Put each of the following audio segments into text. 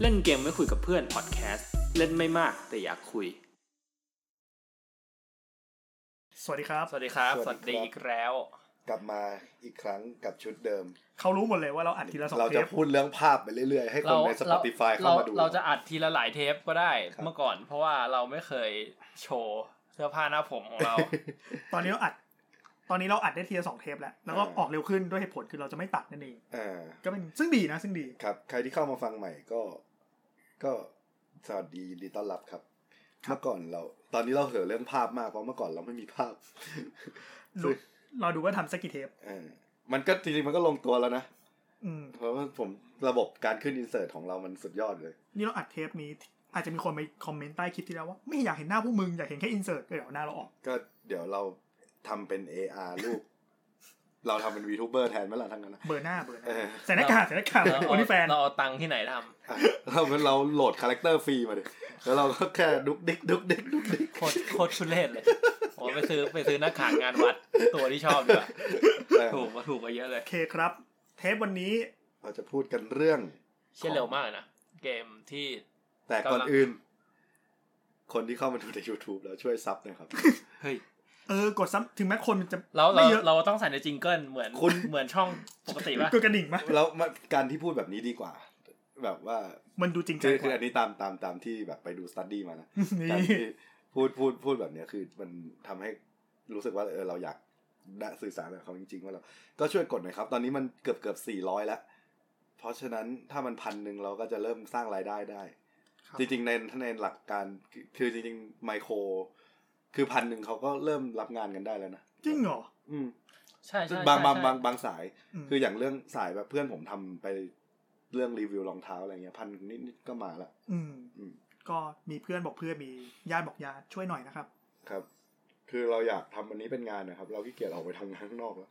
เล่นเกมไม่คุยกับเพื่อนพอดแคสต์เล่นไม่มากแต่อยากคุย สวัสดีครับ สวัสดีครับ ส ส วั วั ส ส ดี ดี ครับ อีกแล้ว กลับมาอีกครั้งกับชุดเดิม เขารู้หมดเลยว่าเราอัดทีละสอง เรา เท จะ ป พูดเรื่องภาพไปเรื่อยๆ ให้ค เรา นใน เรา Spotify เข้า เรา มาดู เราจะอัดทีละหลายเทปก็ได้ ครับ เมื่อก่อน เพราะว่าเราไม่เคยโชว์เสื้อผ้าหน้าผม ของเรา ตอนนี้เราอัด ตอนนี้เราอัดได้ทีละสองเทปแล้ว แล้วก็ออกเร็วขึ้นด้วยเหตุผลคือเราจะไม่ตัดนั่นเอง อ่า ก็เป็นซึ่งดีนะ ซึ่งดี ครับ ใครที่เข้ามาฟังใหม่ก็ ก็สวัสดียินดีต้อนรับครับ เมื่อก่อนเรา ตอนนี้เราเหลือเรื่องภาพมากเพราะเมื่อก่อนเราไม่มีภาพ ดูเราดูว่าทำสักกี่เทป เออมันก็จริงๆมันก็ลงตัวแล้วนะ อืม เพราะว่าผมระบบการขึ้นอินเสิร์ตของเรามันสุดยอดเลย นี่เราอัดเทปนี้ อาจจะมีคนไปคอมเมนต์ใต้คลิปที่แล้วว่า ไม่อยากเห็นหน้าพวกมึง อยากเห็นแค่อินเสิร์ตเดี๋ยวหน้าเราออก ก็เดี๋ยวเราทำเป็น AR รูป เราทำเป็นวีทูเบอร์แทนไหมล่ะทั้งนั้นนะ เบอร์หน้าเบอร์ห เอ น้า อ ใส่หน้ากากใส่หน้ากาก เรา โอนิแฟน เราเอาตังค์ที่ไหนทำ อ่ะ เราเราโหลดคาแรคเตอร์ฟรีมาดิแล้วเราก็แค่ดุกดิกดุกดิกดุกดิก โคตรโคตรชุเล่น เลยผมไปซื้อไปซื้อหน้ากากงานวัดตัวที่ชอบดีกว่าถูกมาถูกมาเยอะเลย โอเคครับ เทปวันนี้ เราจะพูดกันเรื่อง เชื่อเร็วมากนะ เกมที่ แต่ก่อน กำลัง อื่น คนที่เข้ามาดูใน YouTube แล้วช่วยซับหนะครับ เฮ้ย เออกดซ้ำถึงแม้คนมันจะ เราเรา ไม่เยอะ เราต้องใส่ในจิงเกิลเหมือน คุณ เหมือนช่องปกติป่ะ กดกระดิ่งมา แล้วมาการที่พูดแบบนี้ดีกว่า แบบว่า มันดูจริงใจ คือก คือ ว่า อันนี้ตามตามตามที่แบบไปดูสตัดดี้มานะ นี่ การที่พูดพูดพูดแบบเนี้ยคือมันทำให้รู้สึกว่าเออเราอยากได้สื่อสารกับเขาจริงๆว่าเรา ก็ช่วยกดหน่อยครับ ตอนนี้มันเกือบเกือบสี่ร้อยแล้ว เพราะฉะนั้นถ้ามันพันหนึ่งเราก็จะเริ่มสร้างรายได้ได้ ครับ จริงๆในในหลักการคือคือจริงๆไมโคร คือพันหนึ่งเขาก็เริ่มรับงานกันได้แล้วนะ จริงเหรอ อืม ใช่ใช่ใช่ บางบาง ใช่ บางบางสาย ม คืออย่างเรื่องสายแบบเพื่อนผมทำไปเรื่องรีวิวรองเท้าอะไรเงี้ยพันนิดๆก็มาละ อืม อืม ก็มีเพื่อนบอกเพื่อนมีญาติบอกญาติช่วยหน่อย นะครับ ครับ คือเราอยากทำอันนี้เป็นงานนะครับ เราขี้เกียจออกไปทำงานข้างนอกแล้ว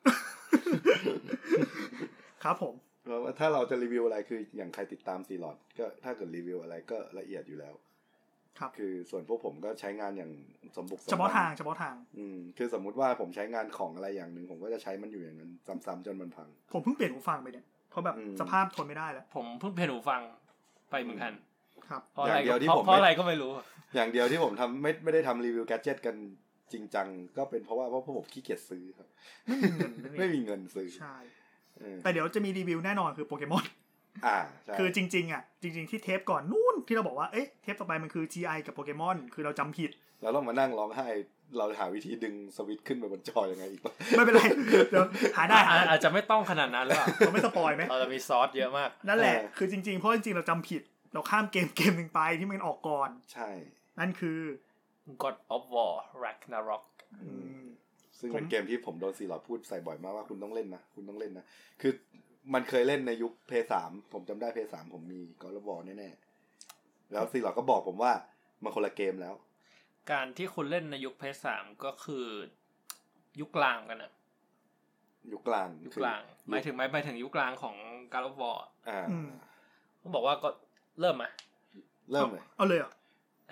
ครับผม แล้วถ้าเราจะรีวิวอะไรคืออย่างใครติดตามซีลอดก็ถ้าเกิดรีวิวอะไรก็ละเอียดอยู่แล้ว ครับ คือส่วนพวกผมก็ใช้งานอย่างสมบุกสมบัน เฉพาะทางเฉพาะทาง อืมคือสมมุติว่าผมใช้งานของอะไรอย่างหนึ่งผมก็จะใช้มันอยู่อย่างนั้นซ้ำๆจนมันพัง ผมเพิ่งเปลี่ยนหูฟังไปเนี่ยเพราะแบบ อืม สภาพทนไม่ได้แล้ว ผมเพิ่งเพลนหูฟังไปเหมือนกัน ครับ เพราะอะไร อย่างเดียวที่ เพราะ ผม เพราะ ไม่ อะไรก็ไม่รู้ อย่างเดียวที่ผมทำไม่ไม่ได้ทำรีวิวแกดเจิตกันจริงจังก็เป็นเพราะว่าเพราะผมขี้เกียจซื้อครับ ไม่มีเงินเลย ไม่มีเงินซื้อ ใช่ เออ แต่เดี๋ยวจะมีรีวิวแน่นอนคือโปเกมอน อ่าใช่ คือจริง ๆ อ่ะ จริง ๆ ที่เทปก่อนนู่นที่เราบอกว่า เอ๊ะเทปต่อไปมันคือ GI กับโปเกมอนคือเราจำผิด เราต้องมานั่งร้องไห้เราหาวิธีดึงสวิตช์ขึ้นไปบนจอยังไงอีกวะ ไม่เป็นไร เดี๋ยวหาได้หา อา ได้ อาจจะไม่ต้องขนาดนั้นหรอก เราไม่สปอยไหม เราจะมีซอสเยอะมาก นั่นแหละ คือจริง ๆ เพราะจริง ๆ เราจำผิด เราข้ามเกมเกมหนึ่งไปที่มันออกก่อน ใช่ นั่นคือ God of War Ragnarok อืม ซึ่ง ผม เป็นเกมที่ผมโดนซีหลอดพูดใส่บ่อยมากว่าคุณต้องเล่นนะคุณต้องเล่นนะคือมันเคยเล่นในยุคเพย์สามผมจำได้เพย์สามผมมีกอล์ฟบอลแน่ๆแล้วซีหลอดก็บอกผมว่ามันคนละเกมแล้ว การที่คุณเล่นในยุค PS3 ก็คือยุคกลางกันนะ ยุคกลาง ยุคกลางหมายถึงหมายหมายถึงยุคกลางของ God of War อ่า อืม ผมบอกว่าก็เริ่มมา เริ่มเลย เอาเลยเหรอ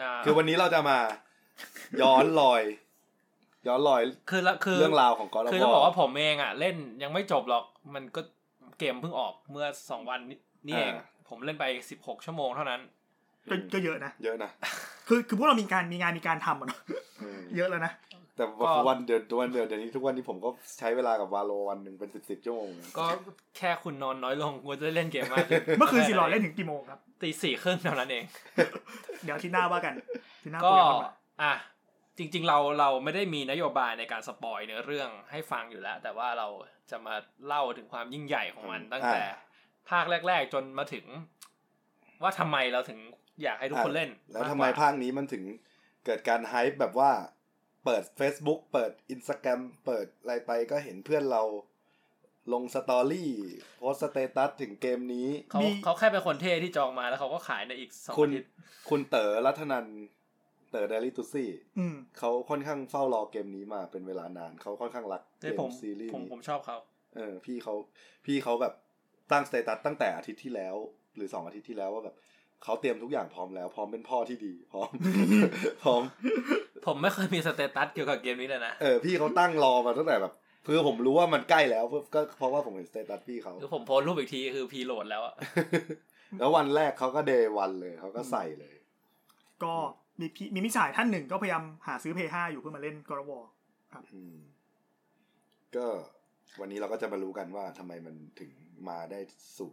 อ่า คือวันนี้เราจะมา ย้อนรอย ย้อนรอย คือละคือ เรื่องราวของกอล์ฟ คือต้องบอกว่าผมเองอ่ะ เล่นยังไม่จบหรอกมันก็เกมเพิ่งออกเมื่อสองวันนี้นี่เองผมเล่นไปสิบหกชั่วโมงเท่านั้น ก็ก็เยอะนะ เยอะนะ คือคือพวกเรามีการมีงานมีการทำอะเนอะ อืม เยอะแล้วนะ แต่ ก็ วันเดือนวันเดือนเดือนนี้ทุกวันนี้ผมก็ใช้เวลากับวาโลวันหนึ่งเป็นสิบสิบชั่วโมงนะ ก็แค่คุณนอนน้อยลงคุณจะได้เล่นเกมมากขึ้น เมื่อคืนสิหลอดเล่นถึงกี่โมงครับ ตีสี่ครึ่งเท่านั้นเอง เดี๋ยวอาที่หน้าว่ากันที่หน้า ก็ โปเกมอนมา อ่ะจริงๆเราเราไม่ได้มีนโยบายในการสปอยเนื้อเรื่องให้ฟังอยู่แล้ว แต่ว่าเราจะมาเล่าถึงความยิ่งใหญ่ของมันตั้งแต่ ภาคแรก ๆ จนมาถึง ว่าทำไมเราถึงอยากให้ทุกคนเล่น แล้วทำไม ากกา ภาคนี้มันถึงเกิดการไฮป์แบบว่า เปิด Facebook เปิด Instagram เปิดอะไรไปก็เห็นเพื่อนเราลงสตอรี่โพสต์สเตตัสถึงเกมนี้ เขาเขาแค่เป็นคนเท่ที่จองมาแล้วเขาก็ขายในอีกสอง คุณ อาทิตย์ คุณเต๋อรัตนันเต๋อเดลิตุซี่ อืม เขาค่อนข้างเฝ้ารอเกมนี้มาเป็นเวลานาน เขาค่อนข้างรักเก เฮ้ยผม มซีรีส์ ผม นี้ ผมชอบเขา เออพี่เขาพี่เขาแบบตั้งสเตตัสตั้งแต่อาทิตย์ที่แล้ว หรือสองอาทิตย์ที่แล้วว่าแบบเขาเตรียมทุกอย่างพร้อมแล้ว พร้อมเป็นพ่อที่ดี พร้อม พร้อม ผมไม่เคยมีสเตตัสเกี่ยวกับเกมนี้เลยนะ เออพี่เขาตั้งรอมาตั้งแต่แบบ คือผมรู้ว่ามันใกล้แล้วเพื่อก็เพราะว่าผมเห็นสเตตัสพี่ เขา คือผมโพสต์รูปอีกทีคือพีโหลดแล้วอะ แล้ววันแรกเขาก็เดย์วันเลยเขาก็ใส่เลย ก็มีพี่มีมิจฉาท่านหนึ่งก็พยายามหาซื้อเพย์ห้าอยู่เพื่อมาเล่นกรวอ อืม ก็วันนี้เราก็จะมารู้กันว่าทำไมมันถึงมาได้สู่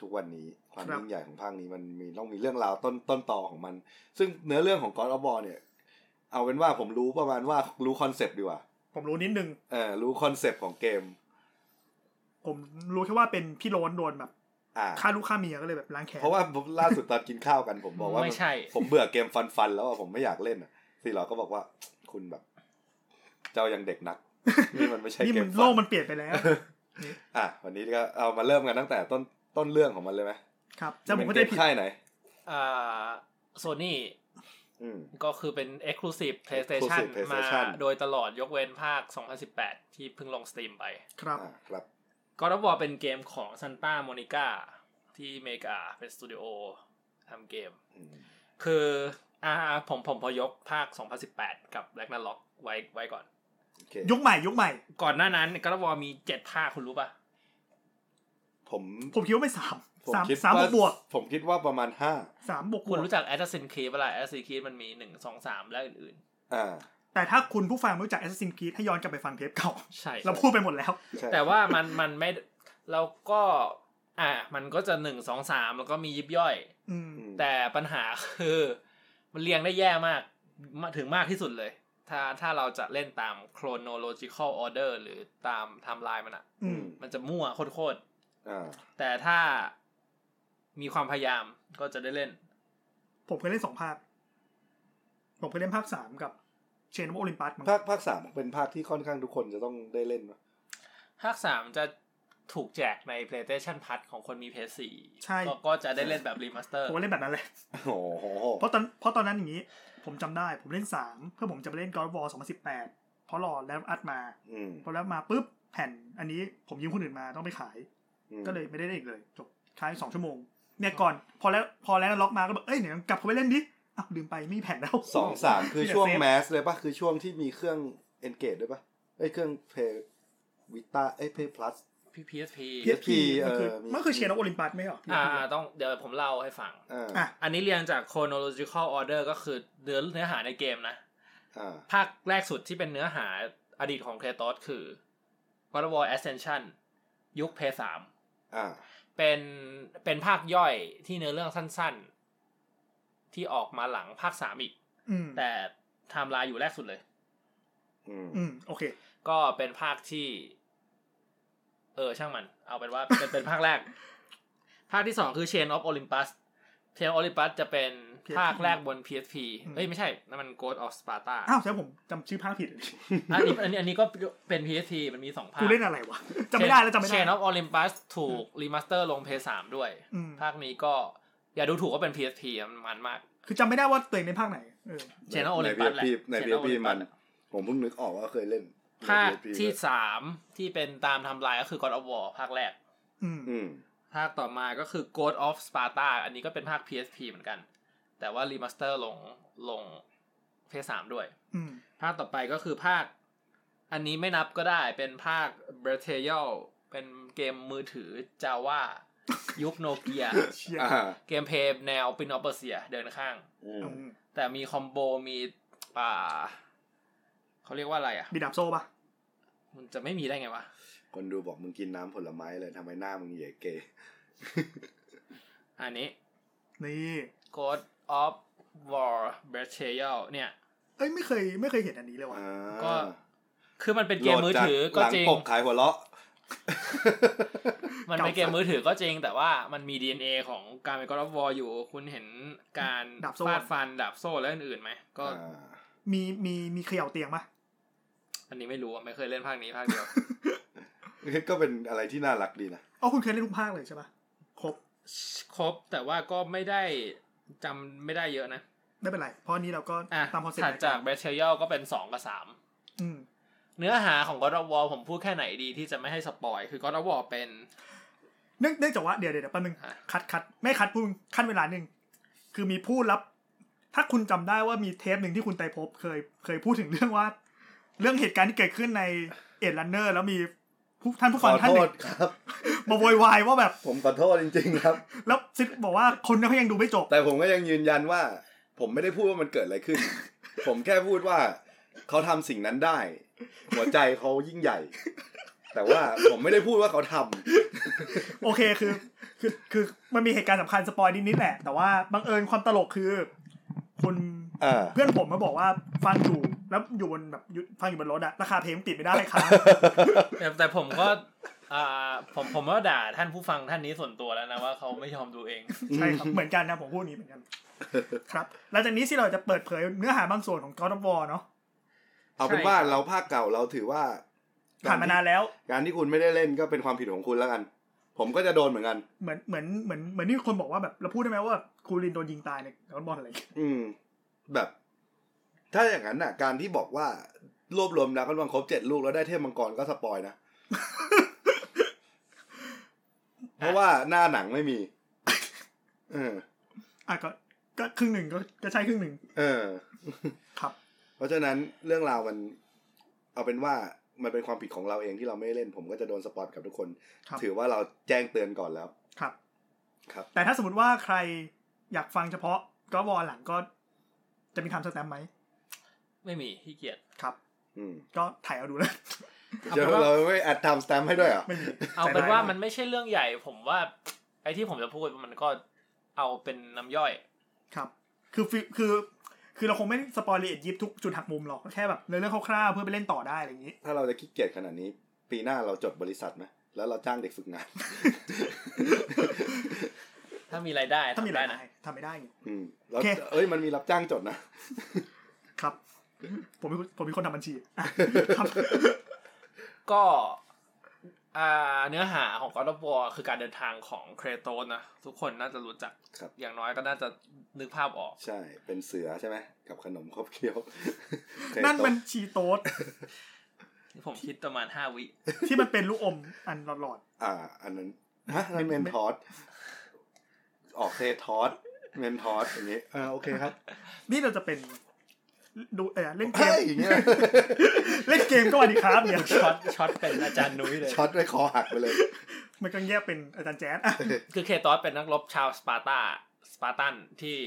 ทุกวันนี้ความยิ่งใหญ่ของภาคนี้มันมีต้องมีเรื่องราวต้นต้นต่อของมัน ซึ่งเนื้อเรื่องของกอร์บอเนี่ย เอาเป็นว่าผมรู้ประมาณว่ารู้คอนเซปต์ดีกว่า ผมรู้นิดนึง เออรู้คอนเซปต์ของเกม ผมรู้แค่ว่าเป็นพี่โรนโดนแบบ อ่า ฆ่าลูกฆ่าเมียก็เลยแบบล้างแค้น เพราะว่าผมล่าสุดตอนกินข้าวกัน ผมบอกว่า ไม่ใช่ ผมเบื่อเกมฟันฟันๆแล้วอะผมไม่อยากเล่นอะสี่หลอก็บอกว่าคุณแบบ เจ้ายังเด็กนัก นี่มันไม่ใช่ นี่ เก มั ม น ฟัน โลกมันเปลี่ยนไปแล้ว อ่ะวันนี้ก็เอามาเริ่มกันตั้งแต่ต้นต้นเรื่องของมันเลยไหม ครับจะผม ก็ ก็ได้ผิด ค่ายไหน อ่าโซนี่ อืม ก็คือเป็น Exclusive PlayStation Exclusive มา PlayStation โดยตลอดยกเว้นภาค 2018 ที่เพิ่งลงสตรีมไป ครับ อ่าครับ God of War เป็นเกมของ Santa Monica ที่อเมริกาเป็นสตูดิโอทำเกม อืม คืออ่าผมผมพอยกภาค 2018 กับ Ragnarok ไว้ไว้ก่อน โอเค ยุคใหม่ยุคใหม่ ก่อนหน้านั้น God of War มี 7 ภาคคุณรู้ป่ะ ผม ผมคิดว่าไม่สาม ผม สาม คิด สามบว ว่าก บวก ผมคิดว่าประมาณห้า สามบวกบ คุ ว ณ ก รู้จัก Assassin's Creed ป่ะล่ะ Assassin's Creed มันมี 1 2 3 และอื่น อ่า แต่ถ้าคุณผู้ฟังไม่รู้จัก Assassin's Creed ให้ย้อนกลับไปฟังเทปเก่า ๆ ใช่ เราพูดไปหมดแล้ว ใช่ แต่ว่ามันมันไม่แล้วก็ อ่า มันก็จะ 1 2 3 แล้วก็มียิบย่อย อืม อืม แต่ปัญหาคือ มันเรียงได้แย่มากมาถึงมากที่สุดเลย ถ้าถ้าเราจะเล่นตาม chronological order หรือตามไทม์ไลน์มันอะ อื อื ม ม มันจะมั่วโคตร อ่า ๆแต่ถ้ามีความพยายามก็จะได้เล่น ผมเคยเล่นสองภาค ผมเคยเล่นภาคสามกับเชนโอลิมปัสมั้ง ภาคภาคสามเป็นภาคที่ค่อนข้างทุกคนจะต้องได้เล่นวะ ภาคสามจะถูกแจกใน PlayStation p a s s ของคนมี PS4 ใช่ ก็ก็จะได้เล่นแบบรีมาสเตอร์ ผมก็เล่นแบบนั้นแหละ โอ้โห เพราะตอนเพราะตอนนั้นอย่างนี้ ผมจำได้ผมเล่นสามเพื่อผมจะไปเล่นกอล์ฟบอลสองพันสิบแปดพอรอแล้วอัดมา อืม พอแล้วมาปุ๊บแผ่นอันนี้ผมยืมคนอื่นมาต้องไปขาย อืม ก็เลยไม่ได้เล่นอีกเลยจบค้างสองชั่วโมง เนี่ยก่อน พอแล้วพอแล้วล็อกมาก็แบบเอ้ยเนี่ยกลับเข้าไปเล่นดิอ้าวลืมไปไม่มีแผ่นแล้ว สองสามคือช่วง เนี่ยเซฟ แมสเลยปะคือช่วงที่มีเครื่องเอนเกตด้วยปะเอ้ยเครื่องเพย์วิต้าเอ้ยเพย์พลัส พี่ PSP เพี้ย PSP มันคือ เออมี มันคือเชนโอลิมปัสไหมเหรอ อ่า อ่า ต้องเดี๋ยวผมเล่าให้ฟัง อ่า อ่ะ อันนี้เรียงจาก chronological order ก็คือเนื้อเนื้อหาในเกมนะ อ่า ภาคแรกสุดที่เป็นเนื้อหาอดีตของเครโตสคือ God of War Ascension ยุคเพย์สาม อ่า เป็นเป็นภาคย่อยที่เนื้อเรื่องสั้นๆ ที่ออกมาหลังภาคสามอีก อืม แต่ไทม์ไลน์อยู่แรกสุดเลย อืม อืมโอเค ก็เป็นภาคที่ เออ ช่างมัน เอาเป็นว่า เป็นเป็นภาคแรก ภาคที่สองคือ Chain of Olympus Chain of Olympus จะเป็น PSP ภาคแรกบน PSP อืม เอ้ยไม่ใช่นั่นมัน Ghost of Sparta อ้าวใช่ผมจำชื่อภาคผิด อันนี้อันนี้อันนี้ก็เป็น PSP มันมีสองภาค กูเล่นอะไรวะจำไม่ได้แล้วจำไม่ได้ เชนออฟออลิมปัสถูกรีมาสเตอร์ลงเพย์สามด้วย อืม ภาคนี้ก็อย่าดูถูกว่าเป็น PSP อะมันมันมาก คือจำไม่ได้ว่าตัวเองในภาคไหนเออ เชนออฟอลิมปัสแหละ ใน Chain of PFP Olympus มัน ผมเพิ่งนึกออกว่าเคยเล่นใน ภาค PFP ที่ ด้วย สามที่เป็นตามไทำลายก็คือ God of War ภาคแรก อืม อืม ภาคต่อมาก็คือ Ghost of Sparta อันนี้ก็เป็นภาค PSP เหมือนกัน แต่ว่ารีมาสเตอร์ลงลงเพย์สามด้วย อืม ภาคต่อไปก็คือภาค อันนี้ไม่นับก็ได้เป็นภาค b r e t a l เป็นเกมมือถือ Java ยุคโนเกีย เชียร์ อ่า เกมเพลย์แนวปินออปเปอร์เซียเดินข้าง อืม อืม แต่มีคอมโบมีอ่าเขาเรียกว่าอะไรอ่ะ มีดาบโซ่ปะ มันจะไม่มีได้ไงวะ คนดูบอกมึงกินน้ำผลไม้เลยทำไมหน้ามึงเหย่เกย์ อันนี้ นี่ God of War Betrayal เนี่ย เอ้ยไม่เคยไม่เคยเห็นอันนี้เลยว่ะ อ่า ก็ คือมันเป็นเกมมือถือ โหลดา ก็จริ ห ง ลัปกขายหัวเราะ มันเป็นเกมมือถือก็จริง แต่ว่ามันมี DNA ของการเป็น God of War อยู่ คุณเห็นการ ดาบโซ่ ฟาดฟันดาบโซ่และอื่นๆไหม ก็ อ่า มีมีมีเขย่าเตียงปะ อันนี้ไม่รู้อะไม่เคยเล่นภาคนี้ภาคเดียว ก็เป็นอะไรที่น่ารักดีนะ อ๋อคุณเคยเล่นทุกภาคเลยใช่ปะครบ ครบแต่ว่าก็ไม่ได้จำไม่ได้เยอะนะ ไม่เป็นไร เพราะอันนี้เราก็ อ่ะ ตามคอนเซ็ปต์ ถัดจาก Betrayal ก็เป็น 2 กับ 3 อืม เนื้อหาของ God of War ผมพูดแค่ไหนดีที่จะไม่ให้สปอย คือ God of War เป็น เนื่องเนื่องจากว่าเดี๋ยวเดี๋ยวเดี๋ยวแป๊บนึง ฮะ คัดคัดไม่คัดพูดขั้นเวลาหนึ่งคือมีผู้รับ ถ้าคุณจำได้ว่ามีเทปหนึ่งที่คุณไตรภพบเคยเคยพูดถึงเรื่องว่า เรื่องเหตุการณ์ที่เกิดขึ้นใน เอ็ดลันเนอร์แล้วมีผู้ท่านผู้ ข ฟัง อ ท่าน โท หนึ่ ษ ง ครับ มาโวยวายว่าแบบ ผมขอโทษจริง ๆ ครับ แล้วซิดบอกว่าคนนั้นเขายังดูไม่จบ แต่ผมก็ยังยืนยันว่า ผมไม่ได้พูดว่ามันเกิดอะไรขึ้น ผมแค่พูดว่า เขาทำสิ่งนั้นได้ หัวใจเขายิ่งใหญ่ แต่ว่าผมไม่ได้พูดว่าเขาทำ โอเคคือคือคือมันมีเหตุการณ์สำคัญสปอยนิดๆแหละ แต่ว่าบังเอิญความตลกคือคุณ อ่า เพื่อนผมมาบอกว่าฟังอยู่แล้วอยู่บนแบบอยู่ฟังอยู่บนรถอะราคาเพลงติดไม่ได้ค่ะ แต่แต่ผมก็ อ่าผมผมก็ด่าท่านผู้ฟังท่านนี้ส่วนตัวแล้วนะว่าเขาไม่ยอมดูเอง ใช่ครับ เหมือนกันนะผมพูดอย่างนี้เหมือนกันครับหลังจากนี้สิเราจะเปิดเผยเนื้อหาบางส่วนของ God of War เนาะ เอาเป็นว่าเราภาคเก่าเราถือว่า ผ่านมานานแล้ว การที่คุณไม่ได้เล่นก็เป็นความผิดของคุณแล้วกัน ผมก็จะโดนเหมือนกัน เหมือนเหมือนเหมือนเหมือนที่คนบอกว่าแบบเราพูดได้ไหมว่าคูรินโดนยิงตายใน God of War อะไร อืม แบบ ถ้าอย่างนั้นน่ะ การที่บอกว่ารวบรวมแล้วก็รวมครบเจ็ดลูกแล้วได้เทพมังกรก็สปอยนะ เพราะว่าหน้าหนังไม่มี เออ อ่ะก็ก็ครึ่งหนึ่งก็ก็ใช่ครึ่งหนึ่ง เออ ครับ เพราะฉะนั้นเรื่องราวมัน เอาเป็นว่ามันเป็นความผิดของเราเองที่เราไม่ได้เล่น ผมก็จะโดนสปอยกับทุกคน ครับ ถือว่าเราแจ้งเตือนก่อนแล้ว ครับ ครับ แต่ถ้าสมมติว่าใครอยากฟังเฉพาะ God of War หลังก็จะมีทำสแตมป์ไหม ไม่มีขี้เกียจ ครับ อืม ก็ถ่าย เอาดูแล้ว เอา เดี๋ยว เป็นว่า เราไม่แอดทำสแตมป์ให้ด้วยเหรอ่ะ ไม่มี เอาเป็นว่า ใจร้ย มันไม่ใช่เรื่องใหญ่ ผมว่าไอ้ที่ผมจะพูดมันก็เอาเป็นน้ำย่อย ครับ คือฟิคือ คือเราคงไม่สปอยละเอียดยิบทุกจุดหักมุมหรอกก็แค่แบบเนื้อเรื่องคร่าวๆเพื่อไปเล่นต่อได้อะไรอย่างนี้ ถ้าเราจะขี้เกียจขนาดนี้ ปีหน้าเราจดบริษัทไหมแล้วเราจ้างเด็กฝึกงาน ถ้ามีรายได้ ถ้ามี ทำ อะไร ได้ นะ นะ ทำไม่ได้ไง อืมแล้ว โอเค เอ้ยมันมีรับจ้างจดนะครับ ผม มีผมมีคนทำบัญชีอ่ะครับ ก็อ่าเนื้อหาของ God of War คือการเดินทางของเครโตนนะ ทุกคนน่าจะรู้จัก ครับ อย่างน้อยก็น่าจะนึกภาพออก ใช่เป็นเสือใช่ไหมกับขนมครบเคี้ยว นั่นมัน เคยต ชีโต๊ด ผมคิดประมาณห้าวิ ที่มันเป็นลูกอมอันหลอด กอ่า อันนั้นฮะนั่นเมนทอสออกเททอสเมนทอสอย่างนี้อ่าโอเคครับ ๆ นี่เราจะเป็นดูเออเล่นเก เฮ้ ม ยอย่างเงี้ย เล่นเกมก็วันดีครับเนี่ย ช็อตช็อตเป็นอาจารย์นุ้ยเลย ช็อตไว้คอหักไปเลย มันก็แยกเป็นอาจารย์แจ๊สอ่ะ คือเคตอสเป็นนักรบชาวสปาร์ตาสปาร์ตันที่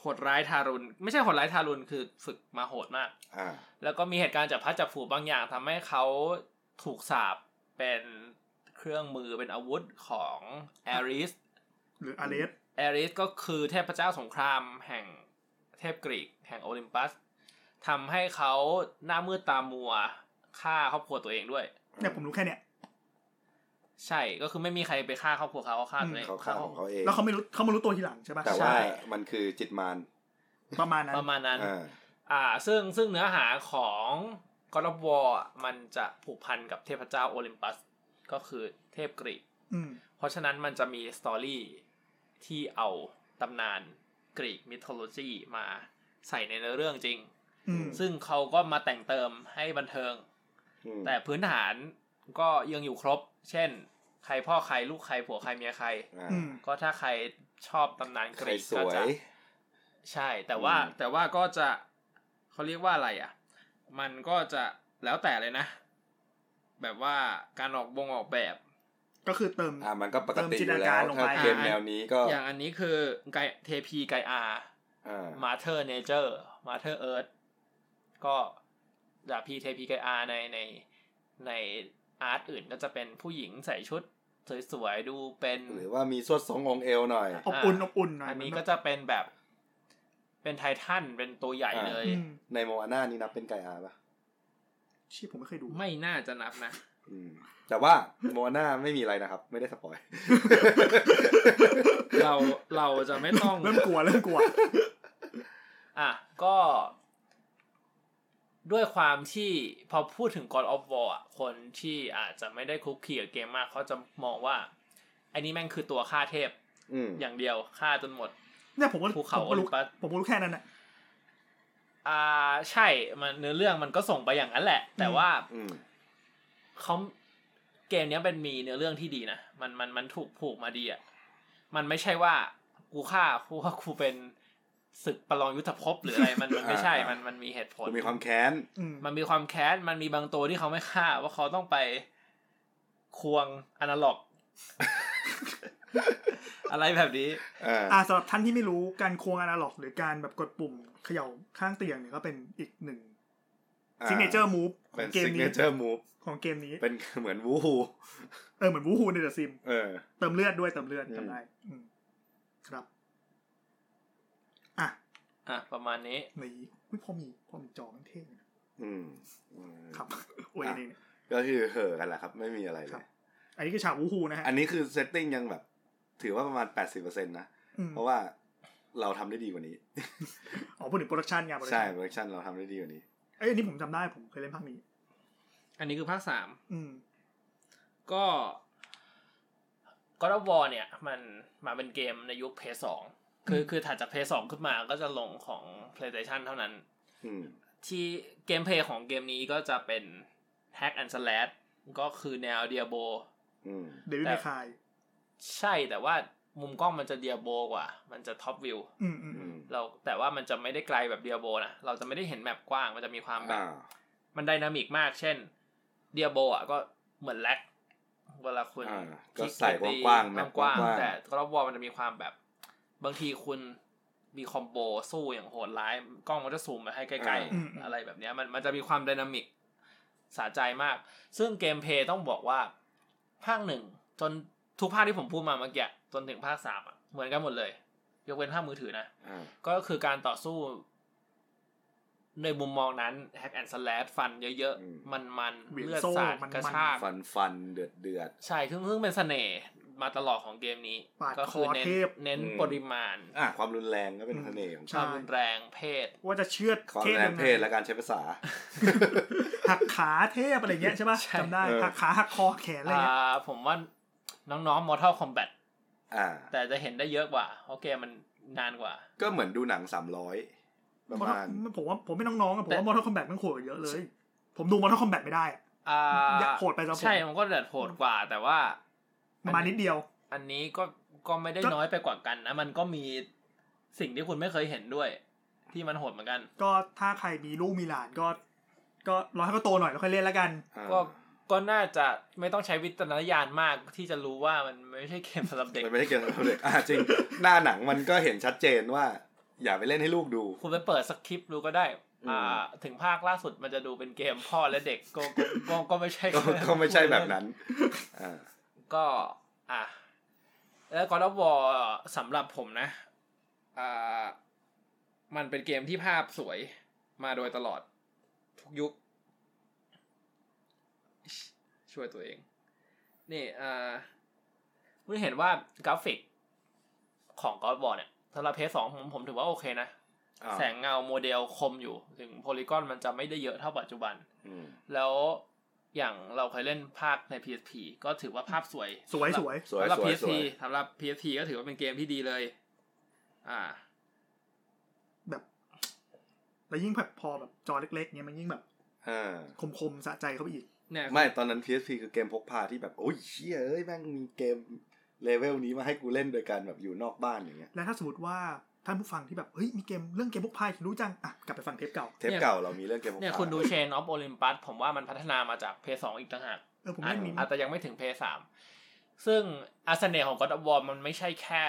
โหดร้ายทารุณ ไม่ใช่โหดร้ายทารุณคือฝึกมาโหดมาก อ่า แล้วก็มีเหตุการณ์จากพระจับผูบางอย่างทำให้เขาถูกสาปเป็นเครื่องมือเป็นอาวุธของแอริส หรืออาเลส แอริสก็คือเทพเจ้าสงครามแห่งเทพกรีก แห่งโอลิมปัสทำให้เขาหน้ามืดตามัวฆ่าครอบครัวตัวเองด้วย เนี่ยผมรู้แค่เนี้ย ใช่ก็คือไม่มีใครไปฆ่าครอบครัวเขาเขาฆ่าตัวเอง เขาฆ่าของเขาเอง แล้วเขาไม่รู้เขามารู้ตัวทีหลังใช่ปะ แต่ ใช่ ว่ามันคือจิตมาร ประมาณนั้น ประมาณนั้น อ่า อ่าซึ่งซึ่งเนื้อหาของ God of War อ่ะมันจะผูกพันกับเทพเจ้าโอลิมปัส ก็คือเทพกรีก อืม เพราะฉะนั้นมันจะมีสตอรี่ที่เอาตำนานกรีกมิทโลจีมาใส่ในเนื้อเรื่องจริง อืม ซึ่งเขาก็มาแต่งเติมให้บันเทิง อืม แต่พื้นฐานก็ยังอยู่ครบ เช่น ใครพ่อใครลูกใครผัวใครเมียใคร อ่า อืม ก็ถ้าใครชอบตำนานก ใคร รีก ส ก็ วย จะ ใช่ แต่ว่า อืม แต่ว่าก็จะเขาเรียกว่าอะไรอ่ะ มันก็จะแล้วแต่เลยนะ แบบว่าการออกบงออกแบบ ก็คือเติม อ่ามันก็ปกติเติอยู่มจินตนา แล้ การ ว ลงไป ถ้าเกมแนวนี้ก็ อย่างอันนี้คือไกเทพีไกอา อ่า มาเธอร์เนเจอร์มาเธอร์เอิร์ธก็ดาพีเทพีไกอาในในในอาร์ตอื่นก็จะเป็นผู้หญิงใส่ชุด สวยๆ ดูเป็น หรือว่ามีสวดทรงองค์เอวหน่อย อบอุ่นอบอุ่นหน่อย อันนี้ มั ก็จะเป็นแบบ เป็นไททันเป็นตัวใหญ่เลย อืม ในโมอาน่านี่นับเป็นไก่อาปะ ชีพผมไม่เคยดู ไม่น่าจะนับนะ อืม แต่ว่าโมอาน่าไม่มีอะไรนะครับ ไม่ได้สปอย เราเราจะไม่ต้อง เริ่มกลัวเริ่มกลัว อ่ะก็ ด้วยความที่พอพูดถึง God of War อ่ะคนที่อาจจะไม่ได้คลุกคลีกับเกมมาก เขาจะมองว่าไอ้นี่แม่งคือตัวฆ่าเทพ อืม อย่างเดียวฆ่าจนหมด เนี่ยผมก็ ภูเขา ผมก็รู้ โอลิมปัส ผมก็รู้แค่นั้นแหละ อ่าใช่มันเนื้อเรื่องมันก็ส่งไปอย่างนั้นแหละ แต่ว่า อืม เขาเกมเนี้ยเป็นมีเนื้อเรื่องที่ดีนะมันมันมันถูกผูกมาดีอ่ะมันไม่ใช่ว่ากูฆ่าเพราะว่ากูเป็น ศึกประลองยุทธภพหรืออะไรมันมันไม่ใช่ อ่ามั มันมันมีเหตุผล มันมีความแค้น อืม มันมีความแค้น มันมีบางตัวที่เขาไม่ฆ่า ว่าเขาต้องไปควงอนาล็อก อะไรแบบนี้ อ่า อ่าสำหรับท่านที่ไม่รู้การควงอนาล็อก หรือการแบบกดปุ่มเขย่าข้างเตียงเนี่ยก็เป็นอีกหนึ่งซิงเกิลเจอร์มูฟขอ เป็น งเกม ซิกเน นี้ เจอร์มูฟ ของเกมนี้ เป็นเหมือนวูฮู เออเหมือนวูฮูในเดอะซิม เออ เติมเลือดด้วยเติมเลือด อืม จำได้อืมครับ อ่ะ อ่ะ ประมาณนี้ ในวิพอมีพอมีจอมันเท่นะ อืมอืม ครับ โอ้ยนี่ ก็คือเห่อะกันแหละครับ ไม่มีอะไรเล ครับ ย อันนี้คือฉากวูฮูนะฮะ อันนี้คือเซตติ้งยังแบบ ถือว่าประมาณ 80%นะ อืม เพราะว่าเราทำได้ดีกว่านี้ อ๋อพูดถึงโปรดักชันไงานโปรดัก ใช่ ชัน โปรดักชันเราทำได้ดีกว่านี้ เอ้ยอันนี้ผมจำได้ผมเคยเล่นภาคนี้ อันนี้คือภาคสาม อืม ก็ก็รับวอเนี่ย มันมาเป็นเกมในยุคเพย์สองคือ อืม คือถัดจากเพย์สองขึ้นมาก็จะลงของ PlayStation เท่านั้น อืม ที่เกมเพลย์ของเกมนี้ก็จะเป็น Hack and Slash ก็คือแนวเดียโบ อืม เดวิด แต่ เมคาย ใช่แต่ว่ามุมกล้องมันจะเดียโบกว่า มันจะท็อปวิว อืมอืม อืม เราแต่ว่ามันจะไม่ได้ไกลแบบเดียโบนะ เราจะไม่ได้เห็นแมปกว้าง มันจะมีความแบบ อ่า มันไดนามิกมาก เช่นเดียโบอ่ะก็เหมือนแล็กเวลาคุณ อ่า ค ก็ ลิ ใส่กว้างๆแมป กว้าง กว้าง ๆ ๆ แต่กรอบวอลมันจะมีความแบบ บางทีคุณมีคอมโบสู้อย่างโหดร้าย กล้องมันจะซูมมาให้ใกล้ๆ อะไรแบบเนี้ยมันมันจะมีความไดนามิกสะใจมาก ซึ่งเกมเพลย์ต้องบอกว่า ภาคหนึ่งจนทุกภาคที่ผมพูดมาเมื่อกี้จนถึงภาคสามอะเหมือนกันหมดเลย ยกเว้นภาคมือถือนะ อ่า ก็คือการต่อสู้ ในมุมมองนั้นแฮกแอนด์สแลดฟันเยอะ อืม ๆ มันๆเหวี่ยง เลือด โซ่ สาด มัน กระ มัน ชาก ฟันฟันเดือดเดือด ใช่ซึ่งซึ่งเป็นเสน่ห์มาตลอดของเกมนี้ ปาด ก็คือเน้ คอเท น พ เน้น อืม ปริมาณ อ่ะความรุนแรงก็เป็นเสน่ห์ของ ความรุนแรงเพศ ว่าจะเชือด ความ เท รุ พ นแรง ยัง เพ ไง ศและการใช้ภาษา หักขาเทพอะไรเงี้ยใช่ปะ ใช่ จำได้ เออ หักขาหักคอแขนอะไร อ่ เงี้ย าผมว่าน้องๆ Mortal Kombat อ่า แต่จะเห็นได้เยอะกว่าเพราะเกมมันนานกว่า ก็เหมือนดูหนังสามร้อยประ มอเตอ มาณ ร์ผมว่าผมไม่น้องๆอะผม แต่ ว่ามอเตอร์คอมแบทมันโหดกว่าเยอะเลย ผมดูมอเตอร์คอมแบทไม่ได้อะ อ่า อยากโหดไปสำหรับผม ใช่มันก็เดือดโหดกว่า แต่ว่า ประมาณนิดเดียว อันนี้ก็ก็ไม่ได้ ก็ น้อยไปกว่ากันนะ มันก็มีสิ่งที่คุณไม่เคยเห็นด้วย ที่มันโหดเหมือนกัน ก็ถ้าใครมีลูกมีหลานก็ ก็รอให้เขาโตหน่อยแล้วค่อยเล่นแล้วกัน อ่า ก็ก็น่าจะไม่ต้องใช้วิจารณญาณมากที่จะรู้ว่ามันไม่ใช่เกมสำหรับเด็ก มันไม่ได้เกี่ยวกับเด็กอ่า จริง หน้าหนังมันก็เห็นชัดเจนว่า อย่าไปเล่นให้ลูกดู คุณไปเปิดสคริปต์ดูก็ได้ อ่า อืม ถึงภาคล่าสุดมันจะดูเป็นเกมพ่อและเด็กก็ก็ก็ก็ไม่ใช่ ก็ก็ไม่ใช่แบบนั้นอ่า ก็อ่ะแล้วก็รับวอสำหรับผมนะ อ่า มันเป็นเกมที่ภาพสวยมาโดยตลอด ทุกยุค ช่วยตัวเอง นี่เอ่อเพิ่งเห็นว่ากราฟิกของกอ d บอ r เนี่ยสำหรับเพสองผมผมถือว่าโอเคนะ อ่า แสงเงาโมเดลคมอยู่ ถึงโพลีกอนมันจะไม่ได้เยอะเท่าปัจจุบัน อืม แล้วอย่างเราเคยเล่นภาคใน PSP ก็ถือว่าภาพสวย สวย สำหรับ สวย สวย สำหรับ สวยส PSP วย สำหรับ PSP ก็ถือว่าเป็นเกมที่ดีเลย อ่า แบบ แล้วยิ่งแบบพอแบบจอเล็กๆเนี้ยมันยิ่งแบบ อ่า คมๆสะใจเข้าไปอีก เนี่ย ไม่ตอนนั้น PSP คือเกมพกพาที่แบบ โอ้ยเชี่ยเอ้ยแม่งมีเกมเลเวลนี้มาให้กูเล่นโดยการแบบอยู่นอกบ้านอย่างเงี้ย และถ้าสมมติว่าท่านผู้ฟังที่แบบ เฮ้ย มีเกมเรื่องเกมพวกพายรู้จัง อ่ะ กลับไปฟังเทปเก่า เทปเก่าเรามีเรื่องเกมพก เนี่ย พา คุณดูเชนออฟโอลิมปัสผมว่ามันพัฒนามาจากเพย์สองอีกต่างหาก เออ ผมเล่นมี อาจจะยังไม่ถึงเพย์สามซึ่งอาเสน่ห์ของก็ d วอ r มันไม่ใช่แค่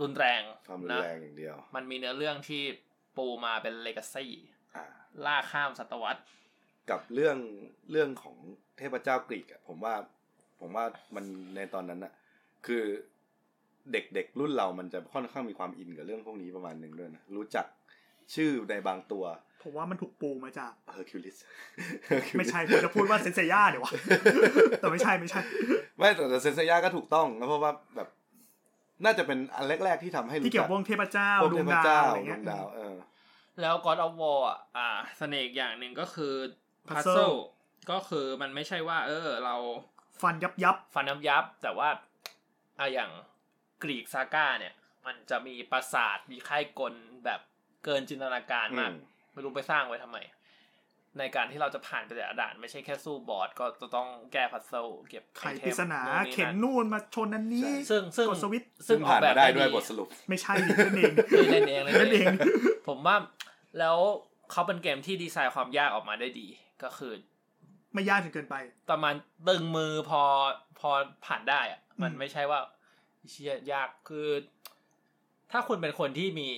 รุนแรง ความรุน นะ แรงอย่างเดียว มันมีเนื้อเรื่องที่ปูมาเป็นเลก a ซี่ อ่า ล่าข้ามศตวรรษ กับเรื่องเรื่องของเทพเจ้ากรีกอะผมว่าผมว่ามันในตอนนั้นอะคือเด็กๆรุ่นเรามันจะค่อนข้างมีความอินกับเรื่องพวกนี้ประมาณหนึ่งด้วยนะ รู้จักชื่อในบางตัว ผมว่ามันถูกปูมาจาก เฮอร์คิ วลิส ไม่ใช่ ผมจะพูดว่าเซ นเซย่าเดี๋ยววะ แต่ไม่ใช่ไม่ใช่ ไม่แต่แต่เซนเซย่าก็ถูกต้องนะเพราะว่าแบบ น่าจะเป็นอันแรก ๆที่ทำให้ ที่ รู้ เกี่ย จั ว ก กับวงเทพเจ้า พวก ด เท วง พ ดา เจ้าว อะไร ด เงี้ วย งดาวเออ แล้ว God of War อ่ะอ่าเสน่ห์อีกอย่างหนึ่งก็คือ Puzzle puzzle ก็คือมันไม่ใช่ว่า เออ เรา ฟันยับยับ ฟันน้ำยับ แต่ว่าอ่ะอย่างกรีกซาก้าเนี่ย มันจะมีปราสาทมีค่ายกลแบบเกินจินตนาการมาก อืม ไม่รู้ไปสร้างไว้ทำไม ในการที่เราจะผ่านไปแต่ละด่าน ไม่ใช่แค่สู้บอสก็จะต้องแก้พัซเซิลเก็บ ไข ไอเท ปริ ม ศนาเข็น นู่นนี่ นู่นมาชนอันนี้ ใช่ นั่นซึ่งซึ่ง กดสวิตช์ ซึ่งผ่านมาได้ด้วยบทสรุป ไม่ใช่ดิเล่นเอง เออเล่นเอง เล่ เล่ น น เอ เอง ง ผมว่าแล้วเขาเป็นเกมที่ดีไซน์ความยากออกมาได้ดี ก็คือ ไม่ยากจนเกินไป ประมาณตึงมือพอพอผ่านได้อะมัน อืม ไม่ใช่ว่าเชียยากคือ ถ้าคุณเป็นคนที่มี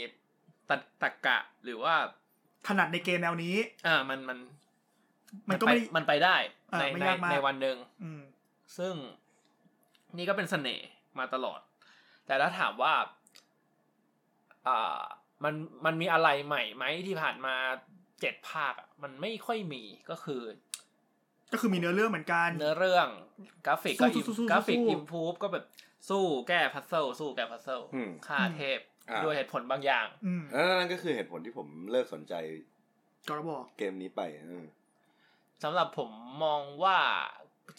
ตะตะกะหรือว่า ถนัดในเกมแนวนี้ อ่ามันมัน มันก็ไม่ ปมันไปได้ อ่า ใน ไม่ ใน ยากมาก ในวันหนึ่ง อืม ซึ่งนี่ก็เป็นเสน่ห์มาตลอด แต่ถ้าถามว่า อ่า มัน มันมีอะไรใหม่ไหมที่ผ่านมาเจ็ดภาคอะมันไม่ค่อยมี ก็คือ ก็คือมีเนื้อเรื่องเหมือนกัน เนื้อเรื่องกราฟิก สู้ ก็อิมสู้สู้สู้ กราฟิก สู้ อิมพูฟก็แบบสู้แก้พัซเซิลสู้แก้พัซเซิล อืม ฆ่า อืม เทพ อ่า ด้วยเหตุผลบางอย่าง อืม แล้วนั่นก็คือเหตุผลที่ผมเลิกสนใจ ก็ระบอก เกมนี้ไปเออ สำหรับผมมองว่า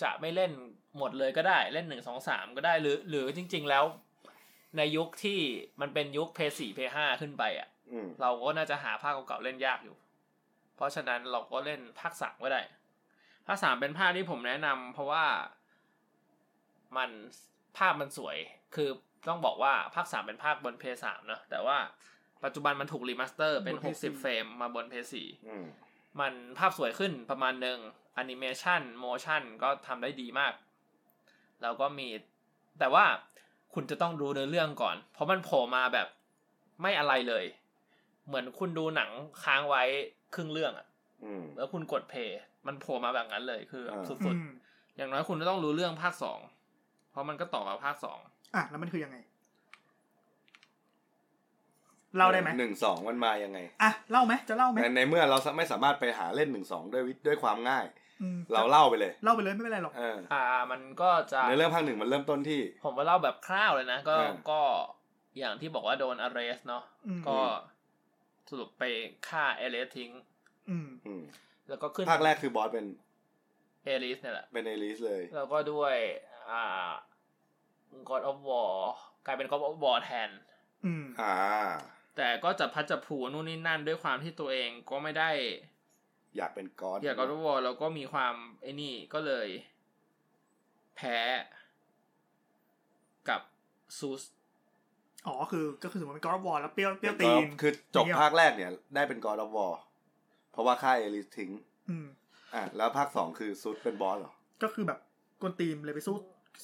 จะไม่เล่นหมดเลยก็ได้เล่นหนึ่งสองสามก็ได้หรือ หรือจริง ๆ แล้ว ในยุคที่มันเป็นยุคเพย์สี่เพย์ห้าขึ้นไปอ่ะ อืม เราก็น่าจะหาภาคเก่าๆเล่นยากอยู่ เพราะฉะนั้นเราก็เล่นภาคสามก็ได้ ภาคสามเป็นภาคที่ผมแนะนำเพราะว่ามันภาพมันสวย คือต้องบอกว่าภาคสามเป็นภาคบนเพย์สามเนอะแต่ว่าปัจจุบันมันถูกรีมาสเตอร์เป็นหกสิบเฟรมมาบนเพย์สี่ อืม มันภาพสวยขึ้นประมาณหนึ่งแอนิเมชันโมชันก็ทำได้ดีมาก แล้วก็มี แต่ว่าคุณจะต้องดูเนื้อเรื่องก่อน เพราะมันโผล่มาแบบไม่อะไรเลย เหมือนคุณดูหนังค้างไว้ครึ่งเรื่องอะ อืม แล้วคุณกดเพย์มันโผล่มาแบบนั้นเลยคือแบบ อ่า สุ อื ด ม ๆ อย่างน้อยคุณก็ต้องรู้เรื่องภาคสองเพราะมันก็ต่อกับภาคสอง อ่ะแล้วมันคือยังไง เล่าได้ไหม หนึ่งสองมันมายังไง อ่ะเล่าไหมจะเล่าไหม ในในเมื่อเราไม่สามารถไปหาเล่นหนึ่งสองด้วยวิด้วยความง่าย อืม เราเล่าไปเลย เล่าไปเลยไม่เป็นไรหรอก เออ อ่า มันก็จะ ในเรื่องภาคหนึ่งมันเริ่มต้นที่ ผมว่าเล่าแบบคร่าวเลยนะ ก็ อ่า ก็อย่างที่บอกว่าโดนอารสเนาะ อืม ก็สรุปไปฆ่าเอลิสทิ้ง อืม อืม แล้วก็ขึ้น ภาคแรกคือบอสเป็น เอลิสเนี่ยแหละ เป็นเอลิสเลย แล้วก็ด้วยอ่า God of War กลายเป็น God of War แทน อืม อ่า แต่ก็จะพัดจะผลูนู่นนี่นั่นด้วยความที่ตัวเองก็ไม่ได้ อยากเป็นกอส อยาก God of War แล้วก็มีความไอ้นี่ก็เลย แพ้กับซูส อ๋อคือก็คือสมมติเป็นกอล์ฟบอลแล้วเปรี้ยวเปรี้ยวตีน คือจบ อย่างเงี้ย ภาคแรกเนี่ย ได้เป็นกอ d อ f วอร์เพราะว่าค่ายเอลิสทิ้ง อืม อ่ะ แล้วภาคสองคือซุดเป็นบอสเหรอ ก็คือแบบกวนตีมเลยไปสู้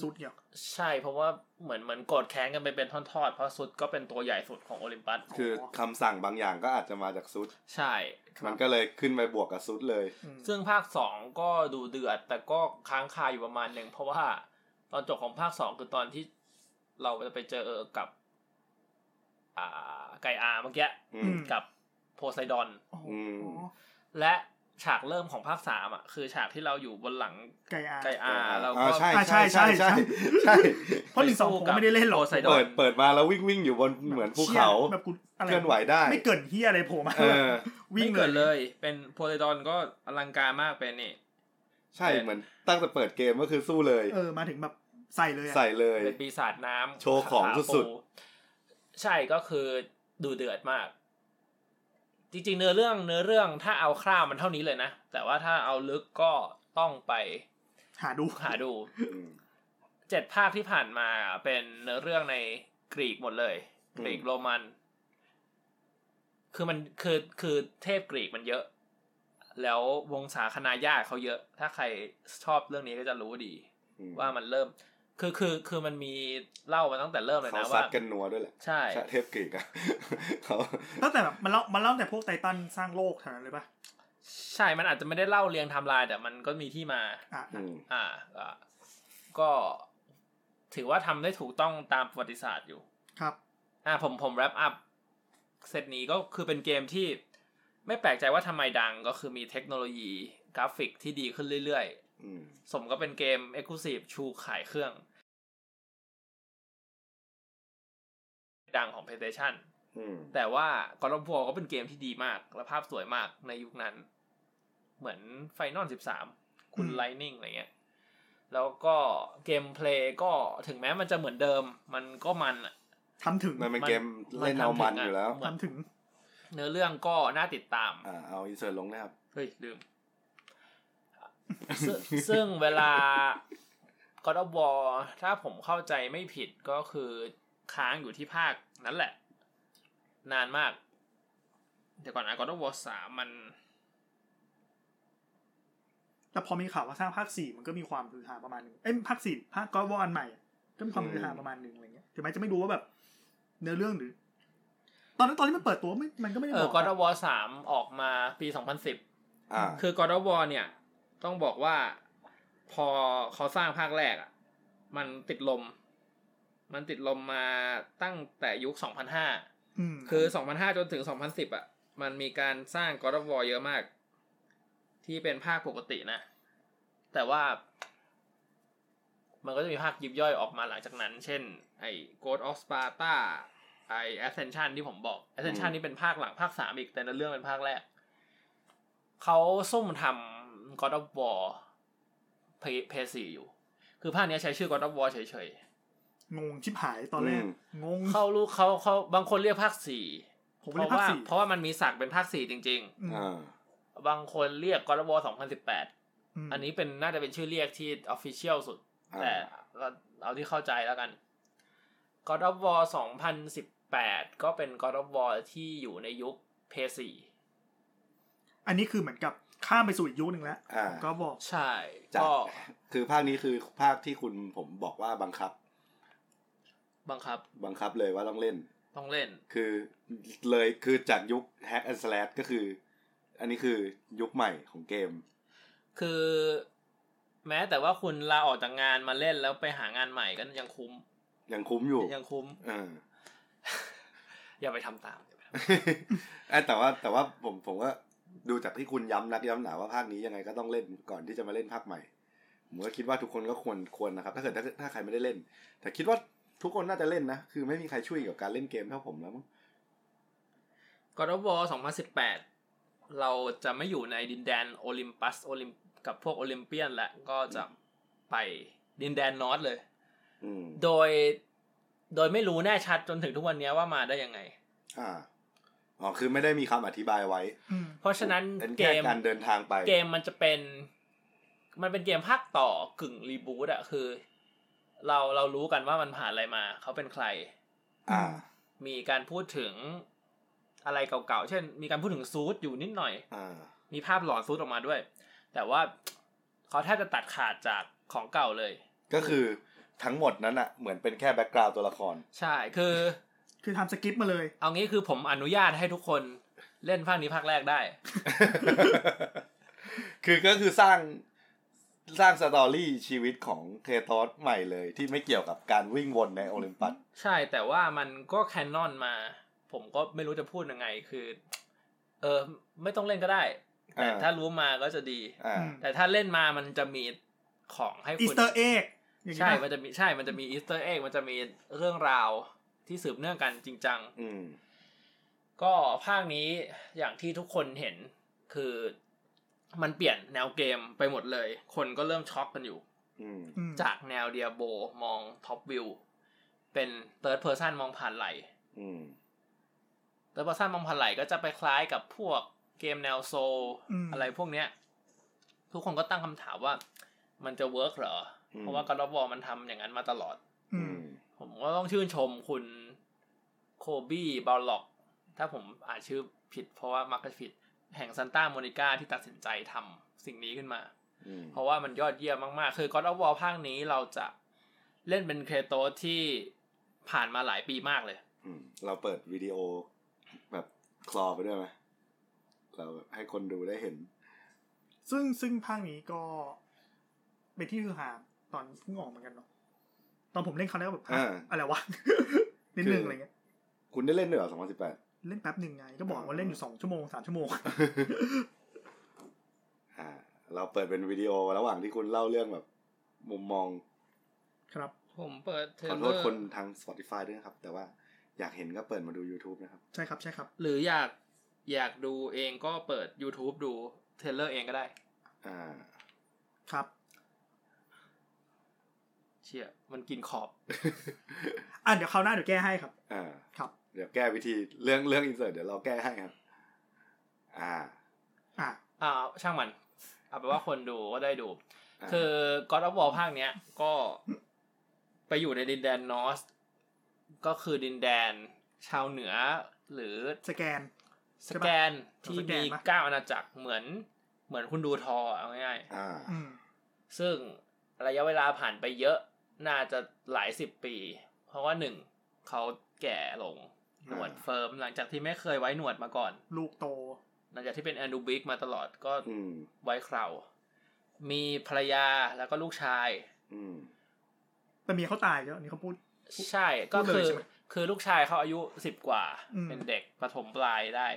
สู้เนี่ย ใช่เพราะว่าเหมือนเหมือนโกรธแค้นกันไปเป็นทอดๆ เพราะซุดก็เป็นตัวใหญ่สุดของโอลิมปัส คือคำสั่งบางอย่างก็อาจจะมาจากซุด ใช่ มันก็เลยขึ้นไปบวกกับซุดเลย อืม ซึ่งภาคสองก็ดูเดือด แต่ก็ค้างคาอยู่ประมาณหนึ่งเพราะว่าตอนจบของภาคสองคือตอนที่เราจะไปเจอกับ อ่าไกอาเมื่อกี้ อืม กับโพไซดอน อ๋ออ ม และฉากเริ่มของภาคสามอ่ะ คือฉากที่เราอยู่บนหลัง ไก่อา ไกอาเรา อ่า ก็ ใช่ อ่าใช่ ใช่ใช่ใช่ใช่ใช่ เพราะหนึ่งสองผมไม่ได้เล่นหรอก โอ้ใส่ดอก เปิดเปิดมาแล้ววิ่งวิ่งอยู่บนเหมือนภูเขา ชี่ยแบบกูอะไร เคลื่อนไหวได้ ไม่เกินเฮียอะไรโผล่มา เออ วิ่ง ไม่ เล เกิ ย ดเลย เป็นโพไซดอนก็อลังการมากเป็นนี่ ใช่เหมือนตั้งแต่เปิดเกมก็คือสู้เลย เออมาถึงแบบใส่เลยอะ ใส่เลย เป็นปีศาจน้ำ โชว์ของ ขาปู สุด ใช่ก็คือดูเดือดมาก จริงๆ เนื้อเรื่องเนื้อเรื่องถ้าเอาคร่าวมันเท่านี้เลยนะ แต่ว่าถ้าเอาลึกก็ต้องไป หาดู หาดู อืม เจ็ดภาคที่ผ่านมาเป็นเนื้อเรื่องในกรีกหมดเลย อืกมรีกโรมัน คือมันคือคือเทพกรีกมันเยอะ แล้ววงศาคณาญาติเขาเยอะ ถ้าใครชอบเรื่องนี้ก็จะรู้ดี อืม ว่ามันเริ่ม คือคือคือมันมีเล่ามาตั้งแต่เริ่มเลย เขา นะ ซั ว่า ดกันนัวด้วยแหละ ใช่ ใช่เทพกรีกอะเขา ตั้งแต่แบบมันเล่ามันเล่าแต่พวกไททันสร้างโลกแถวนั้นเลยป่ะ ใช่มันอาจจะไม่ได้เล่าเรียงไทำลายแต่มันก็มีที่มา อ่ะ อืม อ่าอ่าก็ถือว่าทำได้ถูกต้องตามประวัติศาสตร์อยู่ ครับ อ่าผมผมแรปอัพเซตนี้ก็คือเป็นเกมที่ไม่แปลกใจว่าทำไมดังก็คือมีเทคโนโลยีกราฟิกที่ดีขึ้นเรื่อย อืม ๆ สมก็เป็นเกม e x c l u s i v e ชูขายเครื่อง ดังของ PlayStation อืม แต่ว่า God of War ก็เป็นเกมที่ดีมาก และภาพสวยมากในยุคนั้น เหมือน Final 13 คุณ อืม Lightning อะไรเงี้ย แล้วก็เกมเพลย์ก็ถึงแม้มันจะเหมือนเดิม มันก็มันอะ ทำถึง มันเป็น มัน เกมเล่นเอามันอยู่แล้ว มัน ทำถึง เนื้อเรื่องก็น่าติดตาม อ่าเอาอินเสิร์ลงนะครับ เฮ้ย ลืม ซึ่งซึ่งเวลา God of War ถ้าผมเข้าใจไม่ผิดก็คือค้างอยู่ที่ภาคนั้นแหละ นานมาก เดี๋ยวก่อนนะ God of War สามมัน แต่พอมีข่าวว่าสร้างภาคสี่มันก็มีความฮือฮาประมาณหนึงเอ้ยภาคสี่ภาคก็วอันใหม่อะก็มีความฮือฮาประมาณหนึงอะไรเงี้ยถึงแม้จะไม่รู้ว่าแบบ เนื้อเรื่องหรือ ตอนนั้นตอนที่มันเปิดตัวไม่มันก็ไม่ได้ เอ บอก อ God อะ of War สามออกมาปี 2010 อ่า คือ God of War เนี่ย ต้องบอกว่าพอเขาสร้างภาคแรกอ่ะ มันติดลม มันติดลมมาตั้งแต่ยุค 2005 อืม คือ 2005 จนถึง 2010 อ่ะ มันมีการสร้าง God of War เยอะมาก ที่เป็นภาคปกตินะ แต่ว่า มันก็จะมีภาคยิบย่อยออกมาหลังจากนั้น เช่น ไอ้ Ghost of Sparta ไอ้ Ascension ที่ผมบอก Ascension อืม นี่เป็นภาคหลังภาคสามอีก แต่ในเรื่องเป็นภาคแรก เขาซุ่มทำ God of War เพย์ซีอยู่ คือภาคเนี้ยใช้ชื่อ God of War เฉย งงชิบหายตอนแรก อืม งง ๆ เข้ารู้เขาเขาบางคนเรียกภาคสี่ ผม เพ เรีย ราะ กภาค ว่า สี่ เพราะว่ามันมีศักดิ์เป็นภาคสี่จริง อืม อ่า ๆ บางคนเรียก God of War 2018 ม อันนี้เป็นน่าจะเป็นชื่อเรียกที่ Official สุด อ่า แต่เราเอาที่เข้าใจแล้วกัน God of War 2018 ก็เป็น God of War ที่อยู่ในยุคเพย์สี่ อันนี้คือเหมือนกับข้ามไปสู่อีกยุคหนึ่งแล้ว อ่า ก็บอก ใช่ จาก ก็ คือภาคนี้คือภาคที่คุณผมบอกว่าบังคับ บังคับ บังคับเลยว่าต้องเล่น ต้องเล่น คือเลยคือจากยุคแฮกแอนด์สแลชก็คือ อันนี้คือยุคใหม่ของเกม คือแม้แต่ว่าคุณลาออกจากงานมาเล่นแล้วไปหางานใหม่ก็ยังคุ้ม ยังคุ้มอยู่ ยังคุ้ม เออ อย่าไปทำตาม เอ้ยแต่ ว่าแต่ว่าผมผมก็ดูจากที่คุณย้ำนักย้ำหนาว่าภาคนี้ยังไงก็ต้องเล่นก่อนที่จะมาเล่นภาคใหม่ ผมก็คิดว่าทุกคนก็ควรควรนะครับ ถ้าเกิดถ้าถ้าใครไม่ได้เล่น แต่คิดว่าทุกคนน่าจะเล่นนะ คือไม่มีใครช่วยกับการเล่นเกมเท่าผมแล้วมั้ง กอร์วอ2018 เราจะไม่อยู่ในดินแดนโอลิมปัสโอลิมกับพวกโอลิมเปียนและก็จะไปดินแดนนอร์ทเลย อืม โดย โดยไม่รู้แน่ชัดจนถึงทุกวันนี้ว่ามาได้ยังไง อ่าอ๋อคือไม่ได้มีคำอธิบายไว้ อืม เพราะฉะนั้น เป็น เก แค่ ม การเดินทางไป เกมมันจะเป็น มันเป็นเกมภาคต่อกึ่งรีบูตอะคือ เราเรารู้กันว่ามันผ่านอะไรมา เขาเป็นใคร อ่า มีการพูดถึงอะไรเก่าๆ เช่น มีการพูดถึงซูทอยู่นิดหน่อย อ่า มีภาพหลอนซูทออกมาด้วย แต่ว่าเขาแทบจะตัดขาดจากของเก่าเลย ก็คือทั้งหมดนั้นอะเหมือนเป็นแค่แบ็กกราวด์ตัวละคร ใช่ คือ คือทำสกิปมาเลย เอางี้คือผมอนุญาตให้ทุกคนเล่นภาคนี้ภาคแรกได้ คือก็คือสร้างสร้างสตอรี่ชีวิตของเททอสใหม่เลย ที่ไม่เกี่ยวกับการวิ่งวนในโอลิมปัส ใช่แต่ว่ามันก็แคนนอนมา ผมก็ไม่รู้จะพูดยังไงคือ เออไม่ต้องเล่นก็ได้ แต่ อ่า ถ้ารู้มาก็จะดี อ่า อืม แต่ถ้าเล่นมามันจะมีของให้ อี คุ ส ณ เตอร์เอ็กอย่าง ใช่ งี้ มัน ปะ จะมีใช่มันจะมีอีสเตอร์เอ็กมันจะมีเรื่องราวที่สืบเนื่องกันจริงจัง อืม ก็ภาคนี้อย่างที่ทุกคนเห็นคือมันเปลี่ยนแนวเกมไปหมดเลย คนก็เริ่มช็อกกันอยู่ อืม อืม จากแนวเดียโบมองท็อปวิวเป็นเติร์ดเพอร์ซันมองผ่านไหล อืม แล้วพอสร้างมังพันไหลก็จะไปคล้ายกับพวกเกมแนวโซล ม อะไรพวกเนี้ย ทุกคนก็ตั้งคำถามว่า มันจะเวิร์กเหรอ อืม เพราะว่ากรอวอมันทำอย่างนั้นมาตลอด อื อื ม ม ผมก็ต้องชื่นชมคุณโคบี้บาล็อก ถ้าผมอ่านชื่อผิดเพราะว่ามักจะผิด แห่งซันต้าโมนิก้าที่ตัดสินใจทำสิ่งนี้ขึ้นมา อืม เพราะว่ามันยอดเยี่ยมมากๆ คือ God of War ภาคนี้เราจะเล่นเป็นเคโตสที่ผ่านมาหลายปีมากเลย อืม เราเปิดวิดีโอแบบคลอไปด้วยไหมเราแบบให้คนดูได้เห็น ซึ่งซึ่งภาคนี้ก็เป็นที่ฮือฮาตอนเพิ่งออกเหมือนกันเนาะตอนผมเล่นครั้งแรกก็แบบฮะ อ่า อะไรวะ นิดนึงอะไรเงี้ย คุณได้เล่นด้วยเหรอสองพันสิบแปด เล่นแป๊บหนึ่งไง ก็บอกว่าเล่นอยู่สองชั่วโมงสามชั่วโมง อ่า เราเปิดเป็นวิดีโอระหว่างที่คุณเล่าเรื่องแบบ มุมมอง ครับ ผมเปิดเทร ขอ ล โท เลอ ษ ร์ คนทาง Spotify ด้วยนะครับ แต่ว่าอยากเห็นก็เปิดมาดู YouTube นะครับ ใช่ครับใช่ครับ หรืออยากอยากดูเองก็เปิด YouTube ดูเทรลเลอร์เองก็ได้ อ่า ครับ เชี่ยมันกินขอบ อ่ะเดี๋ยวคราวหน้าเดี๋ยวแก้ให้ครับ อ่า ครับ เดี๋ยวแก้วิธีเรื่องเรื่องอินเสิร์ตเดี๋ยวเราแก้ให้ครับ อ่า อ่ะ อ่า ช่างมัน เอาเป็นว่าคนดูก็ได้ดู ะ คือ God of War ภาคเนี้ย ก็ไปอยู่ในดินแดนนอสก็คือดินแดนชาวเหนือ หรือ สแกน สแกนที่ สแก มี นปะ เก้าอาณาจักรเหมือน เหมือนคุณดูทอเอาง่าย อ่า อืม ๆซึ่งระยะเวลาผ่านไปเยอะน่าจะหลายสิบปี เพราะว่าหนึ่งเขาแก่ลงหนวดเฟิร์มหลังจากที่ไม่เคยไว้หนวดมาก่อน ลูกโต หลังจากที่เป็นแอนดูบิกมาตลอดก็ อืม ไว้เคราวมีภรรยาแล้วก็ลูกชาย อืม แต่เมียเขาตายแล้วอันนี่เขาพูด ใช่ก็คืพูดเลย อ ใช่ไหม คือลูกชายเขาอายุสิบกว่า อืม เป็นเด็กประถมปลายได้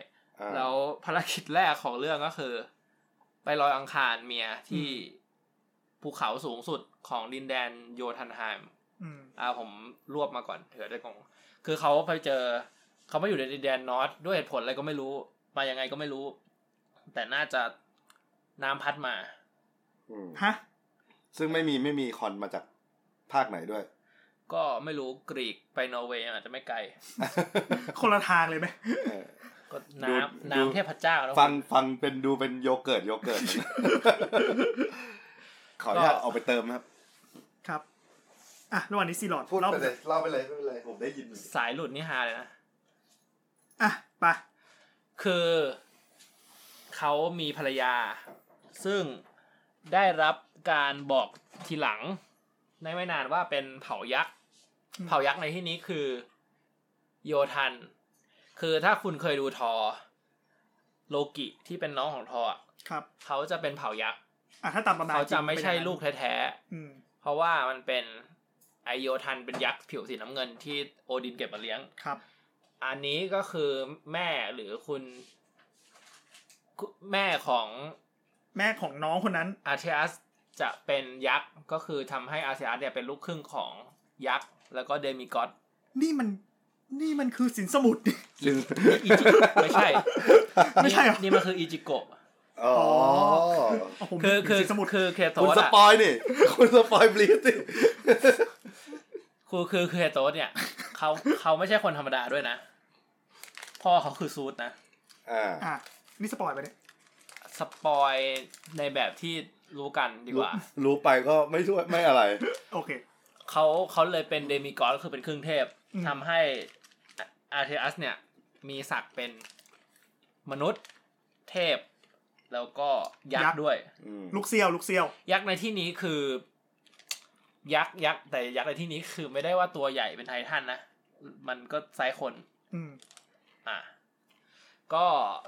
อ่า แล้วภารกิจแรกของเรื่องก็คือ ไปลอยอังคารเมียที่ภูเขาสูงสุดของดินแดนโยทันไฮม อืม อ่าผมรวบมาก่อนเผื่อได้กอง คือเขาไปเจอเขามาอยู่ในดินแดนนอร์ทด้วยเหตุผลอะไรก็ไม่รู้ มายังไงก็ไม่รู้ แต่น่าจะน้ำพัดมา อืม ฮะ ซึ่งไม่มีไม่มีคอนมาจากภาคไหน ด้วย ก็ไม่รู้กรีกไปนอร์เวย์อาจจะไม่ไกล คนละทางเลยไหม เออ ก็ ดู น้ำ ดู น้ำเทพเจ้าแล้ว ฟังฟังเป็นดูเป็นโยเกิร์ตโยเกิ ร์ต ขออนุญาต ก็ เอาไปเติมครับ ครับ อ่ะระหว่างนี้ซีหลอด พูด เล่า ไปเลยเล่าไปเลยไม่เป็นไรผมได้ยิน สายหลุดนี่ฮาเลยนะ อ่ะไป คือเขามีภรรยา ซึ่งได้รับการบอกทีหลัง ในไม่นานว่าเป็นเผ่ายักษ์ เผ่ายักษ์ในที่นี้คือโยทัน คือถ้าคุณเคยดูทอ โลกิที่เป็นน้องของทออะ ครับ เขาจะเป็นเผ่ายักษ์ อ่ะถ้าตามประมาณ เขาจะ ง ไม่ใช่ เป็นอย่างนั้น ลูกแท้ อืม ๆ เพราะว่ามันเป็นไอโยทันเป็นยักษ์ผิวสีน้ำเงินที่โอดินเก็บมาเลี้ยง ครับ อันนี้ก็คือแม่หรือคุณคุแม่ของ แม่ของน้องคนนั้น อาเทอัสจะเป็นยักษ์ ก็คือทำให้อาเทอัสเนี่ยเป็นลูกครึ่งของยักษ์ แล้วก็เดมิกอส นี่มัน นี่มันคือสินสมุด อีจิไม่ใช่ ไม่ใช่เหรอ นี่นี่มันคืออีจิโกะ อ๋อ โอ้โห คือคือ สินสมุด คือเคโต คุณ ส ส อะ ปอยนี่ คุณสปอยบลีสสิ คือคือเคโตสเนี่ยเขาเขาไม่ใช่คนธรรมดาด้วยนะ พ่อเขาคือซูดนะ อ่า อ่ะนี่สปอยไปเนี่ย สปอยในแบบที่รู้กันดีกว่า รู้ไปก็ไม่ช่วยไม่อะไร โอเค เขาเขาเลยเป็นเดมิกอสก็คือเป็นครึ่งเทพ อืม ทำให้อาร์เทอัสเนี่ย มีศักดิ์เป็นมนุษย์เทพ แล้วก็ยักษ์ด้วย อืม ลูกเซียว ลูกเซียว ยักษ์ในที่นี้คือ ยักษ์ยักษ์แต่ยักษ์ในที่นี้คือไม่ได้ว่าตัวใหญ่เป็นไททันนะ มันก็ไซส์คน อืม อ่ะก็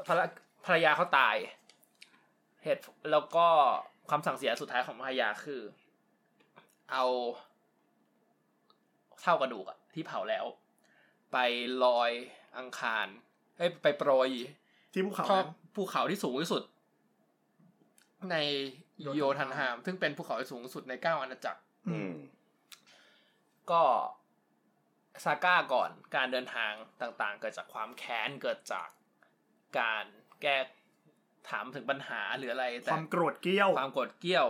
ภรรภรรยาเขาตาย เหตุแล้วก็คำสั่งเสียสุดท้ายของภรรยาคือ เอาเท่ากระดูกอะที่เผาแล้ว ไปลอยอังคารเอ้ยไปโปรย ที่ภูเขา ข้อ นั้น ภูเขาที่สูงที่สุด ในโยทันฮาม ซึ่งเป็นภูเขาที่สูงสุดในเก้าอาณาจักร อื อื ม ม ก็ซาก้าก่อนการเดินทางต่างๆ เกิดจากความแค้นเกิดจากการแก้ถามถึงปัญหาหรืออะไร ค แต่ วามโกรธเกรี้ยว ความโกดเกรี้ยว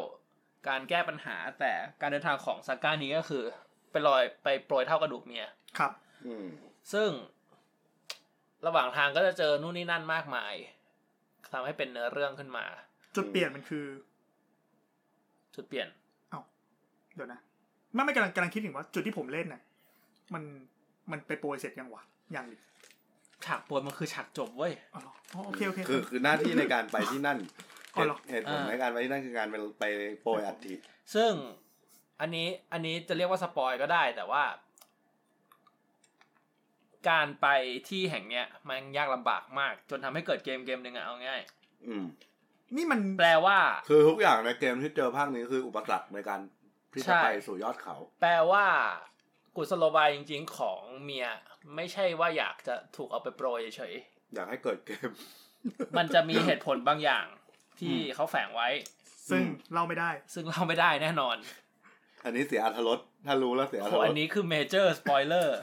การแก้ปัญหาแต่การเดินทางของซาก้านี้ก็คือ ไปลอยไปโปรยเท่ากระดูกเมีย ครับ อืม ซึ่งระหว่างทางก็จะเจอนู่นนี่นั่นมากมายทำให้เป็นเนื้อเรื่องขึ้นมา จุดเปลี่ยนมันคือ จุดเปลี่ยน เดี๋ยวนะ ไม่ไม่กำลังกำลังคิดถึงว่า จุดที่ผมเล่นน่ะ มัน มันไปโปรยเสร็จยังวะยังดิ ฉากโปรยมันคือฉากจบเว้ย อ๋อเหรออ๋อโอเค โอเค คือคือหน้าที่ในการไปที่นั่น อ๋อเหรอ เหตุผลในการไปที่นั่นคือการไปไปโปรยอัฐิ ซึ่งอันนี้อันนี้จะเรียกว่าสปอยก็ได้แต่ว่า การไปที่แห่งเนี้ย มันยากลำบากมาก จนทำให้เกิดเกมเกมหนึ่งอะเอาง่าย อืม นี่มัน แปลว่า คือทุกอย่างในเกมที่เจอภาคนี้คืออุปสรรคในการที่ ใช่ จะไปสู่ยอดเขา แปลว่ากุศโลบายจริง ๆ ของเมีย ไม่ใช่ว่าอยากจะถูกเอาไปโปรยเฉย อยากให้เกิดเกม ๆมันจะมีเหตุผลบางอย่าง ที่ อืม เขาแฝงไว้ ซึ่ง อืม เล่าไม่ได้ ซึ่งเราไม่ได้แน่นอน อันนี้เสียอรรถรสถ้ารู้แล้วเสียอรรถ โห ร อั ส นนี้คือเมเจอร์สปอยเลอร์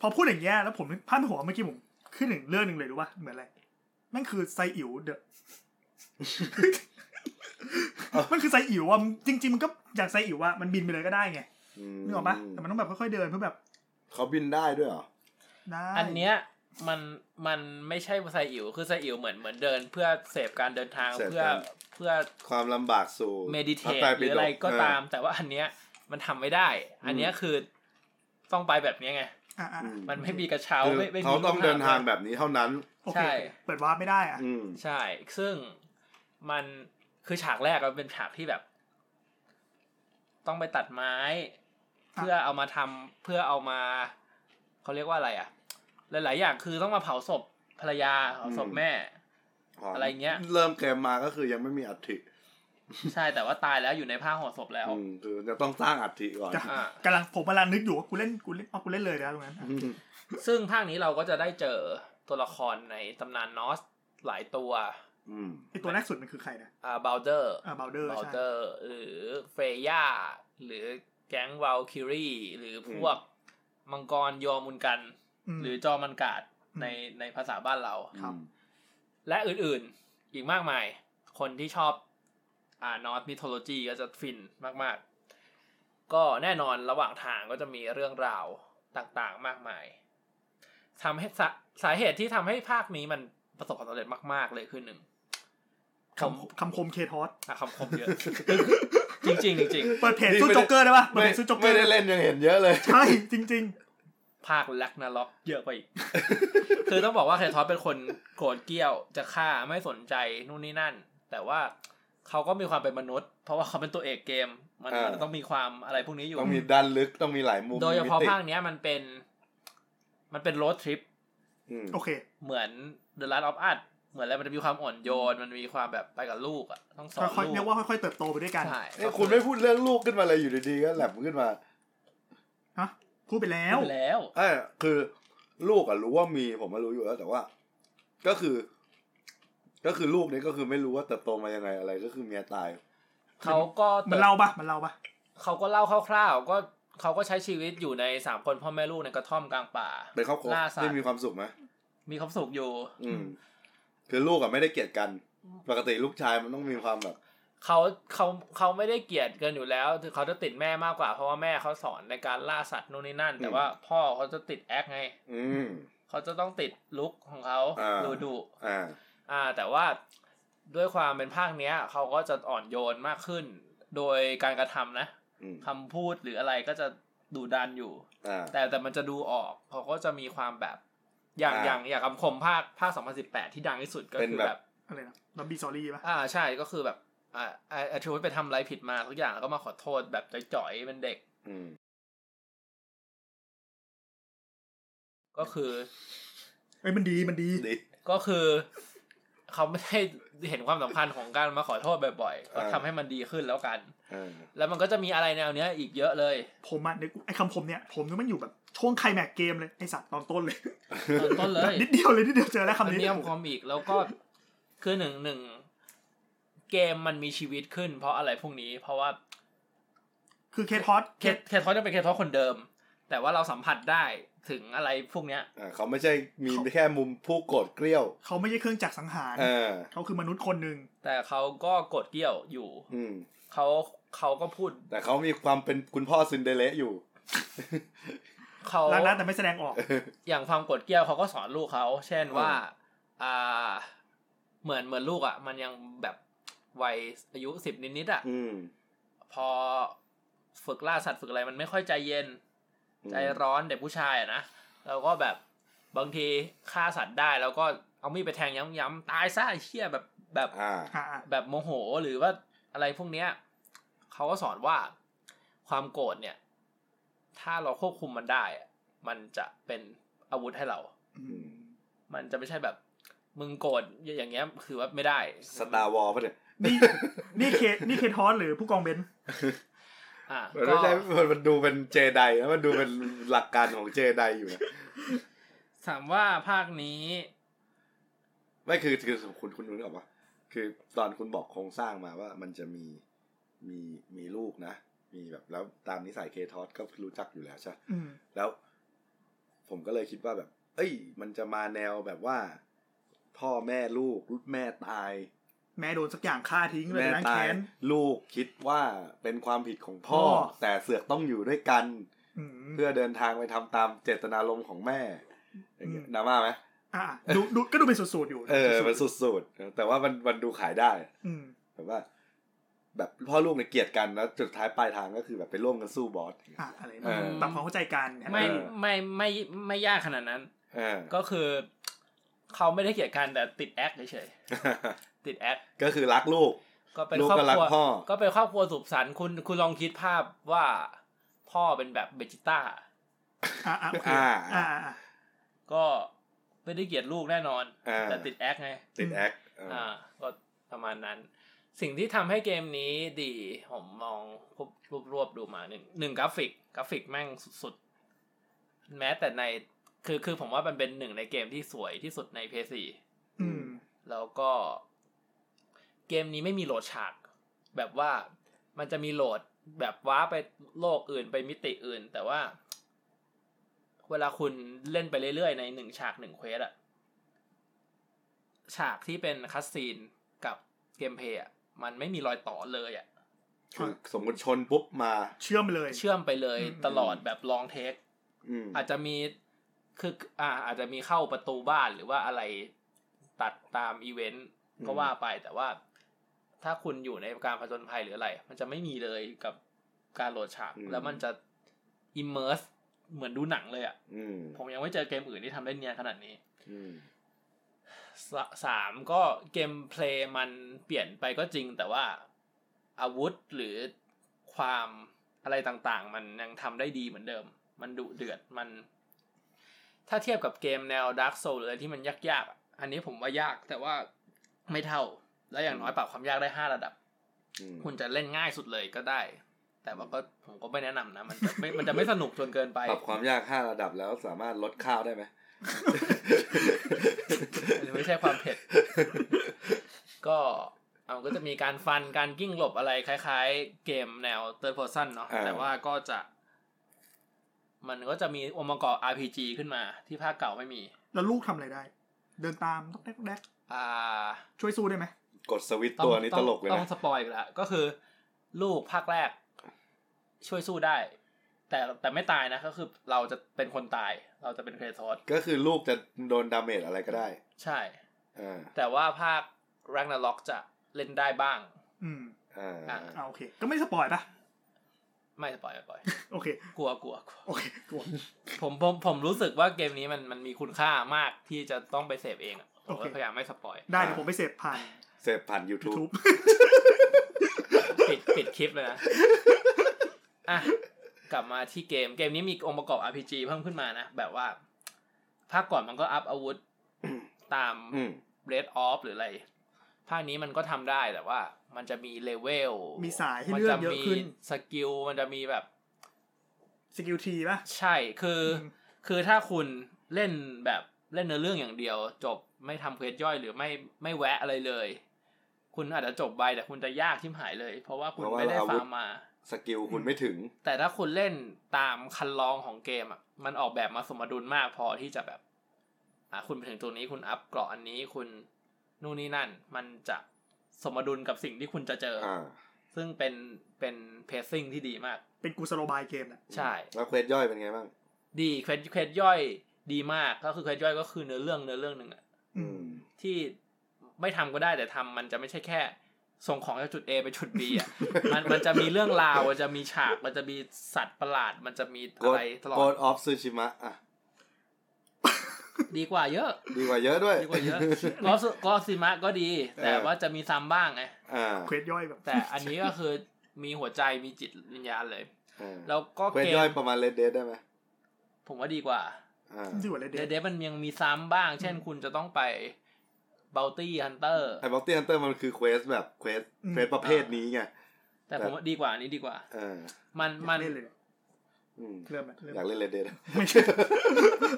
พอพูดอย่างเงี้ยแล้วผมพลาดหัวเมื่อกี้ผมขึ้นถึงเรื่องหนึ่งเลยรู้ป่ะเหมือนอะไรนั่นคือไซอิ๋วเด อะมันคือไซอิ๋วอ่ะจริง ๆ มันก็อยากไซอิ๋วอ่ะมันบินไปเลยก็ได้ไงนึกออกปะแต่มันต้องแบบค่อยๆเดินเพื่อแบบ เขาบินได้ด้วยเหรอ ได้ อันเนี้ย มันมันไม่ใช่ไซอิ๋วคือไซอิ๋วเหมือนเหมือนเดิน เพื่อเสพการเดินทาง เสพ เพื่อ การ เพื่อ ความลำบากสู่ เมดิเท พะ ต ไต หรืออะไร ปิฎ ก็ตาม เอ แต่ว่าอันเนี้ยมันทำไม่ได้ อันเนี้ยคือต้องไปแบบเนี้ยไง อ่ะอ่ะ อืม มันไม่มีกระเช้า คือ ไม่ไม่มี เขาต้อง รูปภพ เดินทางแบบนี้เท่านั้น โอเค ใช่ เปิดวาร์ปไม่ได้อ่ะ อืม ใช่ ซึ่งมันคือฉากแรกมันเป็นฉากที่แบบ ต้องไปตัดไม้ เพื่อเอามาทำเพื่อเอามาเขาเรียกว่าอะไรอ่ะ หลาย ๆ อย่างคือต้องมาเผาศพภรรยาเผาศพ อืม แม่ อะไรเงี้ย เริ่มเกมมาก็คือยังไม่มีอัฐิ ใช่แต่ว่าตายแล้วอยู่ในผ้าห่อศพแล้ว อืมคือจะต้องสร้างอัฐิก่อน จะ อ่า กำลังผมกำลังนึกอยู่ว่ากูเล่นกูเล่นเอากูเล่นเลยนะตรงนั้นอ่ะ อืม ซึ่งภาคนี้เราก็จะได้เจอตัวละครในตำนานนอสหลายตัว อืม ไอตัวแรกสุดมันคือใครนะ อ่าบาลเดอร์ อ่าบาลเดอร์ บาล ใช่ เดอร์หรือเฟย่าหรือแก๊งวาลคิรีหรือพวกมังกรยอมุนกัน ม หรือจอมันกาด อืม ในในภาษาบ้านเรา ครับ และอื่นๆอีกมากมาย คนที่ชอบอ่านอสมิโทโลจีก็จะฟินมากๆ ก็แน่นอนระหว่างทางก็จะมีเรื่องราวต่างๆมากมายทำให้สาสาเหตุที่ทำให้ภาคนี้มันประสบความสำเร็จมากๆเลยคือหนึ่ง คำคำคมเคทอส อ่ะคำคมเยอะ จริงๆจริง เปิดเพจ นี่ สู้ ไม่ได้ โจ็อกเกอร์ได้ปะเปิด ไม่ เพจสู้โจ็อกเกอ ไม่ ร์ ได้เล่นยังเห็นเยอะเลย ใช่จริง ๆภาคแลกนาล็อกเยอะไป อีก คือต้องบอกว่าเคทอสเป็นคนโกรธเกรี้ยวจะฆ่าไม่สนใจนู่นนี่นั่น แต่ว่าเขาก็มีความเป็นมนุษย์ เพราะว่าเขาเป็นตัวเอกเกม มัน อ่ามั นต้องมีความอะไรพวกนี้อยู่ ต้องมีด้านลึกต้องมีหลายมุม โดยเฉพาะ มีมิติ ภาคเนี้ยมันเป็น มันเป็นรถทริป อืม ๆ โอเค เหมือน The Last of Us เหมือนอะไรมันจะมีความอ่อนโยน มันมีความแบบไปกับลูกอ่ะต้องสอน ค่อย ลู ๆ ก เรียกว่าค่อยๆเติบโตไปด้วยกัน ใช่ เอ้ยคุณไม่พูดเรื่องลูกขึ้นมาเลยอยู่ดีๆก็แหลมขึ้นมา ฮะพูดไปแล้ว พูดแล้ว เอยคือลูกอะรู้ว่ามีผมมารู้อยู่แล้ว แต่ว่า ก็คือ ก็คือลูกเนี่ยก็คือไม่รู้ว่าเติบโตมายังไงอะไร ก็คือเมียตาย เขาก็ มันเล่าปะมันเล่าปะ เขาก็เล่าคร่าวๆก็เขาก็ใช้ชีวิตอยู่ในสามคนพ่อแม่ลูกในกระท่อมกลางป่า เป็นครอบครัว ล่าสัตว์ ที่มีความสุขไหม มีความสุขอยู่ อืม คือลูกอะไม่ได้เกลียดกัน ปกติลูกชายมันต้องมีความแบบ เขาเขาเขาไม่ได้เกลียดกันอยู่แล้วคือเขาจะติดแม่มากกว่า เพราะว่าแม่เขาสอนในการล่าสัตว์นู่นนี่นั่น แต่ อืม ว่าพ่อเขาจะติดแอคไง อืม เขาจะต้องติดลุกของเขา อ่า ดูดุ อ่า อ่าแต่ว่าด้วยความเป็นภาคเนี้ย เขาก็จะอ่อนโยนมากขึ้น โดยการกระทำนะ อืม คำพูดหรืออะไรก็จะดูดันอยู่ อ่า แต่แต่มันจะดูออกเขาก็จะมีความแบบ อย่าง อ่า อย่างอย่างคำคมภาคภาค 2018 ที่ดังที่สุดก็ เป็น คือ แบบ แบบ อะไรนะลอมบี้ซอรี่ปะ อ่าใช่ก็คือแบบอ่าไอไอทรูไปทำอะไรผิดมาทุกอย่างแล้วก็มาขอโทษแบบจ่อยๆเป็นเด็ก อืม ก็คือ เอ้ยมันดีมันดี ดี ก็คือเขาไม่ได้เห็นความสำคัญของการมาขอโทษบ่อยๆก็ อ่า ทำให้มันดีขึ้นแล้วกัน อ่า แล้วมันก็จะมีอะไรแนวเนี้ยอีกเยอะเลย ผมอะนึกไอ้คำผมเนี่ย ผมนึกมันอยู่แบบช่วงไคลแม็กซ์เกมเลย ไอสัตว์ตอนต้นเลย ตอนต้นเล แบบ ย นิดเดียวเลยนิดเดียวเจอแล้ว มัน คำนี้ มีคำคอมอีกแล้วก็คือหนึ่งหนึ่งเกมมันมีชีวิตขึ้น เพราะอะไรพวกนี้ เพราะว่า คือเคทอส เคทเคทอสจะเป็นเคทอสคนเดิม แต่ว่าเราสัมผัสได้ถึงอะไรพวกเนี้ย อ่าเขาไม่ใช่มีแค่มุมผู้โกรธเกรี้ยว เขาไม่ใช่เครื่องจักรสังหาร เออ เขาคือมนุษย์คนหนึ่ง แต่เขาก็กดเกี่ยวอยู่ อืม เขาเขาก็พูด แต่เขามีความเป็นคุณพ่อซินเดอเรลล่อยู่ เขา รักนะแต่ไม่แสดงออก อย่างความกดเกี่ยวเขาก็สอนลูกเขาเช่นว่า อ่า เหมือนเหมือนลูกอ่ะ มันยังแบบวัยอายุสิบนิดๆอ่ะ อืม พอฝึกล่าสัตว์ฝึกอะไรมันไม่ค่อยใจเย็น ใจร้อนเด็กผู้ชายอะนะแล้วก็แบบบางทีฆ่าสัตว์ได้ แล้วก็เอามีดไปแทงย้ำๆตายซะไอ้เชี่ยแบบแบบ อ่า อ่ะ แบบโมโหหรือว่าอะไรพวกเนี้ยเขาก็สอนว่าความโกรธเนี่ย ถ้าเราควบคุมมันได้อะมันจะเป็นอาวุธให้เรา อืม มันจะไม่ใช่แบบมึงโกรธอย่างเงี้ยคือว่าไม่ได้ สตาร์วอลป่ะเนี่ย นี่นี่เคนี่เคทอสหรือผู้กองเบนซ์ อ่ะ มัน ก็ ไม่ใช่มันมันดูเป็นเจไดนะมันดูเป็นหลักการของเจไดอยู่นะ ถามว่าภาคนี้ ไม่คือคือคุณคุณนึกออกปะคือตอนคุณบอกโครงสร้างมาว่ามันจะมีมีมีลูกนะ มีแบบแล้วตามนิสัยเคทอสก็รู้จักอยู่แล้วใช่ปะ อืม แล้ว ผมก็เลยคิดว่าแบบ เอ้ย มันจะมาแนวแบบว่า พ่อแม่ลูกแม่ตาย แม่โดนสักอย่างฆ่าทิ้งเลย แม่ ล้าง ตาย แค้น ลูกคิดว่าเป็นความผิดของพ่อ พ่อ แต่เสือกต้องอยู่ด้วยกัน อืม เพื่อเดินทางไปทำตามเจตนารมณ์ของแม่ อย่างเงี้ยดราม่าไหม อ่ะดูดูก็ดูเป็นสูตรๆอยู่ เออมันสุดๆแต่ว่ามันมันดูขายได้ อืม แบบว่า แบบพ่อลูกเนี่ยเกลียดกันแล้วสุดท้ายปลายทางก็คือแบบไปร่วมกันสู้บอส อ่ะอะไร เออ ปรับความเข้าใจกัน ไม่ เออ ไม่ไม่ไม่ไม่ยากขนาดนั้น เออ ก็คือเขาไม่ได้เกลียดกันแต่ติดแอคเฉยๆติดแอค ก็คือรักลูก ก็เป็น ลูก ครอบ ก็รั ค ก รัว พ่อ ก็เป็นครอบครัวสุขสันต์คุณคุณลองคิดภาพว่าพ่อเป็นแบบเบจิต้า อ่ะอ่ะโอเค อ่า อ่ะอ่ะอ่ะ ก็ไม่ได้เกลียดลูกแน่นอน อ่า แต่ติดแอคไง ติดแอคเอออ อ่า ก็ประมาณนั้น สิ่งที่ทำให้เกมนี้ดี ผมมองรวบรวบรวบดูมาหนึ่งหนึ่งกราฟิก กราฟิกแม่งสุดๆ แม้แต่ในคือคือผมว่ามันเป็นหนึ่งในเกมที่สวยที่สุดใน p พ4 อืม แล้วก็เกมนี้ไม่มีโหลดฉาก แบบว่ามันจะมีโหลดแบบว้าไปโลกอื่นไปมิติอื่น แต่ว่า เวลาคุณเล่นไปเรื่อยๆ ในหนึ่งฉากหนึ่งเควสอะ ฉากที่เป็นคัสซีนกับเกมเพลย์อะมันไม่มีรอยต่อเลยอะ คือสมมติชนปุ๊บมา เชื่อมเลย เชื่อมไปเลย อืม ตลอดแบบลองเทค อืม อาจจะมีคืออ่า อาจจะมีเข้าประตูบ้านหรือว่าอะไรตัดตามอีเวนต์ก็ว่าไปแต่ว่า ถ้าคุณอยู่ในการผจญภัยหรืออะไร มันจะไม่มีเลยกับการโหลดฉาก แล้วมันจะอิมเมอร์สเหมือนดูหนังเลยอะ อืม ผมยังไม่เจอเกมอื่นที่ทำได้เนียนขนาดนี้ อืม สสามก็เกมเพลย์มันเปลี่ยนไปก็จริง แต่ว่าอาวุธหรือความอะไรต่างๆ มันยังทำได้ดีเหมือนเดิม มันดุเดือดมัน ถ้าเทียบกับเกมแนว Dark Souls หรืออะไรที่มันยากๆอะอันนี้ผมว่ายากแต่ว่าไม่เท่า และอย่างน้อยปรับความยากได้ห้าระดับ อืม คุณจะเล่นง่ายสุดเลยก็ได้ แต่ว่าก็ผมก็ไม่แนะนำนะ มันจะไม่มันจะไม่สนุกจนเกินไป ปรับความยากห้าระดับแล้วสามารถลดข้าว ได้ไหม ไม่ใช่ความเผ็ด ก็เอาก็จะมีการฟันการกิ้งหลบอะไรคล้าย ๆ เกมแนว third person เนาะ อ่า แต่ว่าก็จะ มันก็จะมีองค์ประกอบ RPG ขึ้นมาที่ภาคเก่าไม่มี แล้วลูกทำอะไรได้ เดินตามต๊อกแดกแดก อ่า ช่วยสู้ได้ไหม กดสวิตช์ตัวนี้ตลกเลย ต้องนะสปอยอีกแล้วก็คือ ลูกภาคแรก ช่วยสู้ได้ แต่แต่ไม่ตายนะก็คือ เราจะเป็นคนตาย เราจะเป็นเครทอส ก็คือลูกจะโดนดาเมจอะไรก็ได้ ใช่ อ่า แต่ว่าภาค Ragnarok จะเล่นได้บ้าง อืม อ่า อ่ะ อ่าโอเค ก็ไม่สปอยปะ ไม่สปอยไม่สปอย โอเค กลัวกลัวกลัว โอเคกลัว ผมผมผมรู้สึกว่าเกมนี้มันมันมีคุณค่ามากที่จะต้องไปเสพเองอะผม โอเค ก็พยายามไม่สปอย ได้เดี๋ยวผมไปเสพผ่าน เสพผ่าน YouTube YouTube ปิดปิดคลิปเลยนะ อ่ะ กลับมาที่เกมเกมนี้มีองค์ประกอบ RPG เพิ่มขึ้นมานะ แบบว่า ภาคก่อนมันก็อัพอา วุธ ตาม อืม Red Off หรืออะไร ภาคนี้มันก็ทำได้แต่ว่า มันจะมีเลเวล มีสายให้เลือกเยอะขึ้น มัจมีสกิลมันจะมีแบบ สกิลทีปะ ใช่คืออ ม คือถ้าคุณเล่นแบบเล่นเนื้อเรื่องอย่างเดียว จบไม่ทำเควสย่อยหรือไม่ไม่แวะอะไรเลย คุณอาจจะจบไปแต่คุณจะยากชิมหายเลย เพราะว่าคุณ เพราะว่า ไม่ได้ อาวุธ ฟาร์มมา สกิลคุณไม่ถึง แต่ถ้าคุณเล่นตามคันลองของเกมอ่ะมันออกแบบมาสมดุลมากพอที่จะแบบอ่ะคุณไปถึงตรงนี้คุณอัพเกราะอันนี้คุณนู่นนี่นั่น มันจะสมดุลกับสิ่งที่คุณจะเจออ อ่า ซึ่งเป็นเป็นเพซซิ่งที่ดีมาก เป็นกูสโลบายเกมแหละ ใช่ แล้วเควสย่อยเป็นไงบ้าง ดีเควสเควสย่อยดีมากก็คือเควสย่อยก็คือเนื้อเรื่องเนื้อเรื่องหนึ่งอะ อืม ที่ไม่ทำก็ได้แต่ทำมันจะไม่ใช่แค่ส่งของจากจุด A ไปจุด B อ่ะ มันมันจะมีเรื่องราวมันจะมีฉากมันจะมีสัตว์ประหลาด มันจะมีอะไรตลอ โก ด ดออฟซูชิมะอ่ะ ดีกว่าเยอะ ดีกว่าเยอะด้วย ดีกว่าเยอะ ก็ก็ซิมะก็ดี แต่ เออ ว่าจะมีซ้ำบ้างไง อ่า เควสย่อยแบบ แต่อันนี้ก็คือมีหัวใจมีจิตวิญญาณเลย อ่า แล้วก็ เควส เก ย่อย ม ประมาณเลดเดดได้ไหม ผมว่าดีกว่า อ่า ดีกว่าเลย เด เด็ด เดมันยังมีซ้ำบ้าง เช่นคุณจะต้องไปบ o ลตี้ฮันเตอร์ ไอ้บ็อกตี้ฮันเตอร์มันคือเควสแบบเควสเควสประเภทนี้ไง แต่ผมว่าดีกว่าอันนี้ดีกว่า เออ มันมัน เล่นเลย อืม เริ่มแล้วเริ่ม อยากเล่นเล ดเดด ไม่ใช่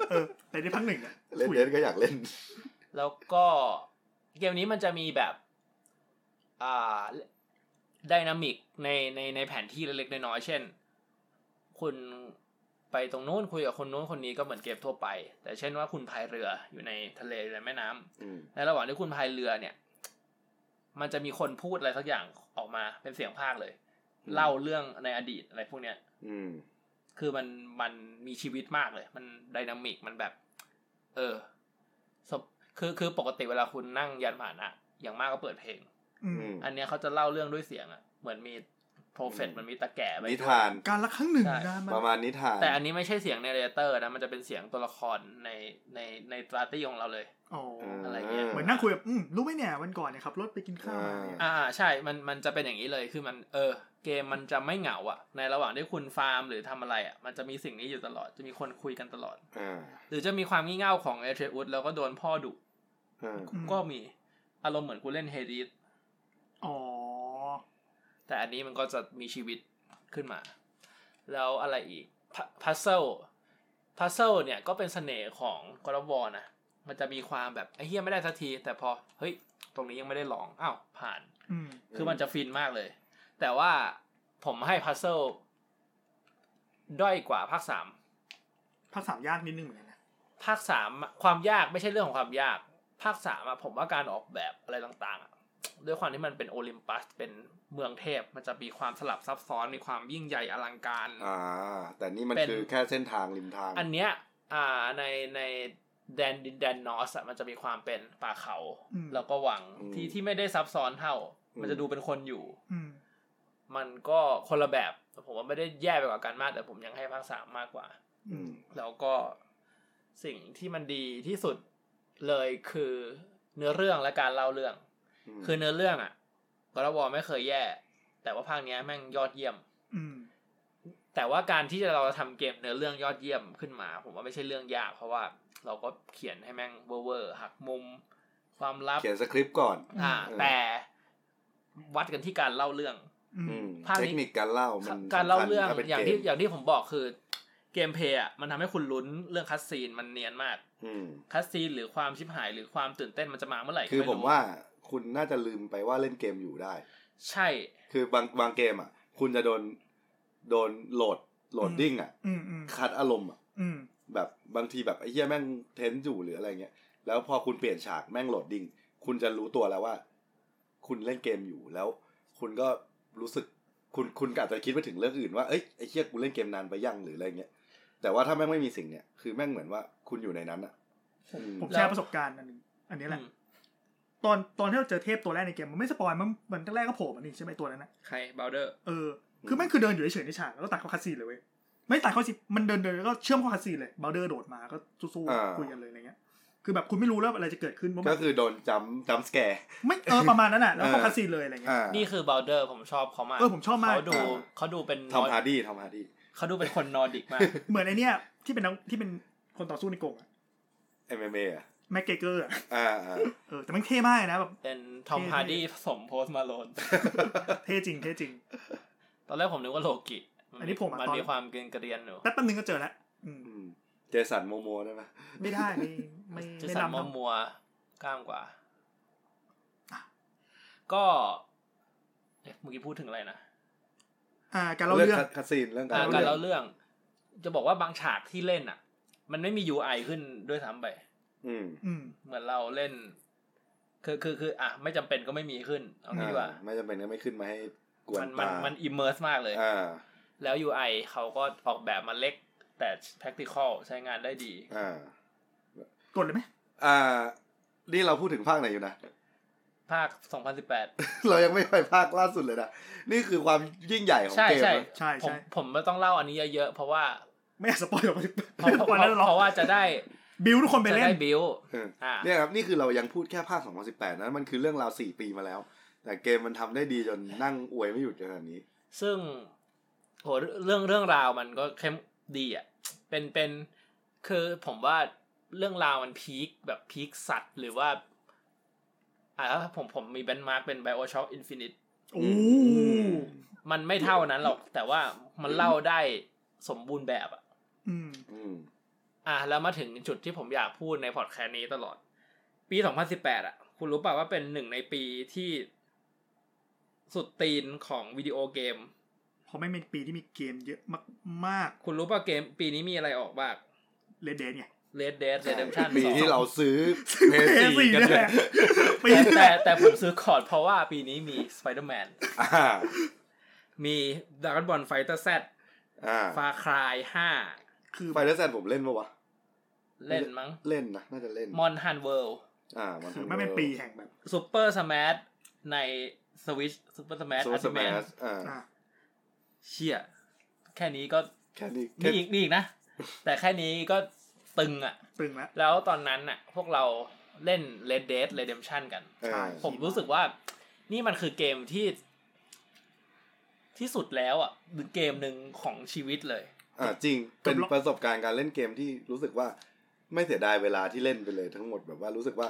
เออแต่ได้พักหนึ่งอะ เลดเดดก็อยากเล่น แล้วก็เกมนี้มันจะมีแบบอ่าดินามิกในในในแผนที่เล็กๆน้อยๆเช่น คุณไปตรงนู้นคุยกับคนนู้นคนนี้ก็เหมือนเกมทั่วไป แต่เช่นว่าคุณพายเรืออยู่ในทะเลในแม่น้ำ อืม ในระหว่างที่คุณพายเรือเนี่ย มันจะมีคนพูดอะไรสักอย่างออกมาเป็นเสียงภาคเลย เล่าเรื่องในอดีตอะไรพวกเนี้ย อืม คือมันมันมีชีวิตมากเลย มันไดินามิกมันแบบ เออสมคือคือปกติเวลาคุณนั่งยานผ่านอะอย่างมากก็เปิดเพลง อืม อืม อันเนี้ยเขาจะเล่าเรื่องด้วยเสียงอะเหมือนมีโปรเฟต อืม มันมีตะแก่ไป นิทาน การละครั้งหนึ่ง ใช่ นะมัน ประมาณนิทาน แต่อันนี้ไม่ใช่เสียงในเรเตอร์นะมันจะเป็นเสียงตัวละครในในในตราตี้ของเราเลย อ๋อ อะไรเงี้ย เหมือนนั่งคุยแบบอืมรู้ไหมเนี่ยวันก่อนเนี่ยขับรถไปกินข้าวมา อ่า เนี่ย อ่าใช่มันมันจะเป็นอย่างนี้เลยคือมันเออ เกมมันจะไม่เหงาอะในระหว่างที่คุณฟาร์มหรือทำอะไรอะมันจะมีสิ่งนี้อยู่ตลอดจะมีคนคุยกันตลอด อ่า หรือจะมีความงี่เง่าของเอเทรอุสแล้วก็โดนพ่อดุ อ่า ก็มีอารมณ์เหมือนกูเล่นเฮดิส อ๋อ แต่อันนี้มันก็จะมีชีวิตขึ้นมา แล้วอะไรอีกพัซเซลพัซเซลเนี่ยก็เป็นเสน่ห์ของกรอบอนะมันจะมีความแบบไอ้เฮียไม่ได้สักที แต่พอเฮ้ย ตรงนี้ยังไม่ได้ลองอ้าวผ่าน อืม คือมันจะฟินมากเลย แต่ว่าผมให้พัซเซลด้อยกว่าภาคสาม ภาคสามยากนิดนึงเหมือนกันนะ ภาคสามอะความยากไม่ใช่เรื่องของความยาก ภาคสามอะผมว่าการออกแบบอะไรต่างๆอะด้วยความที่มันเป็นโอลิมปัสเป็นเมืองเทพ มันจะมีความสลับซับซ้อนมีความยิ่งใหญ่อลังการ อ่า แต่นี่มัน เป็น คือแค่เส้นทางริมทาง อันเนี้ยอ่าในในแดนดินแดนนอสอะมันจะมีความเป็นป่าเขา อืม แล้วก็วังที่ที่ไม่ได้ซับซ้อนเท่า มันจะดูเป็นคนอยู่ อืม มันก็คนละแบบแต่ผมว่าไม่ได้แย่ไปกว่ากันมาก แต่ผมยังให้ภาคสามมากกว่า อื อื ม ม แล้วก็สิ่งที่มันดีที่สุดเลยคือเนื้อเรื่องและการเล่าเรื่อง ม คือเนื้อเรื่องอ่ะกรวอไม่เคยแย่ แต่ว่าภาคเนี้ยแม่งยอดเยี่ยม อืม แต่ว่าการที่เราจะทำเกมเนื้อเรื่องยอดเยี่ยมขึ้นมา ผมว่าไม่ใช่เรื่องยาก เพราะว่าเราก็เขียนให้แม่งเวอร์ๆหักมุม ความลับ เขียนสคริปต์ก่อน อ่า เออ แต่วัดกันที่การเล่าเรื่อง อืม อืม ภาคนี้ เทคนิคการเล่ามัน การเล่าเรื่อง สำคัญถ้ป็น อย่างที่ เกม อย่างที่ผมบอกคือเกมเพลย์อะมันทำให้คุณลุ้นเรื่องคัสซีนมันเนียนมาก อืม คัสซีนหรือความชิบหายหรือความตื่นเต้นมันจะมาเมื่อไหร่ก็ คือ ไรู้ ผมว่าคุณน่าจะลืมไปว่าเล่นเกมอยู่ได้ ใช่ คือบางบางเกมอ่ะ คุณจะโดนโดนโหลดโหลดดิ้งอ่ะ อืมอืม คัดอารมณ์อ่ะ อืม แบบบางทีแบบไอ้เหี้ยแม่งเทนอยู่หรืออะไรเงี้ย แล้วพอคุณเปลี่ยนฉากแม่งโหลดดิ้ง คุณจะรู้ตัวแล้วว่า คุณเล่นเกมอยู่แล้ว คุณก็รู้สึกคุณคุณอาจจะคิดไปถึงเรื่องอื่นว่าเอ้ยไอ้เหี้ยกูเล่นเกมนานไปยังหรืออะไรเงี้ย แต่ว่าถ้าแม่งไม่มีสิ่งเนี้ยคือแม่งเหมือนว่าคุณอยู่ในนั้นอ่ะ ผม อืม ผมแชร์ประสบการณ์อันหนึงอันนี้แหละ อืม ตอนตอนที่เราเจอเทพตัวแรกในเกมมันไม่สปอยมันมันแรกก็โผล่มานี่ใช่ไหมตัวนั้นนะ ใครบลเดอร์ เออคือแม่งคือเดินอยู่เฉยๆในฉากแล้วก็ตัดเข้าคัสซีนเลยเว้ยไม่ตัดเข้าคัสซีนมันเดินเดินแล้วก็เชื่อมเข้าคัสซีนเลยบาเดอร์โดดมาก็สู้ อ่า ๆคุยกันเลยอะไรเงี้ย คือแบบคุณไม่รู้แล้วอะไรจะเกิดขึ้นเพราะมั ก็ น คือโดนจำจำสแกร์ ไม่เออประมาณนั้นอ่ะแล้วเข้า อ่า คัสซีนเลยอะไรเงี้ย อ่า นี่คือบลเดอร์ผมชอบเขามาก เออผมชอบมาก เขาดู อ่า เขาดูเป็น ทอมฮาร์ดี้ทอมฮาร์ดี้ เขาดูเป็นคนนอร์ดิก มาก เหมือนไอเนี้ยที่เป็นนักที่เป็นคนต่อสู้ในกรงอะ เอ็มเอ็มเออ่ะ แม็กเกเกอร์อะ อ่าอ่า เออแต่มันเท่มากเลยนะแบบ เป็นทอม เท่ ฮาร์ดี้ผสมโพสมาโล น เท่จริงเท่จริง ตอนแรกผมนึกว่าโลกิ อันนี้ผมอะ มัน ตอน มีความเกรียนกระเรียนอยู่ แป๊บนึงก็เจอแล้วอืม อืมเจสันโมโมได้ไหม ไม่ได้ไม่ไม่ จะ ไม่ สัน นำ มัว เท่า มัวๆกล้ามกว่า ก็เอ๊ะเมื่อกี้พูดถึงอะไรนะ อ่าการเล่าเรื่อง คัดคัดซีนเรื่องการ อ่า เล่า การ เรื่อ เล่าง เรื่อง จะบอกว่าบางฉากที่เล่นอ่ะ มันไม่มี UI ขึ้นด้วยซ้ำไป อืม อืม เหมือนเราเล่น คือคือคืออ่ะไม่จำเป็นก็ไม่มีขึ้น เอางี้ดีกว่า ไม่จำเป็นก็ไม่ขึ้นมาให้กว มัน นมัน ตา มันอิมเมอร์สมากเลย อ่า แล้ว UI เขาก็ออกแบบมาเล็ก แต่ practical ใช้งานได้ดี อ่าก ดเลยไหม อ่า นี่เราพูดถึงภาคไหนอยู่นะ ภาค 2018 เรายังไม่ไปภาคล่าสุดเลยนะ นี่คือความยิ่งใหญ่ของ ใช่ เกม ใช่ นะ ใช่ ผม ใช่ ผมไม่ต้องเล่าอันนี้เยอะๆเพราะว่า ไม่อยากสปอยหรอกเพ เพราะ ราะ เพ วันนั้น ราะ เรา เพราะว่าจะได้ บิวทุกคนไป จะ เล่น ได้บิว เออ อ่า เนี่ยครับนี่คือเรายังพูดแค่ภาค 2018 นะมันคือเรื่องราว 4 ปีมาแล้ว แต่เกมมันทำได้ดีจนนั่งอวยไม่หยุดขนาดนี้ ซึ่งโหเรื่องเรื่องราวมันก็เข้มดีอ่ะ เป็นเป็นคือผมว่าเรื่องราวมันพีคแบบพีคสัตว์หรือว่าอ่ะแล้วผมผมมีเบนมาร์กเป็น BioShock Infinite โอ้ มันไม่เท่านั้นหรอก แต่ว่ามันเล่าได้สมบูรณ์แบบอ่ะ อืม อืม อ่ะแล้วมาถึงจุดที่ผมอยากพูดในพอดแคสต์นี้ตลอด ปี 2018 อ่ะ คุณรู้ป่าวว่าเป็นหนึ่งในปีที่สุดตีนของวิดีโอเกม เพราะไม่เป็นปีที่มีเกมเยอะมาก คุณรู้ป่ะเกมปีนี้มีอะไรออกบ้าง ๆเลเดนไง Red Dead Redemption ปีที่ 2 เราซื้อ PS4 PS4 กัน นี่แห เนี่ ละ ย ปี แต่ ที่ แต่ แล้ว แต่ผมซื้อคอร์ดเพราะว่าปีนี้มี Spider-Man อ่า มี Dragon Ball Fighter Z อ่า Far Cry คือ ไฟเดอร์แซนผมเล่นปะวะ เล่นมั้ง เล่นนะน่าจะเล่น มอนฮันเวิล อ่ามัน คือไม่เป็นปีแห่งแบบ ซูเปอร์สมาร์ทในสวิชซูเปอร์สมาร์ท ซู อัล ส ติเม มา ท สอ่า อ่ะ เชี่ยแค่นี้ก็ แค่นี้แค่ นี่อีกนี่อีกนะ แต่แค่นี้ก็ตึงอ่ะ ตึงแล้ว แล้วตอนนั้นน่ะ พวกเราเล่น Red Dead Redemption กัน เออ ใช่ ผมรู้สึกว่า นี่มันคือเกมที่ ที่สุดแล้วอ่ะหรือเกมหนึ่งของชีวิตเลย อ่าจริงเป็น เกือบร้อย ประสบการณ์การเล่นเกมที่รู้สึกว่าไม่เสียดายเวลาที่เล่นไปเลยทั้งหมดแบบว่ารู้สึกว่า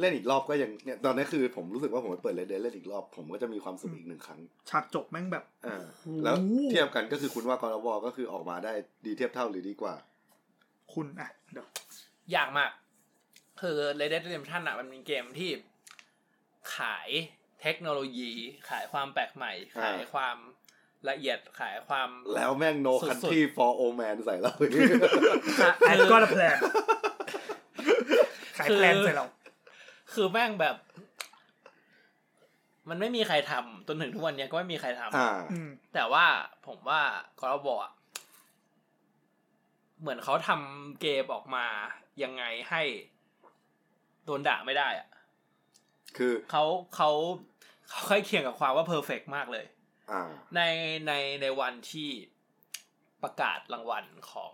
เล่นอีกรอบก็ยังเนี่ยตอนนี้คือผมรู้สึกว่าผมไปเปิดเลเดนเล่นอีกรอบ ผมก็จะมีความสุขอีกหนึ่งครั้ง ฉากจบแม่งแบบ อ่า โอ้โห แล้วเทียบกันก็คือคุณว่ากรวอก็คือออกมาได้ดีเทียบเท่าหรือดีกว่า คุณอ่ะเดี๋ยวย ากมาก คือ Red Dead Redemption อ่ะ มันเป็นเกมที่ขายเทคโนโลยี ขายความแปลกใหม่ อ่า ขายความละเอียดขายความ แล้วแม่งโน สุดๆ คันที่ for old man ใส่เรา แอด คือ ก็ละแพล นขายแพลน คือ ใส่เรา คือแม่งแบบ มันไม่มีใครทำจนถึงทุกวันเนี้ยก็ไม่มีใครทำ อ่า อืม แต่ว่าผมว่า God of War อะเหมือนเขาทำเกมออกมายังไงให้โดนด่าไม่ได้อะ คือ เขาเขาเขาใกล้เคียงกับความว่าเพอร์เฟกมากเลย อ่า ในในในวันที่ประกาศรางวัลของ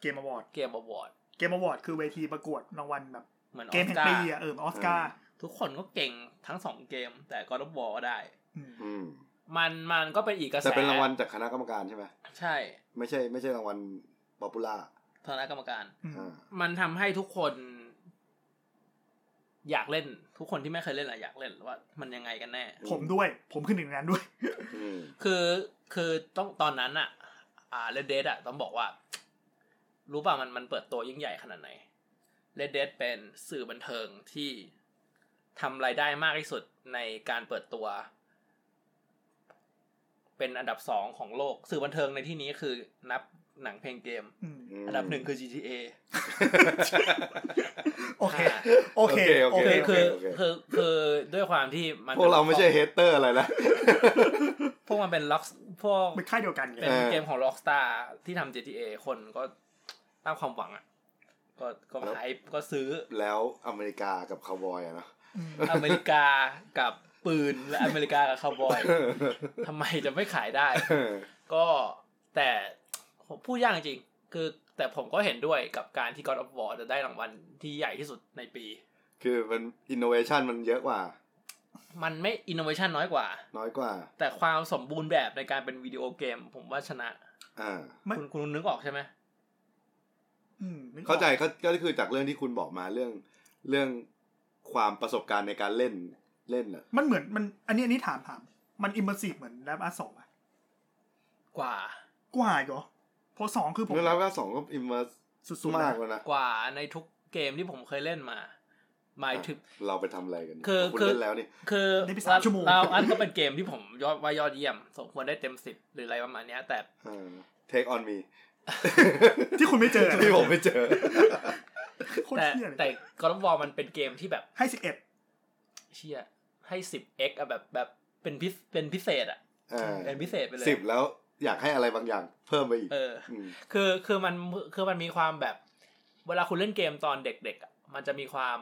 เกมอวอร์ด เกมอวอร์ด เกมอวอร์ดคือเวทีประกวดรางวัลแบบ เหมือนอ เก อ ม ส แห่ง การ์ ปีอ่ะเออออสการ์ ทุกคนก็เก่งทั้งสองเกม แต่ God of War ก็ได้ อืม อืม มันมันก็เป็นอีกกระแส แต่เป็นรางวัลจากคณะกรรมการใช่ไหม ใช่ ไม่ใช่ไม่ใช่รางวัลป๊อปปูล่า คณะกรรมการ อืม อ่า มันทำให้ทุกคน อยากเล่นทุกคนที่ไม่เคยเล่นอะอยากเล่นว่า มันยังไงกันแน่ อืม ผมด้วย ผมขึ้นหนึ่งในนั้นด้วย อืม คือคือต้องตอนนั้นอะอ่าเลดเดดอะต้องบอกว่า รู้ป่ะมันมันเปิดตัวยิ่งใหญ่ขนาดไหนเลดเดดเป็นสื่อบันเทิงที่ทำรายได้มากที่สุดในการเปิดตัว เป็นอันดับสองของโลก สื่อบันเทิงในที่นี้คือนับหนังเพลงเกม อืม อันดับห นึ่งคือ GTA โอเค อ่า โอเค โอ โอ เค เค คือคือโเโอเค คือคือด้วยความที่มัน พวกเราไม่ใช่เฮเตอร์อะไรนะ พวกมันเป็นล็อกพวก เป็นค่ายเดียวกันไง เป็น ออ เกมของ Rockstar ที่ทำ GTA คนก็ตั้งความหวังอ่ะ ก็ก็ขายก็ซื้อ แล้วอเมริกากับคาวบอยอะเนาะ ม อเมริกากับปืนและอเมริกากับคาวบอยทำไมจะไม่ขายได้ ก็แต่ผมพูดยากจริงๆคือแต่ผมก็เห็นด้วยกับการที่ God of War จะได้รางวัลที่ใหญ่ที่สุดในปี คือมันอินโนเวชันมันเยอะกว่า มันไม่อินโนเวชันน้อยกว่า น้อยกว่า แต่ความสมบูรณ์แบบในการเป็นวิดีโอเกม ผมว่าชนะ อ่า ไม่ คุณคุณนึกออกใช่ไหม อืมนึกออก เข้าใจก็ก็คือจากเรื่องที่คุณบอกมาเรื่องเรื่องความประสบการณ์ในการเล่นเล่นอ่ะ มันเหมือนมัน อันนี้อันนี้ถามถาม มันอิมเมอร์ซีฟเหมือนแรปอาร์สองอ่ะ กว่า กว่าอีกเหรอเพอสองคือผม เรื่องรับว่าสองก็อิมเมอร์ สุดๆ มา แล้ ก ว แล้วนะ กว่าในทุกเกมที่ผมเคยเล่นมา หมายถึง เราไปทำอะไรกัน คือ ณ คือ เล่นแล้วนี่ คือ ได้ไปสามชั่วโมง เราอันก็เป็นเกมที่ผมยอดว่ายอดเยี่ยม สมควรได้เต็มสิบหรืออะไรประมาณเนี้ย แต่ เทคออน มี ที่คุณไม่เจอ ที่ผมไม่เจอ โคตร แต่ เที่ยเล แต่ ย กอล์ฟวอลมันเป็นเกมที่แบบ ให้สิบเอ็ด เชี่ยให้สิบเอ็กอะแบบแบบเป็นพิเป็นพิเศษอะ อ่า เป็นพิเศษไปเลย สิบแล้วอยากให้อะไรบางอย่างเพิ่มไปอีก เออ ม คือคือมันคือมันมีความแบบ เวลาคุณเล่นเกมตอนเด็กๆอะมันจะมีความ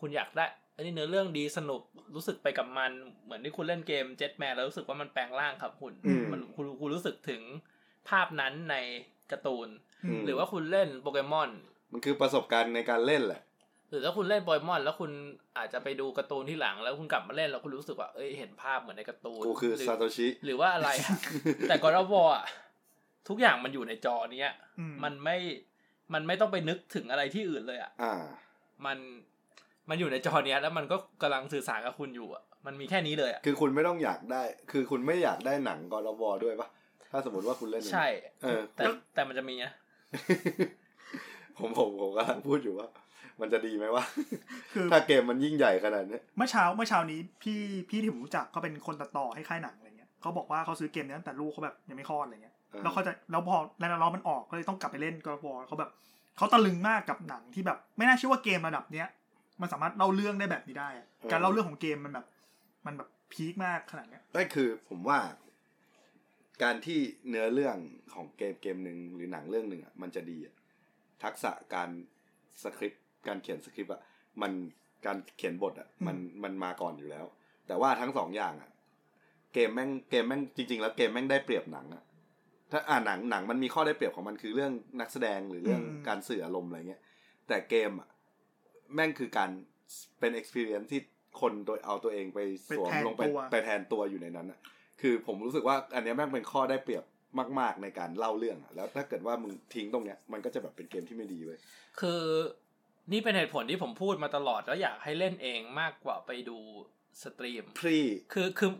คุณอยากได้อันนี้เนื้อเรื่องดีสนุกรู้สึกไปกับมัน เหมือนที่คุณเล่นเกมเจ็ตแมนแล้วรู้สึกว่ามันแปลงร่างครับคุณมันคุณคุณรู้สึกถึงภาพนั้นในการ์ตูน ม หรือว่าคุณเล่นโปเกมอน มันคือประสบการณ์ในการเล่นแหละ หรือถ้าคุณเล่นโปเกมอน แล้วคุณอาจจะไปดูการ์ตูนที่หลัง แล้วคุณกลับมาเล่นแล้วคุณรู้สึกว่าเอ้ยเห็นภาพเหมือนในการ์ตูน กูคือ หรือ ซาโตชิ หรือว่าอะไรอะ แต่กอร์วอ่ะทุกอย่างมันอยู่ในจอเนี้ย อื มันไม่ มันไม่ต้องไปนึกถึงอะไรที่อื่นเลยอะ่ะ อ่า มัน มันอยู่ในจอเนี้ย แล้วมันก็กำลังสื่อสารกับคุณอยู่อะ่ะ มันมีแค่นี้เลยอะ่ะ คือคุณไม่ต้องอยากได้ คือคุณไม่อยากได้หนังกอร์บอด้วยปะถ้าสมมติว่าคุณเล่นอย่าง ใช่ นี้ เออ แต่แต่มันจะมีนะ ผมผมผมกำลังพูดอยู่ว่า มันจะดีไหมวะ คือ ถ้าเกมมันยิ่งใหญ่ขนาดเนี้ย เมื่อเช้าเมื่อเช้านี้พี่พี่ที่ผมรู้จักเขาเป็นคนตัดต่อให้ค่ายหนังอะไรเงี้ยเขาบอกว่าเขาซื้อเกมเนี้ยตั้งแต่ลูกเขาแบบยังไม่คลอดอะไรเงี้ย อ่า แล้วเขาจะแล้วพอแล้วน้องมันออกก็เลยต้องกลับไปเล่นกอล์ฟเขาแบบเขาตะลึงมากกับหนังที่แบบ ไม่น่าเชื่อว่าเกมระดับเนี้ยมันสามารถเล่าเรื่องได้แบบนี้ได้อะการเล่าเรื่องของเกมมันแบบ มันแบบพีคมากขนาดเนี้ย นั่นคือผมว่า การที่เนื้อเรื่องของเกมเกมหนึ่งหรือหนังเรื่องหนึ่งอ่ะมันจะดีอ่ะ ทักษะการสคริปต์การเขียนสคริปต์อะมันการเขียนบทอะมันมันมาก่อนอยู่แล้ว แต่ว่าทั้งสองอย่างอะเกมแม่งเกมแม่งจริง ๆ แล้วเกมแม่งได้เปรียบหนังอะถ้าอ่าหนังหนังมันมีข้อได้เปรียบของมันคือเรื่องนักแสดงหรือเรื่อง อืม การสื่ออารมณ์อะไรเงี้ย แต่เกมอะแม่งคือการเป็น experience ที่คนโดยเอาตัวเองไปสวมลงไป ไปแทนตัว ไปแทนตัวอยู่ในนั้นอะ คือผมรู้สึกว่าอันเนี้ยแม่งเป็นข้อได้เปรียบมาก ๆ ในการเล่าเรื่องอะแล้วถ้าเกิดว่ามึงทิ้งตรงเนี้ยมันก็จะแบบเป็นเกมที่ไม่ดีเว้ย คือนี่เป็นเหตุผลที่ผมพูดมาตลอดแล้วอยากให้เล่นเองมากกว่าไปดูสตรีม พรี คือคือ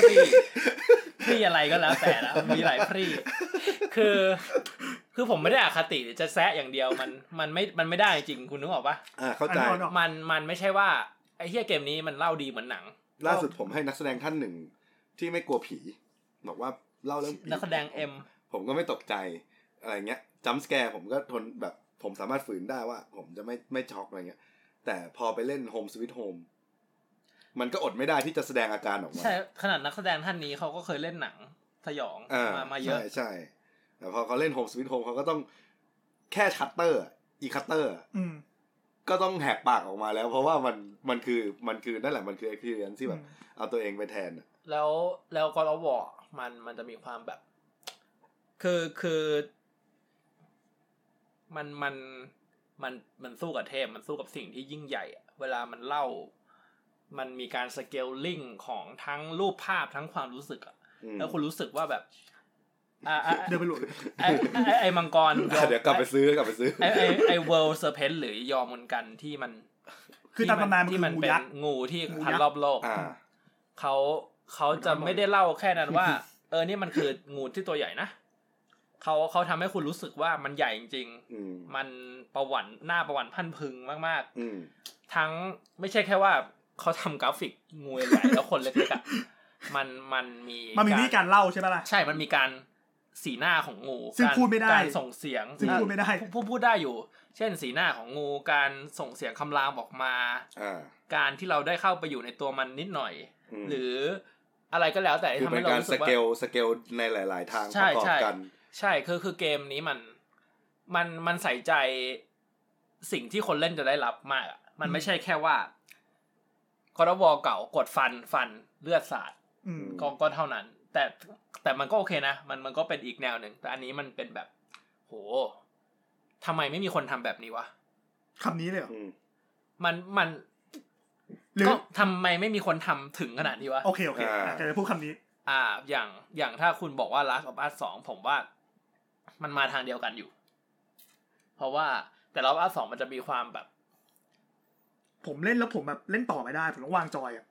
พรี พรีอะไรก็แล้วแต่นะมีหลายพรีคือ คือผมไม่ได้อคติหรือจะแซะอย่างเดียวมันมันไม่มันไม่ได้จริงคุณนึกออกปะ อ่าเข้าใจ อันนั้น มันมันไม่ใช่ว่าไอ้เฮียเกมนี้มันเล่าดีเหมือนหนัง ล่าสุดผมให้นักแสดงท่านหนึ่งที่ไม่กลัวผี บอกว่าเล่าเรื่องผี นักแสดงเอ็ม ผมก็ไม่ตกใจอะไรเงี้ยจัมสแกร์ผมก็ทนแบบผมสามารถฝืนได้ว่า ผมจะไม่ไม่ช็อกอะไรเงี้ย แต่พอไปเล่นโฮมสวิตโฮมมันก็อดไม่ได้ที่จะแสดงอาการออกมา ใช่ขนาดนักแสดงท่านนี้เขาก็เคยเล่นหนังสยอง อ่ มามาเยอะ ใช่ใช่แต่พอเขาเล่นโฮมสวิตโฮมเขาก็ต้องแค่ชัตเตอร์อีคัตเตอร์ อืม ก็ต้องแหกปากออกมาแล้ว เพราะว่ามันมันคือมันคือนั่นแหละมันคือ experience ที่แบบเอาตัวเองไปแทนอะ แล้วแล้วก็ลวอมันมันจะมีความแบบ คือคือ มันมันมันมันสู้กับเทพ มันสู้กับสิ่งที่ยิ่งใหญ่อะเวลามันเล่า มันมีการสเกลลิงของทั้งรูปภาพทั้งความรู้สึกอะ อืม แล้วคุณรู้สึกว่าแบบอ่าอ่า เดินไปหลุด ไอ้ไอ้ไอ้ไอ้มังกร อ่ะ เดี๋ยวกลับไปซื้อกลับไปซื้อ ไอ้ไอ้ไอ้เวิลด์เซอร์เพนหรือยอมมนกันที่มัน คือตามตำนานมัน ที่มัน คืองู เป็น ยักษ์ งูที่ งูยักษ์ พันรอบโลก อ่า เขาเขาจะไม่ได้เล่าแค่นั้นว่า เออนี่มันคืองูที่ตัวใหญ่นะเขาเขาทำให้คุณรู้สึกว่ามันใหญ่จริง อืม ๆ มันประวัติหน้าประวัติพันพึงมาก อืม ๆ ทั้งไม่ใช่แค่ว่าเขาทำกราฟิกงูใหญ่แล้วคนเล็กๆอะ มันมันมี มันมีวิธีการเล่าใช่ไหมล่ะ ใช่มันมีการสีหน้าของงู ซึ่ง การ พูดไม่ได้ การส่งเสียง ซึ่งพูดไม่ได้ พูดพูดได้อยู่ เช่นสีหน้าของงูการส่งเสียงคำรามออกมา อ่า การที่เราได้เข้าไปอยู่ในตัวมันนิดหน่อย อืม หรืออะไรก็แล้วแต่ คื ที่ อ ทำ เป็ ให้ น เรา การ รู้ ส สึกว่า เกลสเกลในหลาย ๆ ทาง ใช่ ประกอบ ใช่ กัน ใช่คือคือเกมนี้มันมันมันใส่ใจสิ่งที่คนเล่นจะได้รับมากอะมันไม่ใช่แค่ว่าคอร์วอเก่ากดฟันฟันเลือดสาด อืม ก็ก็เท่านั้น แต่แต่มันก็โอเคนะ มันมันก็เป็นอีกแนวหนึ่งแต่อันนี้มันเป็นแบบ โหทำไมไม่มีคนทำแบบนี้วะ คำนี้เลยเหรอ อืม มันมัน หรือ ก็ทำไมไม่มีคนทำถึงขนาดนี้วะ โอเคโอเคอ่ะแต่จะพูดคำนี้ อ่าอย่างอย่างถ้าคุณบอกว่า Last of Us 2 ผมว่า มันมาทางเดียวกันอยู่ เพราะว่าแต่ Last of Us 2 มันจะมีความแบบ ผมเล่นแล้วผมแบบเล่นต่อไม่ได้ ผมต้องวางจอยอ่ะ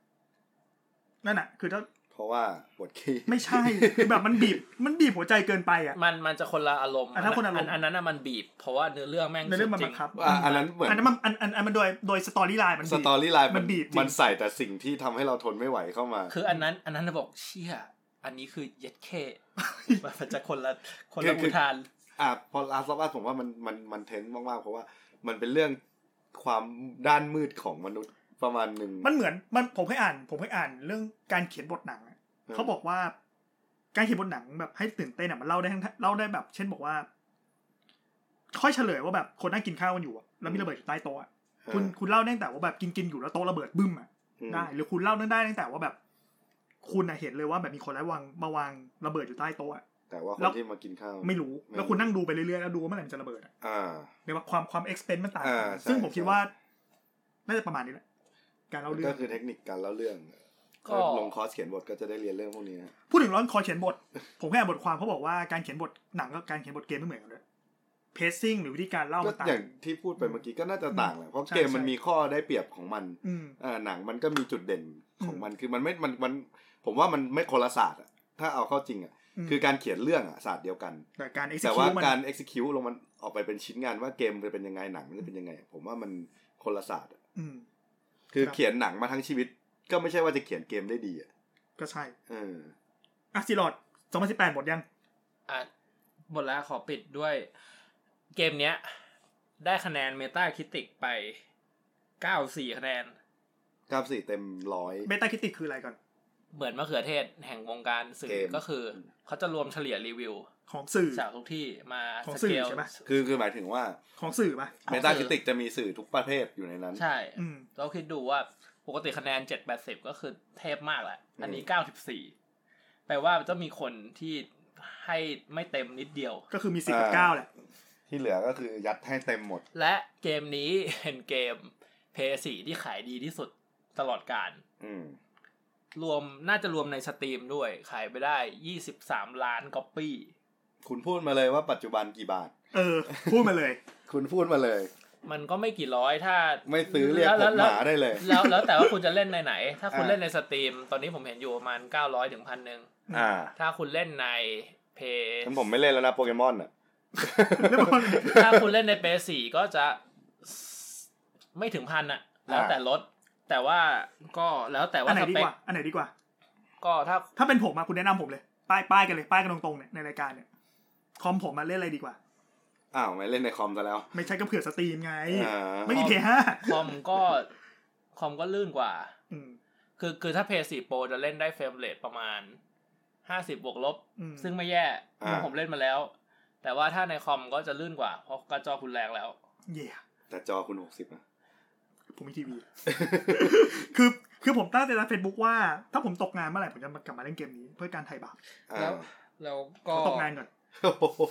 นั่นอ่ะ คือถ้า เพราะว่าบทขี้ ไม่ใช่คือแบบมันบีบมันบีบหัวใจเกินไปอ่ะ มันมันจะคนละอารมณ์ อ่ะถ้าคนละอารมณ์ อัอันนั้นน่ะมันบีบ เพราะว่าเนื้อเรื่องแม่ง ในเรื่องมัน สุดจ บังคับ อ่ะอันนั้นเหมือน อันนั้นมันอันอันอันมันโดยโดยสตอรี่ไลน์มัน ส บีบ ตอรี่ไลน์ มั มัน นบีบจริง มันใส่แต่สิ่งที่ทำให้เราทนไม่ไหวเข้ามา คืออันนั้น อันนั้นน่ะบอกเชี่ยอันนี้คือเย็ดเค มันจะคนละคน คือ ละ คืออุ อุทาน อ่ะพอลาซอฟอัสผมว่ามันมันมันเทนส์มากๆ เพราะว่ามันเป็นเรื่องความด้านมืดของมนุษย์ประมาณหนึ่ง มันเหมือนมันผมเคยอ่าน ผมเคยอ่านเรื่องการเขียนบทหนังอะเขาบอกว่า การเขียนบทหนังแบบให้ตื่นเต้นอ่ะมันเล่าได้ทั้งเล่าได้แบบ เช่นบอกว่า ค่อยเฉลยว่าแบบคนนั่งกินข้าวกันอยู่อะแล้วมีระเบิดอยู่ใต้โต๊ะอะ เออ คุณคุณเล่าได้ตั้งแต่ว่าแบบกินกินอยู่แล้วโต๊ะระเบิดบึ้มอ่ะ อืม ได้หรือคุณเล่าเรื่องได้ตั้งแต่ว่าแบบ คุณน่ะเห็นเลยว่าแบบมีคนร้ายวางมาวางระเบิดอยู่ใต้โต๊ะอะ แต่ว่าค แล้ น ว ที่มากินข้าว ไม่รู้ อืม แล้วคุณนั่งดูไปเรื่อยๆแล้วดูว่าเมื่อไหร่มันจะระเบิดอะ อ่า เรียกว่าความความเอ็กซ์เพนมันต่างกั อ่าน ใช่ ซึ่งผมคิด ใช่ ว่าน่าจะประมาณนี้แหละการเล่าเรื่อ ก็ ง คือเทคนิคการเล่าเรื่อง ก็ ก็ลงคอร์สเขียนบทก็จะได้เรียนเรื่องพวกนี้นะ พูดถึงร้อนคอเขียนบท ผมแค่อ่านบทความเขาบอกว่าการเขียนบทหนังกับการเขียนบทเกมไม่เหมือนกันเลยเพซซิ่งหรือวิธีการเล่า ก็ มันต่าง อย่างที่พูดไปเมื่อกี้ก็น่าจะต่างแหละเพราะ ใช่ เกมมัน ใช่ มีข้อได้เปรียบของมัน อืม อ่าหนังมันก็มีจุดเด่นของ อืม มันคือมันไม่มันมันผมว่ามันไม่คนละศาสตร์อะถ้าเอาเข้าจริงอ่ะ ม คือการเขียนเรื่องอ่ะศาสตร์เดียวกัน แต่การเอ็กซ์ แต่ คิ ว่าว มัน การ execute ลงมันออกไปเป็นชิ้นงานว่าเกมมันจะเป็นยังไงหนังมันจะเป็นยังไง ผมว่ามันคนละศาสตร์อะ อืม คือ ครับ เขียนหนังมาทั้งชีวิต ก็ไม่ใช่ว่าจะเขียนเกมได้ดีอ่ะ ก็ใช่ เออ อ่ะซีรอด2018หมดยัง อ่ะหมดแล้วขอปิดด้วย เกมเนี้ย ได้คะแนนเมตาคิติกไปเก้าสี่คะแนน เก้าสี่เต็มร้อย เบต้าคิติคืออะไรก่อน เหมือนมะเขือเทศแห่งวงการสื่ เก อ ม ก็คือ เขาจะรวมเฉลี่ยรีวิว ของสื่อ จากทุกที่มา ของ ส สื่ เก อ ล ใช่ปะ คือคือหมายถึงว่า ของสื่อปะ เมตาคิติกจะมีสื่อทุกประเภทอยู่ในนั้น ใช่ อืม เราคิดดูว่าปกติคะแนนเจ็ดแปดสิบก็คือเทพมากแหละ อันนี้เก้าสิบสี่แปลว่าจะมีคนที่ให้ไม่เต็มนิดเดียว ก็คือมีสิบกับเก้าแหละ ที่เหลือก็คือยัดให้เต็มหมด และเกมนี้ เป็นเกมเพย์สีที่ขายดีที่สุดตลอดการ อืม รวมน่าจะรวมในสตรีมด้วย ขายไปได้ 23 ล้านก๊อปปี้ คุณพูดมาเลยว่าปัจจุบันกี่บาท เออ พูดมาเลย คุณพูดมาเลย มันก็ไม่กี่ร้อยถ้า ไม่ซื้อเรียกผ แล้ว ม แล้ ห ว มาได้เลย แล้วแล้วแต่ว่าคุณจะเล่นในไหน ถ้าคุณ อ่า เล่นในสตรีม ตอนนี้ผมเห็นอยู่ประมาณ 900ถึงพันหนึ่ง อ่า ถ้าคุณเล่นในเพย์ งั้นผมไม่เล่นแล้วนะโปเกมอนอ่ะ แล้ว มัน ถ้าคุณเล่นในเพย์สี่ก็จะไม่ถึงพันอะแล้วแต่ลดแต่ว่าก็แล้วแต่ อั ว่าน ไหน ส ดี เป ก ค ว่า อันไหนดีกว่า ก็ถ้า ถ้าเป็นผมมาคุณแนะนำผมเลย ป้ายป้ายกันเลย ป้ายกันตรงๆเนี่ยในรายการเนี่ย คอมผมมาเล่นอะไรดีกว่า อ้าวไม่เล่นในคอมซะแล้ว ไม่ใช่ก็เผื่อสตรีมไง อ่า ไม่มี คอม เพย์ห้า คอมก็คอมก็ลื่นกว่า อืม คือคือถ้า PS4 Pro จะเล่นได้เฟรมเรทประมาณ 50 บวกลบ อืม ซึ่งไม่แย่ อ่า ผมเล่นมาแล้ว แต่ว่าถ้าในคอมก็จะลื่นกว่า เพราะกระจอคุณแรงแล้ว เย่ แต่จอคุณหกสิบนะ ผมมีที วี คือคือผมตั้งใจในเฟซบุ๊กว่า ถ้าผมตกงานเมื่อไหร่ผมจะมากลับมาเล่นเกมนี้เพื่อการไถ่บาป อ่า แล้วแล้ว ข ก็ อตกงานก่อน โอ้โห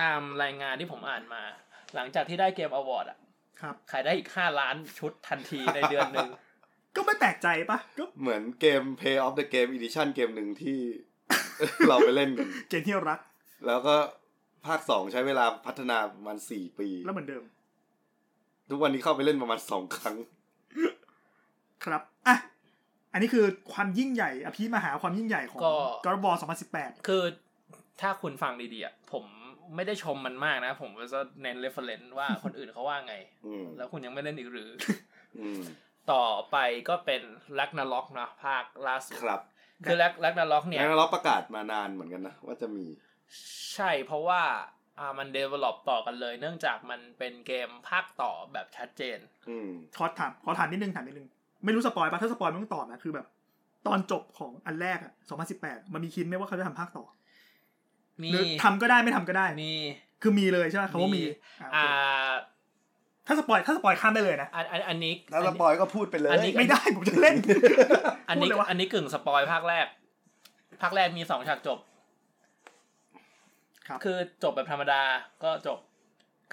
ตามรายงานที่ผมอ่านมา หลังจากที่ได้เกมอวอร์ดอ่ะ ครับ ขายได้อีก 5 ล้านชุดทันทีในเดือนหนึ่ง ก็ไม่แปลกใจปะก็ เหมือนเกม Play of the Game Edition เกมหนึ่งที่ เราไปเล่นกัน เกมที่เรารัก แล้วก็ภาคสองใช้เวลาพัฒนาประมาณสี่ปี แล้วเหมือนเดิม ทุกวันนี้เข้าไปเล่นประมาณสองครั้ง ครับ อ่ะ อันนี้คือความยิ่งใหญ่ อภิมหาความยิ่งใหญ่ของ ก็ กรบอ2018 คือถ้าคุณฟังดีๆอะผมไม่ได้ชมมันมากนะ ผมก็จะเน้นเรฟเฟรนซ์ว่าคนอื่นเขาว่าไง อืม แล้วคุณยังไม่เล่นอีกห รือ อืม ต่อไปก็เป็นลักนาล็อกนะภาคล่าสุด ครับ คือลักลักนาล็อกเนี่ย แล้วเราประกาศมานานเหมือนกันนะ ว่าจะมี ใช่เพราะว่าอ่ามันเดเวล็อปต่อกันเลย เนื่องจากมันเป็นเกมภาคต่อแบบชัดเจน อืม ขอถามขอถามนิดนึงถามนิดนึง ไม่รู้สปอยปะถ้าสปอยมันต้องตอบนะคือแบบ ตอนจบของอันแรกอะ2018 มันมีคิดไหมว่าเขาจะทำภาคต่อ มี หรือทำก็ได้ไม่ทำก็ได้ มี คือมีเลยใช่ไหมเขาว่ามีมีอ่ะ อ่า โอเคถ้าสปอยถ้าสปอยข้ามได้เลยนะ อันอันอันนี้ ถ้าสปอยก็พูดไปเลย อันนี้ ไม่ ได้ ผมจะเล่น อันนี้ พูดอันนี้เลยวะ อันนี้กึ่งสปอยภาคแรก ภาคแรกมีสองฉากจบ ครับ คือจบแบบธรรมดาก็จบ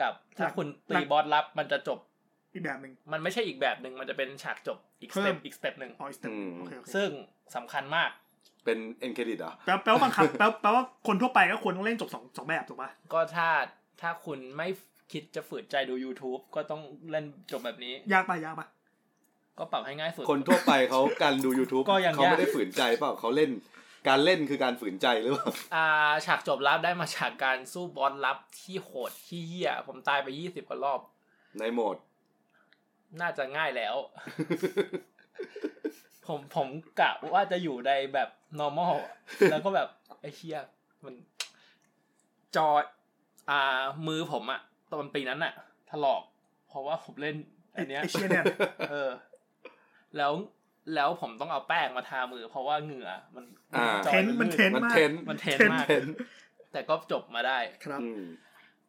กับถ้า หลัง คุณ หลั ตี ง บอสลับมันจะจบ อีกแบบหนึ่ง มันไม่ใช่อีกแบบหนึ่งมันจะเป็นฉากจบอีกส เพิ่ เต็ป ม อีกสเต็ปหนึ่ง อ๋ออีกสเต็ป อืม โอเคโอเค ซึ่งสำคัญมาก เป็นเอ็นเครดิตเหรอ แปลแปลว่าบังคับ แปลแปลว่าคนทั่วไปก็ควรต้องเล่นจบสองสองแบบถูกปะ ก็ถ้าถ้าคุณไม่คิดจะฝืนใจดู YouTube ก็ต้องเล่นจบแบบนี้ ยากปะยากปะ ก็ปรับให้ง่ายสุด คนทั่วไปเขาการดู YouTube ก็ยัง เขาไม่ ยาก ได้ฝืนใจเปล่าเขาเล่น การเล่นคือการฝืนใจหรือเปล่า อ่าฉากจบลับได้มาฉากการสู้บอสลับที่โหดที่เหี้ย ผมตายไปยี่สิบกว่ารอบ ในโหมด น่าจะง่ายแล้ว ผมผมกะว่าจะอยู่ในแบบ normal แล้วก็แบบ ไอ้เหี้ยมัน จออ่ามือผมอะตอนปีนั้นอะถลอก เพราะว่าผมเล่น ไอ อันเนี้ย ไอเชียเนี่ย เออ แล้วแล้วผมต้องเอาแป้งมาทามือ เพราะว่าเหงื่อมัน อ่า จอ เทนต์มันเทนต์ มัน มาก เทน มันเทน เทน มาก เทน แต่ก็จบมาได้ ครับ อืม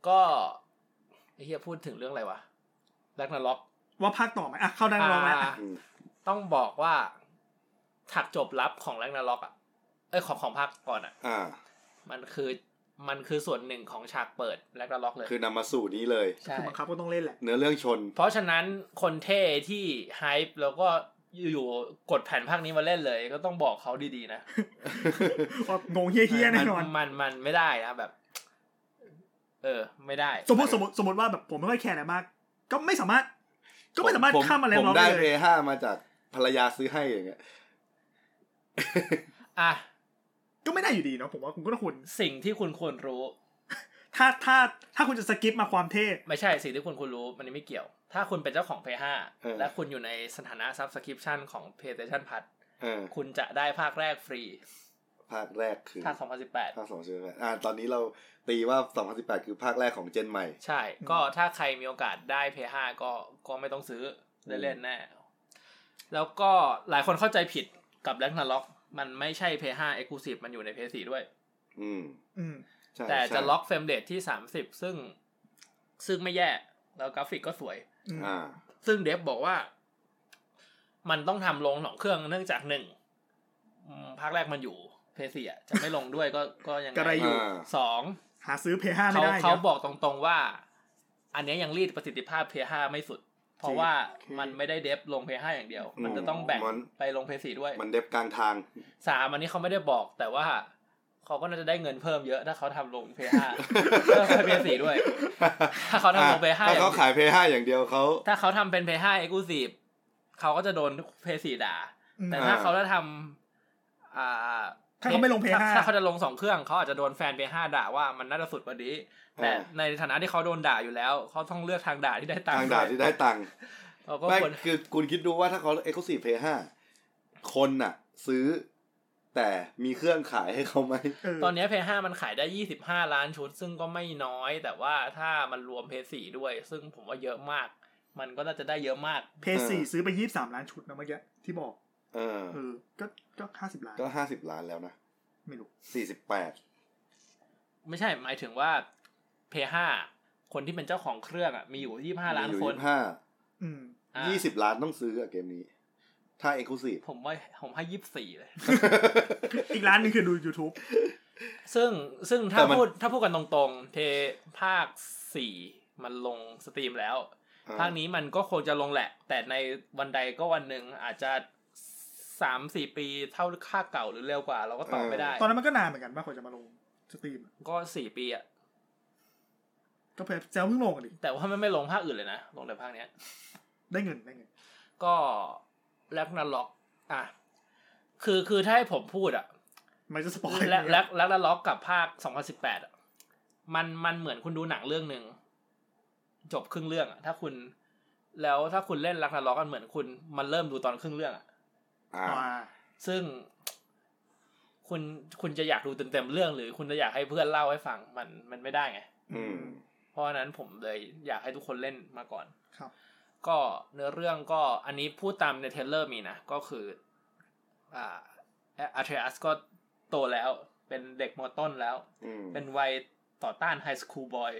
ก็ไอ้เฮียพูดถึงเรื่องอะไรวะแล็กนาล็อก ว่าภาคต่อไหมอ่ะเข้าดังรองแล้วอ่ะ อืม ต้องบอกว่าฉากจบลับของแล็กนาล็อกอ่ะ เอ้ยของของภาคก่อนอ่ะ อ่า มันคือมันคือส่วนหนึ่งของฉากเปิดแล็กนาล็อกเลย คือนำมาสู่นี้เลย ใช่ คือบังคับก็ต้องเล่นแหละ เนื้อเรื่องชน เพราะฉะนั้นคนเท่ที่ไฮป์แล้วก็อยู่ๆกดแผ่นภาคนี้มาเล่นเลย ก็ต้องบอกเขาดีๆนะ ว่างงเฮี้ยๆแน่นอน มันมันไม่ได้นะแบบ เออ ไม่ได้ สมมติสมมติสมมติว่าแบบผมไม่ค่อยแคร์อะไรมาก ก็ไม่สามารถ ก็ไม่สามารถ ผ ข้ามอะไร ผม ร้อง ได้ ได้ เพ เลย ย์ห้ามาจากภรรยาซื้อให้อย่างเงี้ย อ่ะ ก็ไม่ได้อยู่ดีเนาะผมว่าคุณก็ต้องคุณ สิ่งที่คุณควรรู้ ถ้าถ้าถ้าคุณจะสกิปมาความเท่ ไม่ใช่สิ่งที่คุณควรรู้ มันไม่เกี่ยว ถ้าคุณเป็นเจ้าของ p เออ 5และคุณอยู่ในสถานะ subscription ของ PlayStation Plus เออ คุณจะได้ภาคแรกฟรี ภาคแรกคือ ภาค ภาคสองใช่ไหมอ่า ตอนนี้เราตีว่า 2018 คือภาคแรกของเจนใหม่ 2018 ใช่ ก็ถ้าใครมีโอกาสได้ p 5ก็ก็ไม่ต้องซื้อได้เล่นแน่ แล้วก็หลายคนเข้าใจผิดกับ r a g n a r o k มันไม่ใช่ p 5 Exclusive มันอยู่ใน p 4ด้วย อืม อืม ใช่ แต่ ใช่ จะล็อกเฟรมเรทที่ 30 ซึ่งซึ่งไม่แย่ แล้วกราฟิกก็สวย อืม อ่า ซึ่งเดฟบอกว่า มันต้องทำลงสองเครื่องเนื่องจากหนึ่งอืมภาคแรกมันอยู่เพเซียจะไม่ลงด้วยก็ก็ยังง กระไรอยู่ อ่า สอง หาซื้อเพย์ห้าไม่ เขา ได้ เขา นี่ย บอกตรงๆว่า อันเนี้ยยังรีดประสิทธิภาพเพ5ไม่สุด เพราะว่ามันไม่ได้เดฟลงเพ5อย่างเดียว มันจะต้องแบ่ง มัน ไปลงเพ4ด้วย มันเด็บกลางทาง สามอันนี้เขาไม่ได้บอกแต่ว่าเขาก็น่าจะได้เงินเพิ่มเยอะ ถ้าเขาทำลงเพย์ห้า ถ้าเพย์สี่ด้วย ถ้าเขาทำลงเพย์ห้า ถ้าเขาขายเพย์ห้าอย่างเดียวเขา ถ้าเขาทำเป็นเพย์ห้าเอ็กซ์คลูซีฟเขาก็จะโดนเพย์สี่ด่า อืม แต่ถ้า อ่า เขาจะทำอ่า ถ้าเขาไม่ลง PS5 ถ้ถ้าเขาจะลงสองเครื่องเขาอาจจะโดนแฟนเพย์ห้าด่าว่ามันน่าจะสุดกว่านี้แต่ อ่า ในฐานะที่เขาโดนด่าอยู่แล้ว เขาต้องเลือกทางด่าที่ได้ตัง ทาง ค์ ด่า วย ที่ได้ตังค์ เขาก็ ไม่ ควร คือคุณคิดดูว่าถ้าเขาเอ็กซ์คลูซีฟเพย์ห้าคนน่ะ ซื้อ แต่มีเครื่องขายให้เขาไหม เ ตอนเนี้เพย์ห้ามันขายได้ยี่สิบห้าล้านชุด ซึ่งก็ไม่น้อย แต่ว่าถ้ามันรวมเพย์สี่ด้วย ซึ่งผมว่าเยอะมาก มันก็น่าจะได้เยอะมาก เพย์สี่ซื้อไปยี่สิบสามล้านชุดนะเมื่อกี้ที่บอก เออ เออ ก็ก็ห้าสิบล้าน ก็ห้าสิบล้านแล้วนะ ไม่รู้ สี่สิบแปด ไม่ใช่หมายถึงว่าเพย์ห้าคนที่เป็นเจ้าของเครื่องอ่ะมีอยู่ยี่ห้าล้านคน ห้า อืม อ่ะ ยี่สิบล้านต้องซื้ออะเกมนี้ ถ้าเอ็กซ์คลูซีฟ ผมว่าผมให้ยี่สิบสี่เลย อีกร้านหนึงคือดู YouTube ซึ่งซึ่งถ้า แต่มัน พูดถ้าพูดกันตรงๆ เพย์ภาคสี่มันลงสตรีมแล้ว ภาคนี้มันก็คงจะลงแหละ แต่ในวันใดก็วันหนึ่งอาจจะสามสี่ปีเท่าค่าเก่าหรือเร็วกว่า เราก็ตอบไม่ได้ ตอนนั้นมันก็นานเหมือนกันป่ะคนจะมาลงสตรีมอะ ก็สี่ปีอะ ก็เพย์เซลเพิ่งลงอะดิ แต่ว่ามันไม่ลงภาคอื่นเลยนะ ลงแต่ภาคเนี้ย ได้เงินได้เงิน ก็แลกนาล็อก อ่ะ คือคือถ้าให้ผมพูดอ่ะ มันจะสปอย และและและละล็อกกับภาค 2018อะมันมันเหมือนคุณดูหนังเรื่องหนึ่งจบครึ่งเรื่องอะถ้าคุณ แล้วถ้าคุณเล่นลักนาล็อกกันเหมือนคุณมันเริ่มดูตอนครึ่งเรื่องอะ อ่า อ่า ซึ่ง คุณคุณจะอยากดูเต็มเต็มๆเรื่อง หรือคุณจะอยากให้เพื่อนเล่าให้ฟังมันมันไม่ได้ไง อืม เพราะฉะนั้นผมเลยอยากให้ทุกคนเล่นมาก่อน ครับ ก็เนื้อเรื่องก็อันนี้พูดตามในเทรลเลอร์มีนะ ก็คืออ่าอาเทรอัสก็โตแล้ว เป็นเด็กมอต้นแล้ว อืม เป็นวัยต่อต้านไฮสคูลบอย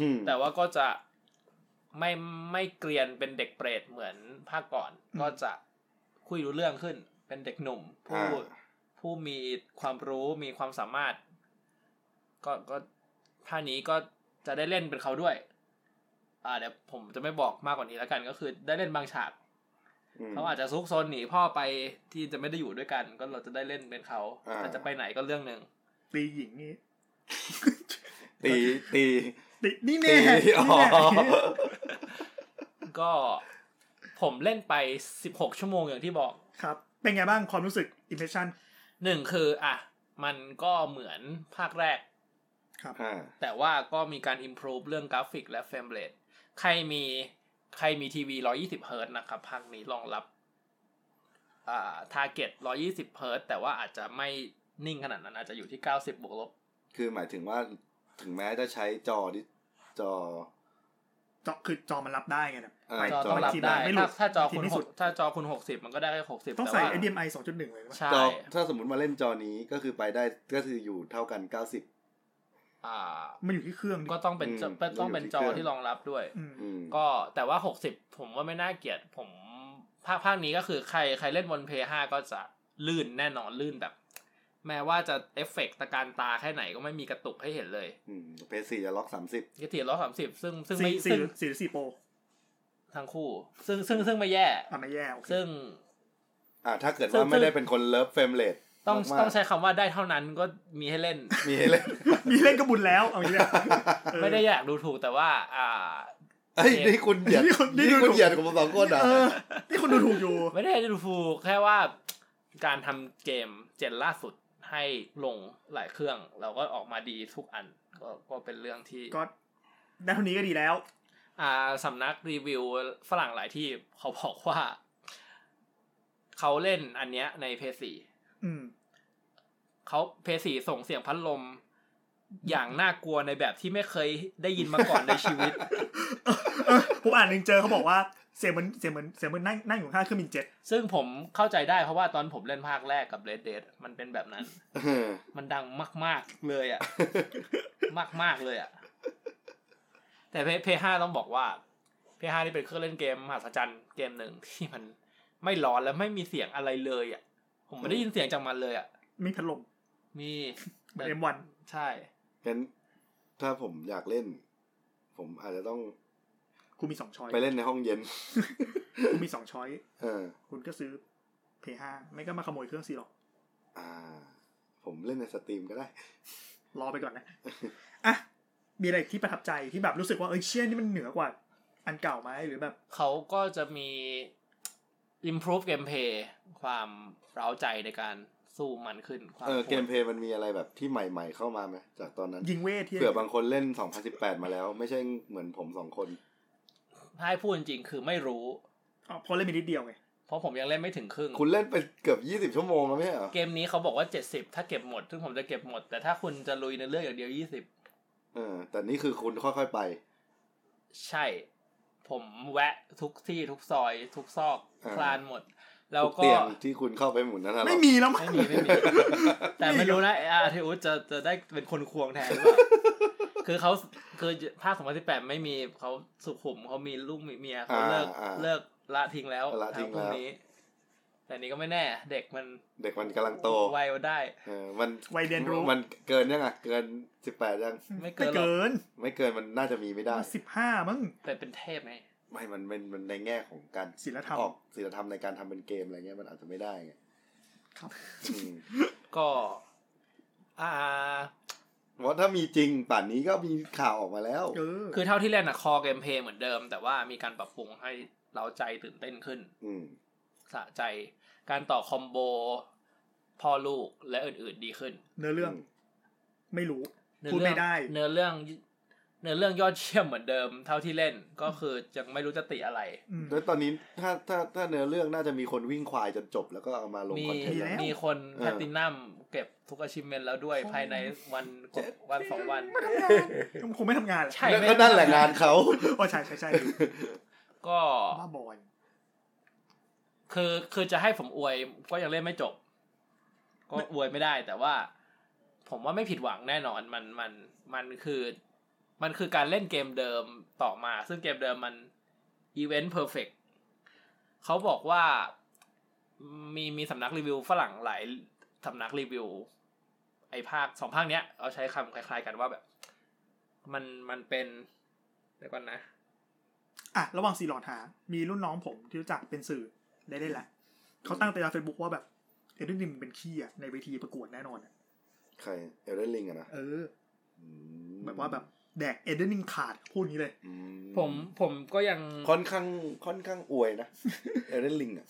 อืม แต่ว่าก็จะไม่ไม่เกรียนเป็นเด็กเปรตเหมือนภาคก่อน อืม ก็จะคุยรู้เรื่องขึ้น เป็นเด็กหนุ่ม ผู้ อ่า ผู้มีความรู้มีความสามารถ ก็ก็ท่านี้ก็จะได้เล่นเป็นเขาด้วย อ่าเดี๋ยวผมจะไม่บอกมากกว่านี้แล้วกัน ก็คือได้เล่นบางฉาก ม เขาอาจจะซุกซนหนีพ่อไปที่จะไม่ได้อยู่ด้วยกัน ก็เราจะได้เล่นเป็นเขา อ่า แต่จะไปไหนก็เรื่องหนึ่ง ตีหญิงนี่ ตีตี ตีนี่ ตี แน่นี่ อ๋อ แน่ ก็ผมเล่นไป 16 ชั่วโมงอย่างที่บอก ครับ เป็นไงบ้างความรู้สึกอิมเพรสชั่น หนึ่งคืออ่ะ มันก็เหมือนภาคแรก อ่า แต่ว่าก็มีการ improve เรื่องกราฟิกและเฟรมเรทใครมีใครมีทีวี 120 เฮิร์ตซ์นะครับ ภาคนี้รองรับ อ่า ทาร์เก็ต120 เฮิร์ตซ์แต่ว่าอาจจะไม่นิ่งขนาดนั้น อาจจะอยู่ที่ 90 บวกลบ คือหมายถึงว่าถึงแม้จะใช้จอดิจอ จอคือจอมันรับได้ไงนะ เออ ไป จอต้องรับ ทีม ได้ ไม่หลุ ถ้าถ้าดจอคุณ ทีมไม่ ห สุ ก ด ถ้าจอคุณ 60 มันก็ได้แค่60 ต้องใส่ ว่า HDMI 2.1 เลยนะ ใช่ จอถ้าสมมติมาเล่นจอนี้ก็คือไปได้ก็คืออยู่เท่ากันเก้าสิบ อ่า มันอยู่ที่เครื่องดิ ก็ต้องเป็นจอ อืม ต้องเป็นจอ ต้องอยู่ที่เครื่อง ที่รองรับด้วย อืม ก็แต่ว่า 60 ผมว่าไม่น่าเกลียดผมภาคภาคนี้ก็คือใครใครเล่นบนเพย์ห้าก็จะลื่นแน่นอนลื่นแบบ แม้ว่าจะเอฟเฟกต์ตะการตาแค่ไหนก็ไม่มีกระตุกให้เห็นเลย เพสี่จะล็อกสามสิบ ยติร้อยสามสิบซึ่งซึ่ง สี่ ไม่ สี่ ซึ่ง หรือสี่หรือสี่โปร ทั้งคู่ ซึ่งซึ่งซึ่งไม่แย่ อ่ะไม่แย่โอเค ซึ่ง อ่าถ้าเกิดว่าไม่ได้เป็นคนเลิฟเฟรมเรท ต้อง มากๆ ต้องใช้คำว่าได้เท่านั้นก็มีให้เล่น มีให้เล่ น มีเล่นก็บุญแล้วเอาอย่างนี้แหละเออ ไม่ได้อยากดูถูกแต่ว่า อ่า เอ้ยนี่คุณเหยียด นี่คุณนี่ นี่ ดู คุณเหยียดของผมสองคนเหรอ เออนี่คนดูถูกอยู่ ไม่ได้ดูฟูแค่ว่าการทำเกมเจนล่าสุดให้ลงหลายเครื่อง เราก็ออกมาดีทุกอันก็ก็เป็นเรื่องที่ ก็ได้เท่านี้ก็ดีแล้ว อ่าสำนักรีวิวฝรั่งหลายที่เขาบอกว่า เขาเล่นอันเนี้ยในเพสี่ อืม เขาเพสี่ส่งเสียงพัดลม อย่างน่าก ลัวในแบบที่ไม่เคยได้ยินมาก่อนในชีวิต เออผมอ่านหนึ่งเจอเขาบอกว่า เสียงเหมือนเสียงเหมือนเสียงเหมือนนั่งนั่งอยู่ข้างเครื่องบินเจ็ต ซึ่งผมเข้าใจได้เพราะว่าตอนผมเล่นภาคแรกกับ Red Dead มันเป็นแบบนั้น เออ มันดังมาก ๆ เลยอ่ะ มาก ๆ เลยอ่ะ แต่เพย์ห้าต้องบอกว่าเพย์ห้านี่เป็นเครื่องเล่นเกมมหัศจรรย์เกมหนึ่งที่มันไม่ร้อนและไม่มีเสียงอะไรเลยอ่ะ ผมไม่ได้ยินเสียงจากมันเลยอ่ะ มีพัดลม มี เหมือนเอ็มวัน ใช่ งั้นถ้าผมอยากเล่น ผมอาจจะต้อง กูมีสองช้อย ไปเล่นในห้องเย็น กูมีสองช้อย เออ คุณก็ซื้อ P5 ไม่ก็มาขโมยเครื่องซีหรอก อ่า ผมเล่นในสตรีมก็ได้ รอไปก่ อนนะ อ่ะ มีอะไรที่ประทับใจที่แบบรู้สึกว่า เอ้ยเชี่ยนี่มันเหนือกว่า อันเก่าไหมหรือแบบ เขาก็จะมี improve gameplay ความเร้าใจในการสู้มันขึ้นความ เออ โหด เกมเพลย์มันมีอะไรแบบที่ใหม่ๆเข้ามาไหมจากตอนนั้น ยิงเวทที่ เผื่อบางคนเล่น 2018 มาแล้ว ไม่ใช่เหมือนผมสองคน ถ้าให้พูดจริงๆคือไม่รู้ อ๋อเพราะเล่นมีนิดเดียวไง เพราะผมยังเล่นไม่ถึงครึ่ง คุณเล่นไปเกือบ 20 ชั่วโมงแล้วไม่ใช่เหรอ เกมนี้เขาบอกว่า 70 ถ้าเก็บหมด ซึ่งผมจะเก็บหมด แต่ถ้าคุณจะลุยในเรื่องอย่างเดียว เออ แต่นี่คือคุณค่อยๆไป 20 ใช่ ผมแวะทุกที่ทุกซอยทุกซอก อ่า คลานหมด แล้ว ทุ ก็ เตียงที่คุณเข้าไปหมุนนั่นนะหรอ ไม่มีแล้วมั้ ไม่ ง มีไม่ มี แต่ไม่รู้นะอาทิอุสจะจะได้เป็นคนควงแทนหรือเป ล่าคือเขาคือภาค2018 ไม่มีเขาสุขุมเขามีลูกมีเมียเขาเลิก อ่าอ่า เลิกละทิ้งแล้ว ละทิ้ง พ แล้ว นี้ แต่นี้ก็ไม่แน่ เด็กมัน เด็กมันกำลังโต ไวกว่าได้ เออมัน วัยเรียนรู้ มันเกินยังอ่ะ เกิน 18 ยัง ไม่เกิ ไม่ นหรอก เกิน ไม่เกินมันน่าจะมีไม่ได้ สิบห้ามั้ง แต่เป็นเทพไง ไม่มันมันมันในแง่ของการ ศิลธรรม ออกศิลธรรมในการทำเป็นเกมอะไรเงี้ยมันอาจจะไม่ได้ไง ครับ อืม ก็ อ่า เพราะถ้ามีจริงป่านนี้ก็มีข่าวออกมาแล้ว เออ คือเท่าที่เล่นอะคอเกมเพลย์เหมือนเดิม แต่ว่ามีการปรับปรุงให้เราใจตื่นเต้นขึ้น อืม สะใจ การต่อคอมโบพ่อลูกและอื่นๆดีขึ้น เนื้อเรื่อง อืม ไม่รู้ เนื้อ พูด เรื่ ไม่ได้ เนื้อเรื่อง เนื้อเรื่องยอดเยี่ยมเหมือนเดิม เท่าที่เล่นก็คือยังไม่รู้จะติอะไร อืม แล้วตอนนี้ถ้าถ้าถ้าเนื้อเรื่องน่าจะมีคนวิ่งควายจนจบแล้วก็เอามาลง มี คอนเทนต์แล้ว มีคน เออ แพลตินัมเก็บทุกอาชิเมนแล้วด้วยภายในวันกว่าวันสองวัน คงไม่ทำงานแหละ ใช่ นั่นก็นั่นแหละงานเขา โอ้ใช่ใช่ใช่อยู่ ก็ บ้าบอย คือคือจะให้ผมอวยก็ยังเล่นไม่จบ ก็อวยไม่ได้ แต่ว่า ผมว่าไม่ผิดหวังแน่นอนมันมันมันคือ มันคือการเล่นเกมเดิมต่อมา ซึ่งเกมเดิมมันอีเวนต์เพอร์เฟกเขาบอกว่ามีมีสำนักรีวิวฝรั่งหลายสำนักรีวิว ไอภาคสองภาคเนี้ยเอาใช้คำคล้ายๆกันว่าแบบ มันมันเป็นเดี๋ยวก่อนนะ อ่ะ ระหว่างซีหลอดหา มีรุ่นน้องผมที่รู้จักเป็นสื่อได้เล่นละเขาตั้งแต่ในเฟซบุ๊กว่าแบบเอเดนดิมงเป็นขี้อ่ะในเวทีประกวดแน่นอนอะ ใครเอลเดนลิงอะนะ เออ อืม แบบว่าแบบแดกเอเดนดิงขาดพูดงี้เลย อื ผมผมก็ยัง ค่อนข้างค่อนข้างอวยนะ เอลเดนลิงอะ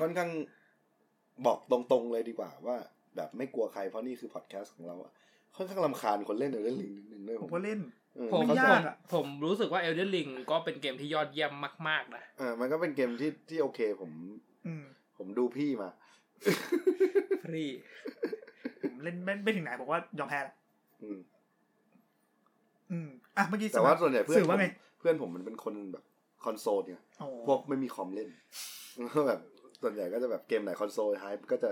ค่อนข้างบอกตรงๆเลยดีกว่าว่า แบบไม่กลัวใครเพราะนี่คือพอดแคสต์ของเราอะค่อนข้างลำคาญคนเล่นเอลเดนลิงนิดนึงด้วย ผมก็เล่น เออ ผม เข้ใจ ยากอะ ผมรู้สึกว่า Elden Ring ก็เป็นเกมที่ยอดเยี่ยมมาก ๆ นะ เออมันก็เป็นเกมที่ที่โอเค ผม อืม ผมดูพี่มา พี่ ผมเล่นไม่ไม่ถึงไหนบอกว่ายอมแพ้ละ อืม อืมอ่ะเมื่อกี้ แต่ว่าส่วนใหญ่เพื่อน สื่อ ผม ว่าไง เพื่อนผมมันเป็นคนแบบคอนโซลเนี่ย อ๋อ พวกไม่มีคอมเล่น แล้วก็แบบส่วนใหญ่ก็จะแบบเกมไหนคอนโซลไฮป์ก็จะ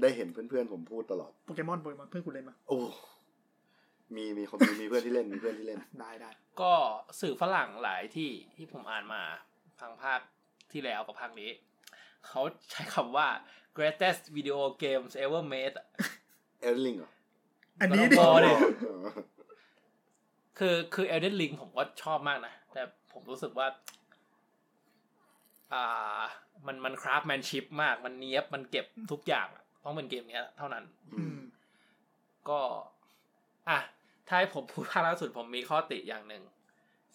ได้เห็นเพื่อนๆผมพูดตลอด โปเกมอนโปเกมอนเพื่อนคุณเล่นมา โอ้มีมีคนมีมีเพื่อนที่เล่นมีเพื่อนที่เล่น ได้ได้ ก็สื่อฝรั่งหลายที่ที่ผมอ่านมาทางภาคที่แล้วกับภาคนี้ เขาใช้คำว่า greatest video games ever made อะ เอลลิงเหรอ อันนี้ดิ ก็ลงรอดิ เออ คือคือ Elden Ring ผมก็ชอบมากนะ แต่ผมรู้สึกว่า อ่า มันมันคราฟแมนชิพมาก มันเนี้ยบ มันเก็บทุกอย่างอะต้องเป็นเกมเนี้ยเท่านั้น อื อื ม ม ก็ อ่ะ ถ้าให้ผมพูดภาคล่าสุดผมมีข้อติอย่างหนึ่ง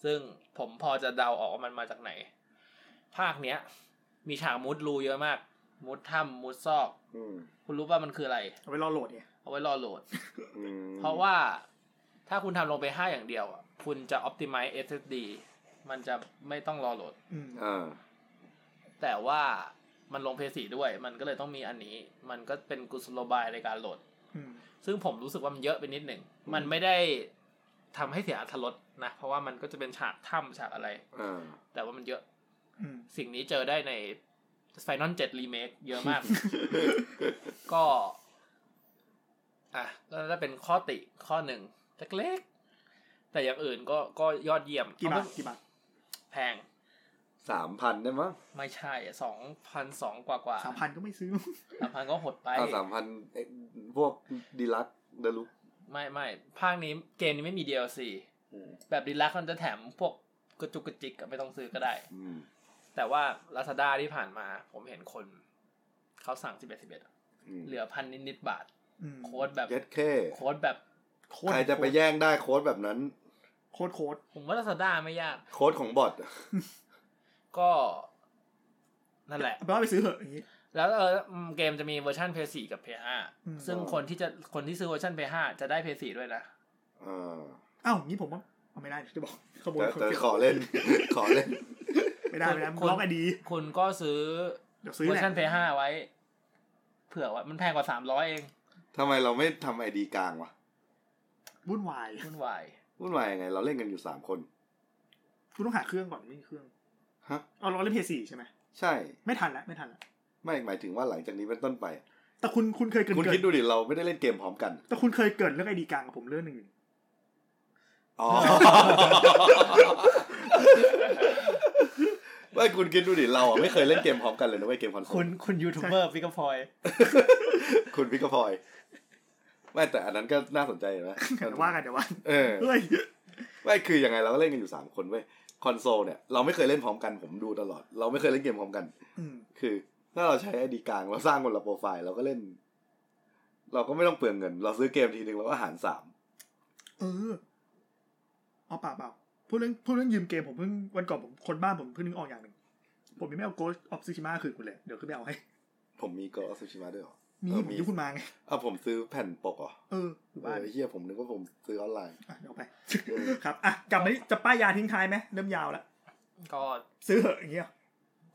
ซึ่งผมพอจะเดาออกว่ามันมาจากไหน ภาคเนี้ย มีฉากมุดรูเยอะมาก มุดถ้ำมุดซอก อืม คุณรู้ว่ามันคืออะไร เอาไว้รอโหลดไง เอาไว้รอโหลด อืม เพราะว่าถ้าคุณทำลงไป 5 อย่างเดียวอะคุณจะ optimize SSD มันจะไม่ต้องรอโหลด อืม อ่า แต่ว่ามันลงเพย์สีด้วย มันก็เลยต้องมีอันนี้ มันก็เป็นกุศโลบายในการโหลด อืม ซึ่งผมรู้สึกว่ามันเยอะไปนิดหนึ่ง มันไม่ได้ทำให้เสียอรรถรสนะ เพราะว่ามันก็จะเป็นฉากถ้ำฉากอะไร อ่า แต่ว่ามันเยอะ อืม สิ่งนี้เจอได้ใน Final 7 Remake เยอะมาก ก็อ่ะก็จะเป็นข้อติข้อหนึ่งเล็กๆแต่อย่างอื่นก็ก็ยอดเยี่ยม กี่บาท เอ กี่บาท แพง สามพันได้มั้ง ไม่ใช่สองพันสองกว่ากว่า สามพันก็ไม่ซื้อ สามพันก็หดไป อ่าสามพันพวกดีลักเดลุก ไม่ไม่ภาคนี้เกมนี้ไม่มี DLC แบบดีลักมันจะแถมพวกกระจุกกระจิกอะไม่ต้องซื้อก็ได้ อืม แต่ว่า Lazada ที่ผ่านมา ผมเห็นคน เขาสั่ง 11 11 อืม เหลือพันนิดๆบาท อืม โค้ดแบบ เย็ดเค โค้ดแบบ โคต ใครจะไปแย่งได้โค้ดแบบนั้น โค้ดโค้ด ผมว่า Lazada ไม่ยาก โค้ดของบอท ก็ นั่นแหละ เอาไปนว่าไปซื้อเหอะอย่างงี้ แล้วเอออืมเกมจะมีเวอร์ชัน PS 4กับ PS อืม 5ซึ่งคนที่จะคนที่ซื้อเวอร์ชัน PS 5จะได้ PS 4ด้วยนะ อ่า อ้าวงี้ผมว่าเอาไม่ได้จะบอก ขโมย แต่ คน แต่ เก็บ ขอเล่น ขอเล่น ไม่ได้ไม่ได้ คน ล็อกไอดี คุณก็ซื้อ เดี๋ยวซื้อ เวอ แห ร์ ละ ชัน PS 5ไว้ เผื่อว่ามันแพงกว่า 300 เอง ทำไมเราไม่ทำไอดีกลางวะ วุ่นวาย วุ่นวาย วุ่นวายยังไง เราเล่นกันอยู่สามคน คุณต้องหาเครื่องก่อนไม่มีเครื่อง ฮะ เอาเราเล่นเพย์สี่ใช่ไหม ใช่ ไม่ทันแล้วไม่ทันแล้ว ไม่หมายถึงว่าหลังจากนี้เป็นต้นไป แต่คุณคุณเคยเกิน คุณ เกิ คิด น ดูดิเราไม่ได้เล่นเกมพร้อมกัน แต่คุณเคยเกินเรื่องไอดีกลางกับผมเรื่องหนึ่ง อ๋อ ไม่คุณคิดดูดิเราอ่ะไม่เคยเล่นเกมพร้อมกันเลยนะเว้ยเกมคอนโซ คุ ล ณคุณยูทูบเบอร์พิกพอย คุณพิกพลอยไม่แต่อันนั้นก็น่าสนใจนะ เดี๋ยวว่ากันเดี๋ยวว่า เออ เฮ้ย ไม่คือยังไงเราก็เล่นกันอยู่สามคนเว้ยคอนโซลเนี่ยเราไม่เคยเล่นพร้อมกันผมดูตลอด เราไม่เคยเล่นเกมพร้อมกัน อืม คือถ้าเราใช้ไอดีกลางเราสร้างคนละโปรไฟล์เราก็เล่น เราก็ไม่ต้องเปลืองเงิน เราซื้อเกมทีนึงเราก็หารสาม เออเอาเปล่าเปล่าพูดเรื่องพูดเรื่องยืมเกมผมเพิ่งวันก่อนผมคนบ้านผมเพิ่งนึกออกอย่างหนึ่งผมยังไม่เอาโกสออฟซิชิมาคืนคุณเลยเดี๋ยวขึ้นไปเอาให้ ผมมีก็อซูชิมะด้วยเหรอ มี เออ ผม มี ยุคุณมาไง อ้าวผมซื้อแผ่นปกเหรอ เอออยู่ เอ บ้าน อเฮียผมนึกว่าผมซื้อออนไลน์ อ่ะเดี๋ยวเอาไป ครับอ่ะกลับมาที่จะป้ายยาทิ้งท้ายไหมเริ่มยาวละ ก็ ซื้อเหอะอย่างเงี้ย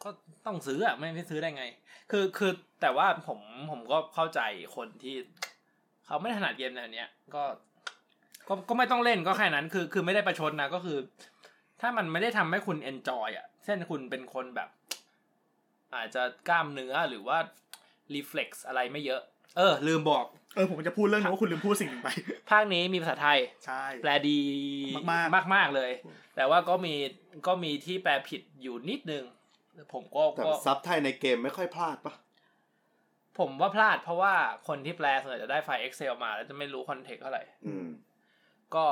ก็ต้องซื้ออ่ะไม่ไม่ซื้อได้ไง คือคือแต่ว่าผมผมก็เข้าใจคนที่ เขาไม่ถนัดเกมแนวเนี้ยก็ก็ก็ไม่ต้องเล่นก็แค่นั้น คือคือไม่ได้ประชดนะก็คือ ถ้ามันไม่ได้ทำให้คุณเอนจอยอ่ะเช่นคุณเป็นคนแบบ อาจจะกล้ามเนื้อหรือว่ารีเฟล็กซ์อะไรไม่เยอะ เออ ลืมบอก เออผมจะพูดเรื่องนึงว่าคุณลืมพูดสิ่งหนึ่งไป ภาคนี้มีภาษาไทย ใช่ แปลดี มาก มากๆเลย แต่ว่าก็มีก็มีที่แปลผิดอยู่นิดนึง ผมก็ แต่ ก็ ซับไทยในเกมไม่ค่อยพลาดปะ ผมว่าพลาดเพราะว่าคนที่แปลส่วนใหญ่จะได้ไฟล์ Excel มาแล้วจะไม่รู้คอนเทกต์เท่าไหร่ อืม ก็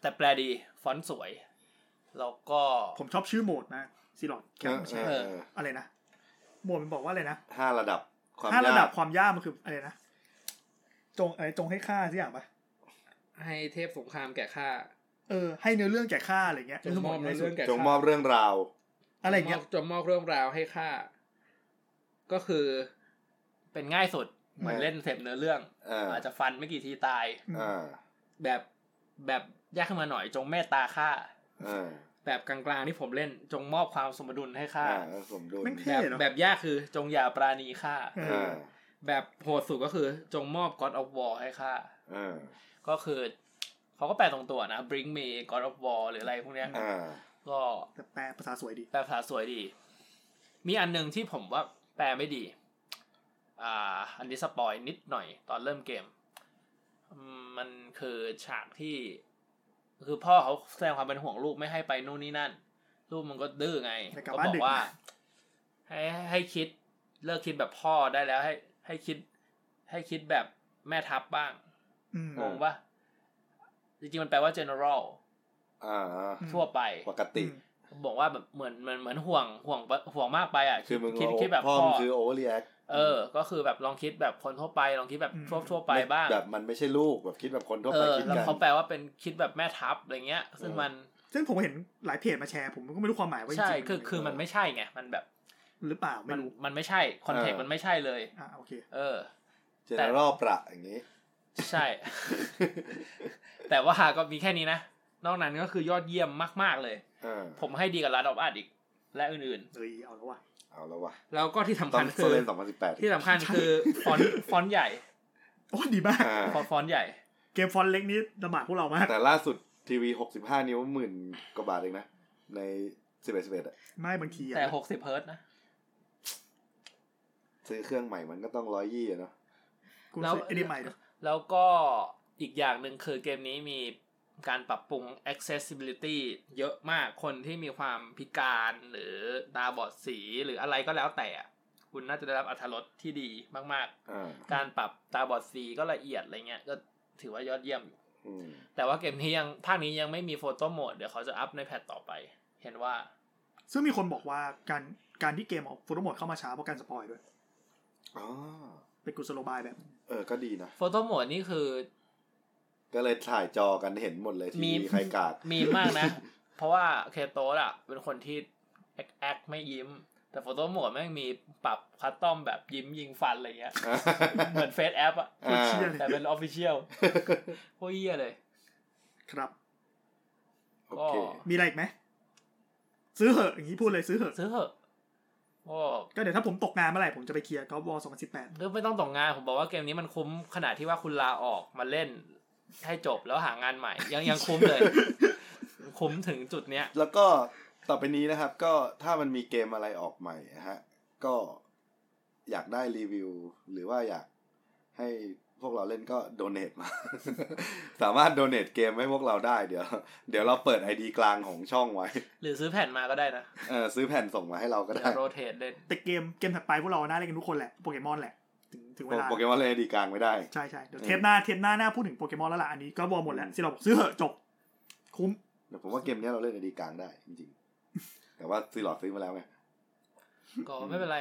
แต่แปลดี ฟอนต์สวย แล้วก็ ผมชอบชื่อโหมดนะซีลอดแคมใช่ เออเออ อะไรนะโหมดมันบอกว่าอะไรนะ ห้าระดับความ ห้าระ ยา ดับ ก ความยากมันคืออะไรนะจงอะไรจงให้ค่าสักอย่างปะ ให้เทพสงครามแก่ข้า เออให้เนื้อเรื่องแก่ค่าอะไรเงี้ย จงมอบในเรื่องแก่ จงมอบเรื่องราว อะไรเงี้ย จงมอบเรื่องราวให้ข้าก็คือเป็นง่ายสุดเหมือนเล่นเสพเนื้อเรื่อง เอ่า อาจจะฟันไม่กี่ทีตาย อ่า แบบแบบยากขึ้นมาหน่อยจงเมตตาข้า อ่า แบบกลางๆที่ผมเล่นจงมอบความสมดุลให้ข้า อ่าสมดุล แม่ง แบ เท่ บ เนาะ แบบยากคือจงอย่าปราณีข้า เอ อ่า อ แบบโหดสุดก็คือจงมอบ God of War ให้ข้า อ่า ก็คือ เขาก็แปลตรงตัวนะ Bring me God of War หรืออะไรพวกเนี้ย อ่า ก็ แต่แปลภาษาสวยดี แปลภาษาสวยดี มีอันหนึ่งที่ผมว่าแปลไม่ดี อ่า อันนี้สปอยนิดหน่อยตอนเริ่มเกมอืมมันคือฉากที่ คือพ่อเขาแสดงความเป็นห่วงลูกไม่ให้ไปนู่นนี่นั่น ลูกมันก็ดื้อไง แต่กลับ ก็ บ้าบนอ ดึ ก ก ว่า ให้ให้คิดเลิกคิดแบบพ่อได้แล้ว ให้ให้คิด ให้คิดแบบแม่ทัพบ้าง อืม งงปะจริงๆมันแปลว่า general อ่า ทั่วไป ปกติ อืม บอกว่าแบบเหมือนเหมือนเหมือนห่วงห่วงห่วงมากไปอ่ะ คือมึง คิดคิดแบบ พ่อ พ่อ มึงคือโอเวอร์รีแอค เออ ก็คือแบบลองคิดแบบคนทั่วไป ลองคิดแบบทั่วทั่วไปบ้าง แบบมันไม่ใช่ลูกแบบคิดแบบคนทั่ว เอ ไป อ คิด แล้ว กัน เขาแปลว่าเป็นคิดแบบแม่ทัพอะไรเงี้ย ซึ่งมัน ซึ่งผมเห็นหลายเพจมาแชร์ผมก็ไม่รู้ความหมายว่าจริง ใช่ ๆ คือคือมันไม่ใช่ไง มันแบบ หรือเปล่าไม่ มัน รู้ มันไม่ใช่คอนเทก เออ มันไม่ใช่เลย อ่ะโอเค เออ เจเนอเรลประอย่างนี้ ใช่ แต่ว่าก็มีแค่นี้นะ นอกนั้นก็คือยอดเยี่ยมมาก ๆเลย เออ ผมให้ดีกับ Last of Us อีก และอื่น เอ้ยเอาแล้วว่ะ เอาแล้ววะ ๆ แล้วก็ที่สำ ตอ คั น ญ โซ คือ เลนสองพันสิบแปด ที่สำคัญคือฟอนต์ฟอนต์ใหญ่ โอ้ดีมาก ฟอนต์ฟอนต์ใหญ่ เกมฟอนต์เล็กนี้ลำบากพวกเรามาก แต่ล่าสุดทีวี 65 นิ้วหมื่นกว่าบาทเองนะ ใน สิบเอ็ดสิบเอ็ดอะ ไม่บางทีอะ แต่หกสิบเฮิร์ตซ์นะ ซื้อเครื่องใหม่มันก็ต้องร้อยยี่เนาะ กู แล้ว ซื้อไอเดียใหม่เดี๋ยว แล้วก็อีกอย่างหนึ่งคือเกมนี้มีการปรับปรุง accessibility เยอะมากคนที่มีความพิการหรือตาบอดสีหรืออะไรก็แล้วแต่อะคุณน่าจะได้รับอรรถรสที่ดีมาก อ่า ๆ การปรับตาบอดสีก็ละเอียดอะไรเงี้ยก็ถือว่ายอดเยี่ยมอยู่ อืม แต่ว่าเกมนี้ยังภาคนี้ยังไม่มีโฟโต้โหมดเดี๋ยวเขาจะอัพในแพทต่อไป เห็นว่า ซึ่งมีคนบอกว่าการการที่เกมออกโฟโต้โหมดเข้ามาช้าเพราะการสปอยด้วย อ๋อ เป็นกุศโลบายแบบ เออก็ดีนะ โฟโต้โหมดนี่คือ ก็เลยถ่ายจอกันเห็นหมดเลย มี ที่ใครกาก มีมาก นะ เพราะว่าเคโตะอะเป็นคนที่แอคแอคไม่ยิ้ม แต่โฟโต้โหมดแม่งมีปรับคัสตอมแบบยิ้มยิงฟันอะไรเงี้ย เหมือนเฟซแอปอะ อ่า เชี่ยเลย แต่เป็นออฟฟิเชียล โคตรเยี่ยเลย ครับ โอ ก็ เค มีอะไรอีกไหมซื้อเหอะอย่างนี้พูดเลยซื้อเหอะ ซื้อเถอะก็ ก็เดี๋ยวถ้าผมตกงานเมื่อไหร่ผมจะไปเคลียร์กอล์ฟวอล2018 ก็ไม่ต้องตกงาน ผมบอกว่าเกมนี้มันคุ้มขนาดที่ว่าคุณลาออกมาเล่น ให้จบแล้วหางานใหม่ ยังยังคุ้ม เลย คุ้มถึงจุดเนี้ย แล้วก็ต่อไปนี้นะครับ ก็ถ้ามันมีเกมอะไรออกใหม่นะฮะ ก็อยากได้รีวิว หรือว่าอยากให้พวกเราเล่นก็โดเน e มา สามารถโดเน e เกมให้พวกเราได้เดี๋ยว เดี๋ยวเราเปิดไอดีกลางของช่องไว้ หรือซื้อแผ่นมาก็ได้นะ เออซื้อแผ่นส่งมาให้เราก็ เดี๋ย ได้ วโรเทตเล่น แต่เกมเกมถัดไปพวกเราน่าเล่นกันทุกคนแหละโปเกมอนแหละ ถึงถึงเวลา โปเกมอนเล่นไอดีกลางไม่ได้ ใช่ใช่เดี๋ยวเทปหน้าเทปหน้าหน้าพูดถึงโปเกมอนแล้วล่ะอันนี้ก็วอลหมดแล้วที่เราบอกซื้อเหอะจบ คุ้ม เดี๋ยวผมว่าเกมเนี้ยเราเล่นไอดีกลางได้จริงๆ แต่ว่าซื้อหลอดซื้อมาแล้วไง ก็ไม่เป็นไร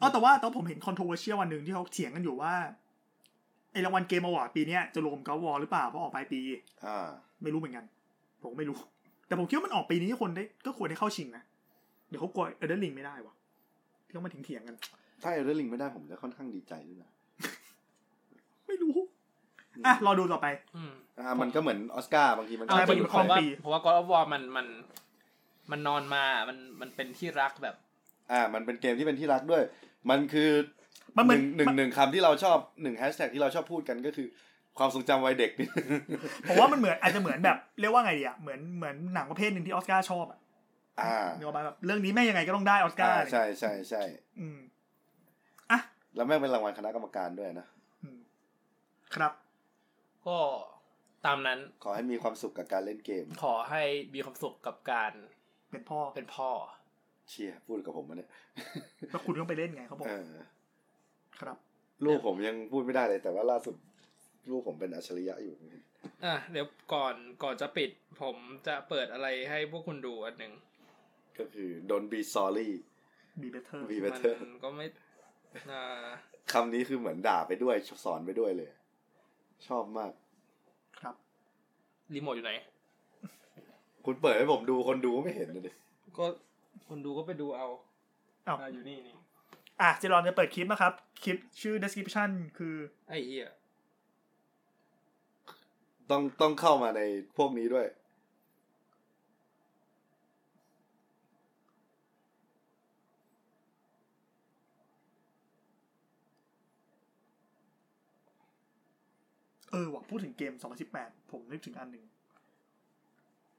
อ๋อแต่ว่าตอนผมเห็น controversial วันหนึ่งที่เขาเถียงกันอยู่ว่าไอรางวัลเกมอวอร์ดปีเนี้ยจะรวมกอวอลหรือเปล่าเพราะออกปลายปี อ่า ไม่รู้เหมือนกัน ผมไม่รู้ แต่ผมคิดว่ามันออกปีนี้คนได้ก็ควรได้เข้าชิงนะเดี๋ยวเขากลัวเอเดนลิงไม่ได้วะที่เขามาถึงเถียงๆกัน ถ้าเอเดอร์ลิงไม่ได้ผมจะค่อนข้างดีใจด้วยนะ ไม่รู้อ่ะรอดูต่อไป อืม อ่ามันก็เหมือนออสการ์บางทีมันก็ เอา ใช่ จ จะ ริง ดู น ผ ขอ ม ง ว่า ปี ผมว่า God of War มันมันมันนอนมา มันมันเป็นที่รักแบบ อ่า มันเป็นเกมที่เป็นที่รักด้วย มันคือ มัน ห เหมือ นึ่ น งหนึ่งหนึ่งคำที่เราชอบหนึ่งแฮชแท็กที่เราชอบพูดกันก็คือ ความทรงจำวัยเด็กนี่ ผมว่ามันเหมือนอาจจะเหมือนแบบเรียกว่าไงดีอะเหมือนเหมือนหนังประเภทหนึ่งที่ออสการ์ชอบอะ อ่า เนื้ออกมาแบบเรื่องนี้แม่งยังไงก็ต้องได้ออสการ์ อ่า อะไรอย่าง ใช่ เงี้ย ใช่ใช่ อืมอ่ะ แล้วแม่งเป็นรางวัลคณะกรรมการด้วยนะ อืมครับ ก็ตามนั้น ขอให้มีความสุขกับการเล่นเกม ขอให้มีความสุขกับการ เป็นพ่อ เป็นพ่อ เชียพูดกับผมมาเนี่ย แล้วคุณต้องไปเล่นไงเขาบอก เออ ครับ ลูกผมยังพูดไม่ได้เลย แต่ว่าล่าสุดลูกผมเป็นอัจฉริยะอยู่ อ่ะ เดี๋ยวก่อนก่อนจะปิด ผมจะเปิดอะไรให้พวกคุณดูอันหนึ่ง ก็คือโดนบีซอรี่ be better บีเบ มั เตอร์ นก็ไม่อ่า คำนี้คือเหมือนด่าไปด้วยสอนไปด้วยเลย ชอบมาก ครับ รีโมทอยู่ไหน คุณเปิดให้ผมดูคนดูก็ไม่เห็นเลยดิ ก็คนดูก็ไปดูเอา อ้าว ะอยู่นี่นี่ อ่ะเจรอนจะเปิดคลิปนะครับ คลิปชื่อ description คือ ไอ้เหี้ย ต้องต้องเข้ามาในพวกนี้ด้วย เออว่ะพูดถึงเกม 2018 ผมนึกถึงอันหนึ่ง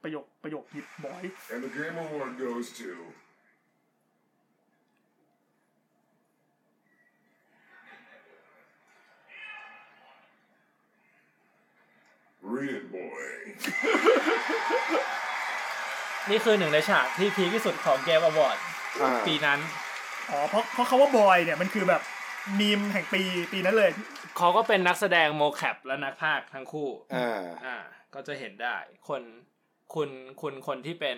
ประโยคประโยคหยิบบอย And the Game Award goes to. Read it, boy. นี่คือหนึ่งในฉากที่พีคที่สุดของเกมอวอร์ด อ่า ปีนั้น อ๋อเพราะเพราะคำว่าบอยเนี่ยมันคือแบบมีมแห่งปีปีนั้นเลย เขาก็เป็นนักแสดงโมแคปและนักพากย์ทั้งคู่ อ่า อ่า ก็จะเห็นได้ คนคุณคุณคนที่เป็น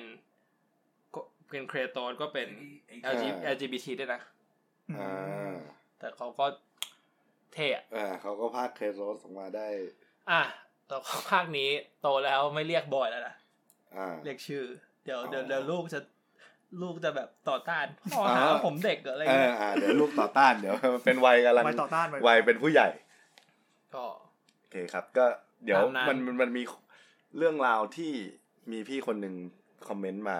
ก็เป็นเครโตนก็เป็น LG- อ่า LGBT ด้วยนะ อ่า แต่เขาก็เท่อะ อ่าเขาก็พากเคสโรสออกมาได้ อ่ะแต่ว่าภาคนี้โตแล้วไม่เรียกบอยแล้วนะ อ่า เรียกชื่อ เดี๋ยว อ๋อ เดี๋ยวเดี๋ยวลูกจะลูกจะแบบต่อต้านพ่อ อ๋อ หาผมเด็กเหรออะไร เออ เงี้ย อ่าเดี๋ยวลูกต่อต้านเดี๋ยว เป็นวัยกำลัง วัยต่อต้านวัย วัยเป็นผู้ใหญ่ ก็ โอเคครับ ก็เดี๋ยว ตามนั้น มันมันมันมีเรื่องราวที่มีพี่คนหนึ่งคอมเมนต์มา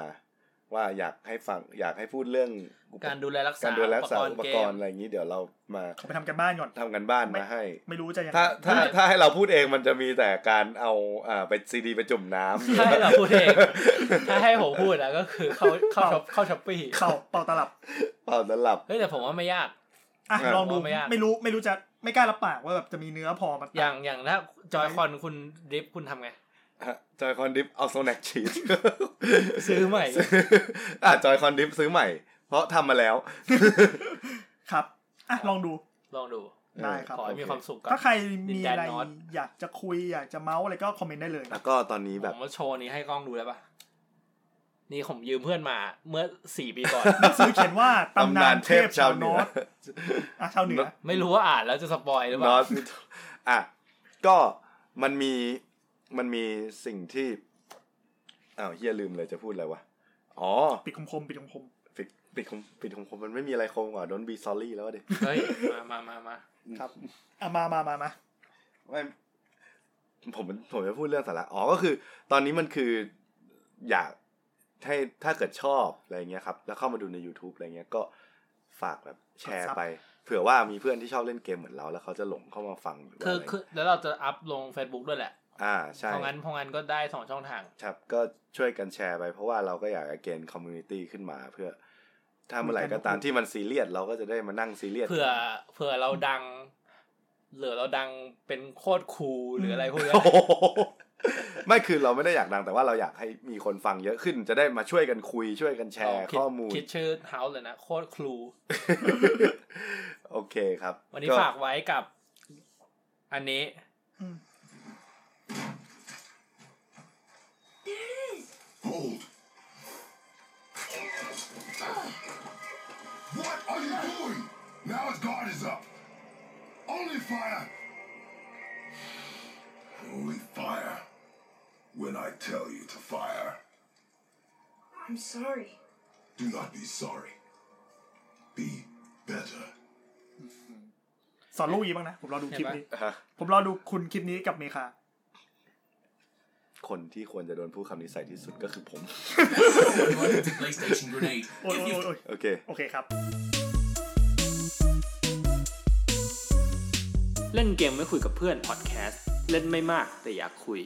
ว่าอยากให้ฟังอยากให้พูดเรื่องอุป การดูแลรักษา การดูแลรักษาอุปกรณ์ เม อะไรอย่างนี้เดี๋ยวเรามา เขาไปทำกันบ้านก่อน ทำกันบ้านมาให้ ไม่รู้จะยังไง ถ้าถ้าถ้าให้เราพูดเองมันจะมีแต่การเอาอ่าไปซีดีไปจุ่มน้ำ ใช่เราพูดเองถ้าให้ผมพูดอะก็คือเข้าเข้าช็อปเข้าช็อปปี้ เข่าเป่าตลับ เปล่าตลับ เฮ้ยแต่ผมว่าไม่ยาก อ่ะ เออ ลองดู ไม่ยาก ไม่รู้ไม่รู้จะไม่กล้ารับปากว่าแบบจะมีเนื้อพอมาตัด อย่างอย่างถ้าจอยคอนคุณดริฟคุณทำไง ฮะจอยคอนดิฟเอาโซนักชีส ซื้อใหม่ อ่ ะจอยคอนดิฟซื้อใหม่ เพราะทำมาแล้ว ครับอ่ะลองดู ลองดู ได้ครับ ขอให้มีความสุขกับ ถ้าใคร ดิ มี นแดน อะไร นอร์ท อยากจะคุยอยากจะเมาส์อะไรก็คอมเมนต์ได้เลย แล้วก็ตอนนี้แบบ ผมว่าโชว์นี้ให้กล้องดูได้ปะนี่ผมยืมเพื่อนมาเมื่อสี่ปีก่อน หนังสือเขียนว่าตำ ตำนาน าน น เท เท พ พ ชา ชาว ว เห น นื อ อ ตอ่ะชาวเหนือ ไม่รู้ว่าอ่านแล้วจะสปอยหรือเป นอ ล่า สอ่ะก็มันมีมันมีสิ่งที่ อ้าวเฮียลืมเลยจะพูดอะไรวะ อ๋อ ปิดคมคมๆปิดคมคม ปิดปิดคมปิดคมคมมันไม่มีอะไรคมกว่าโดนบีซอรี่แล้วอะดิ เฮ้ยมามามามา ๆครับอ่ะมามามามา ไม่ผมผมจะพูดเรื่องสาระอ๋อก็คือ ตอนนี้มันคืออยากให้ถ้าเกิดชอบอะไรเงี้ยครับ แล้วเข้ามาดูใน YouTube อะไรเงี้ยก็ฝากแบบแชร์ไป เผื่อว่ามีเพื่อนที่ชอบเล่นเกมเหมือนเรา แล้วเขาจะหลงเข้ามาฟังหรือว่า คือ อะไร คือแล้วเราจะอัพลง Facebook ด้วยแหละ อ่าใช่ เพราะงั้นเพราะงั้นก็ได้สองช่องทาง ครับก็ช่วยกันแชร์ไป เพราะว่าเราก็อยากจะเกณฑ์คอมมูนิตี้ขึ้นมา เพื่อ ถ้าเมื่อไหร่ก็ตามที่มันซีเรียสเราก็จะได้มานั่งซีเรียส เผื่อเผื่อเราดังเหลือเราดังเป็นโคตรคูลหรืออะไรพวกเนี้ย โอ้โหไม่คือเราไม่ได้อยากดังแต่ว่าเราอยากให้มีคนฟังเยอะขึ้น จะได้มาช่วยกันคุยช่วยกันแชร์ คิด ข้อมูล คิดชื่อเฮาส์เลยนะโคตรคูล โอเคครับ วันนี้ ก็ ฝากไว้กับ อันนี้ อืม Hold. What are you doing? Now his guard is up. Only fire. Only fire. When I tell you to fire, I'm sorry. do not be sorry. Be better. สอนลูกอีบ้างนะ ผมรอดูคลิปนี้ ฮะ ผมรอดูคุณคลิปนี้กับเมคา คนที่ควรจะโดนพูดคำนี้ใส่ที่สุดก็คือผม PlayStation grenade. โอ้ยโอ้ยโอ้ย โอเค โอเคครับ เล่นเกมไม่คุยกับเพื่อนพอดแคสต์เล่นไม่มากแต่อยากคุย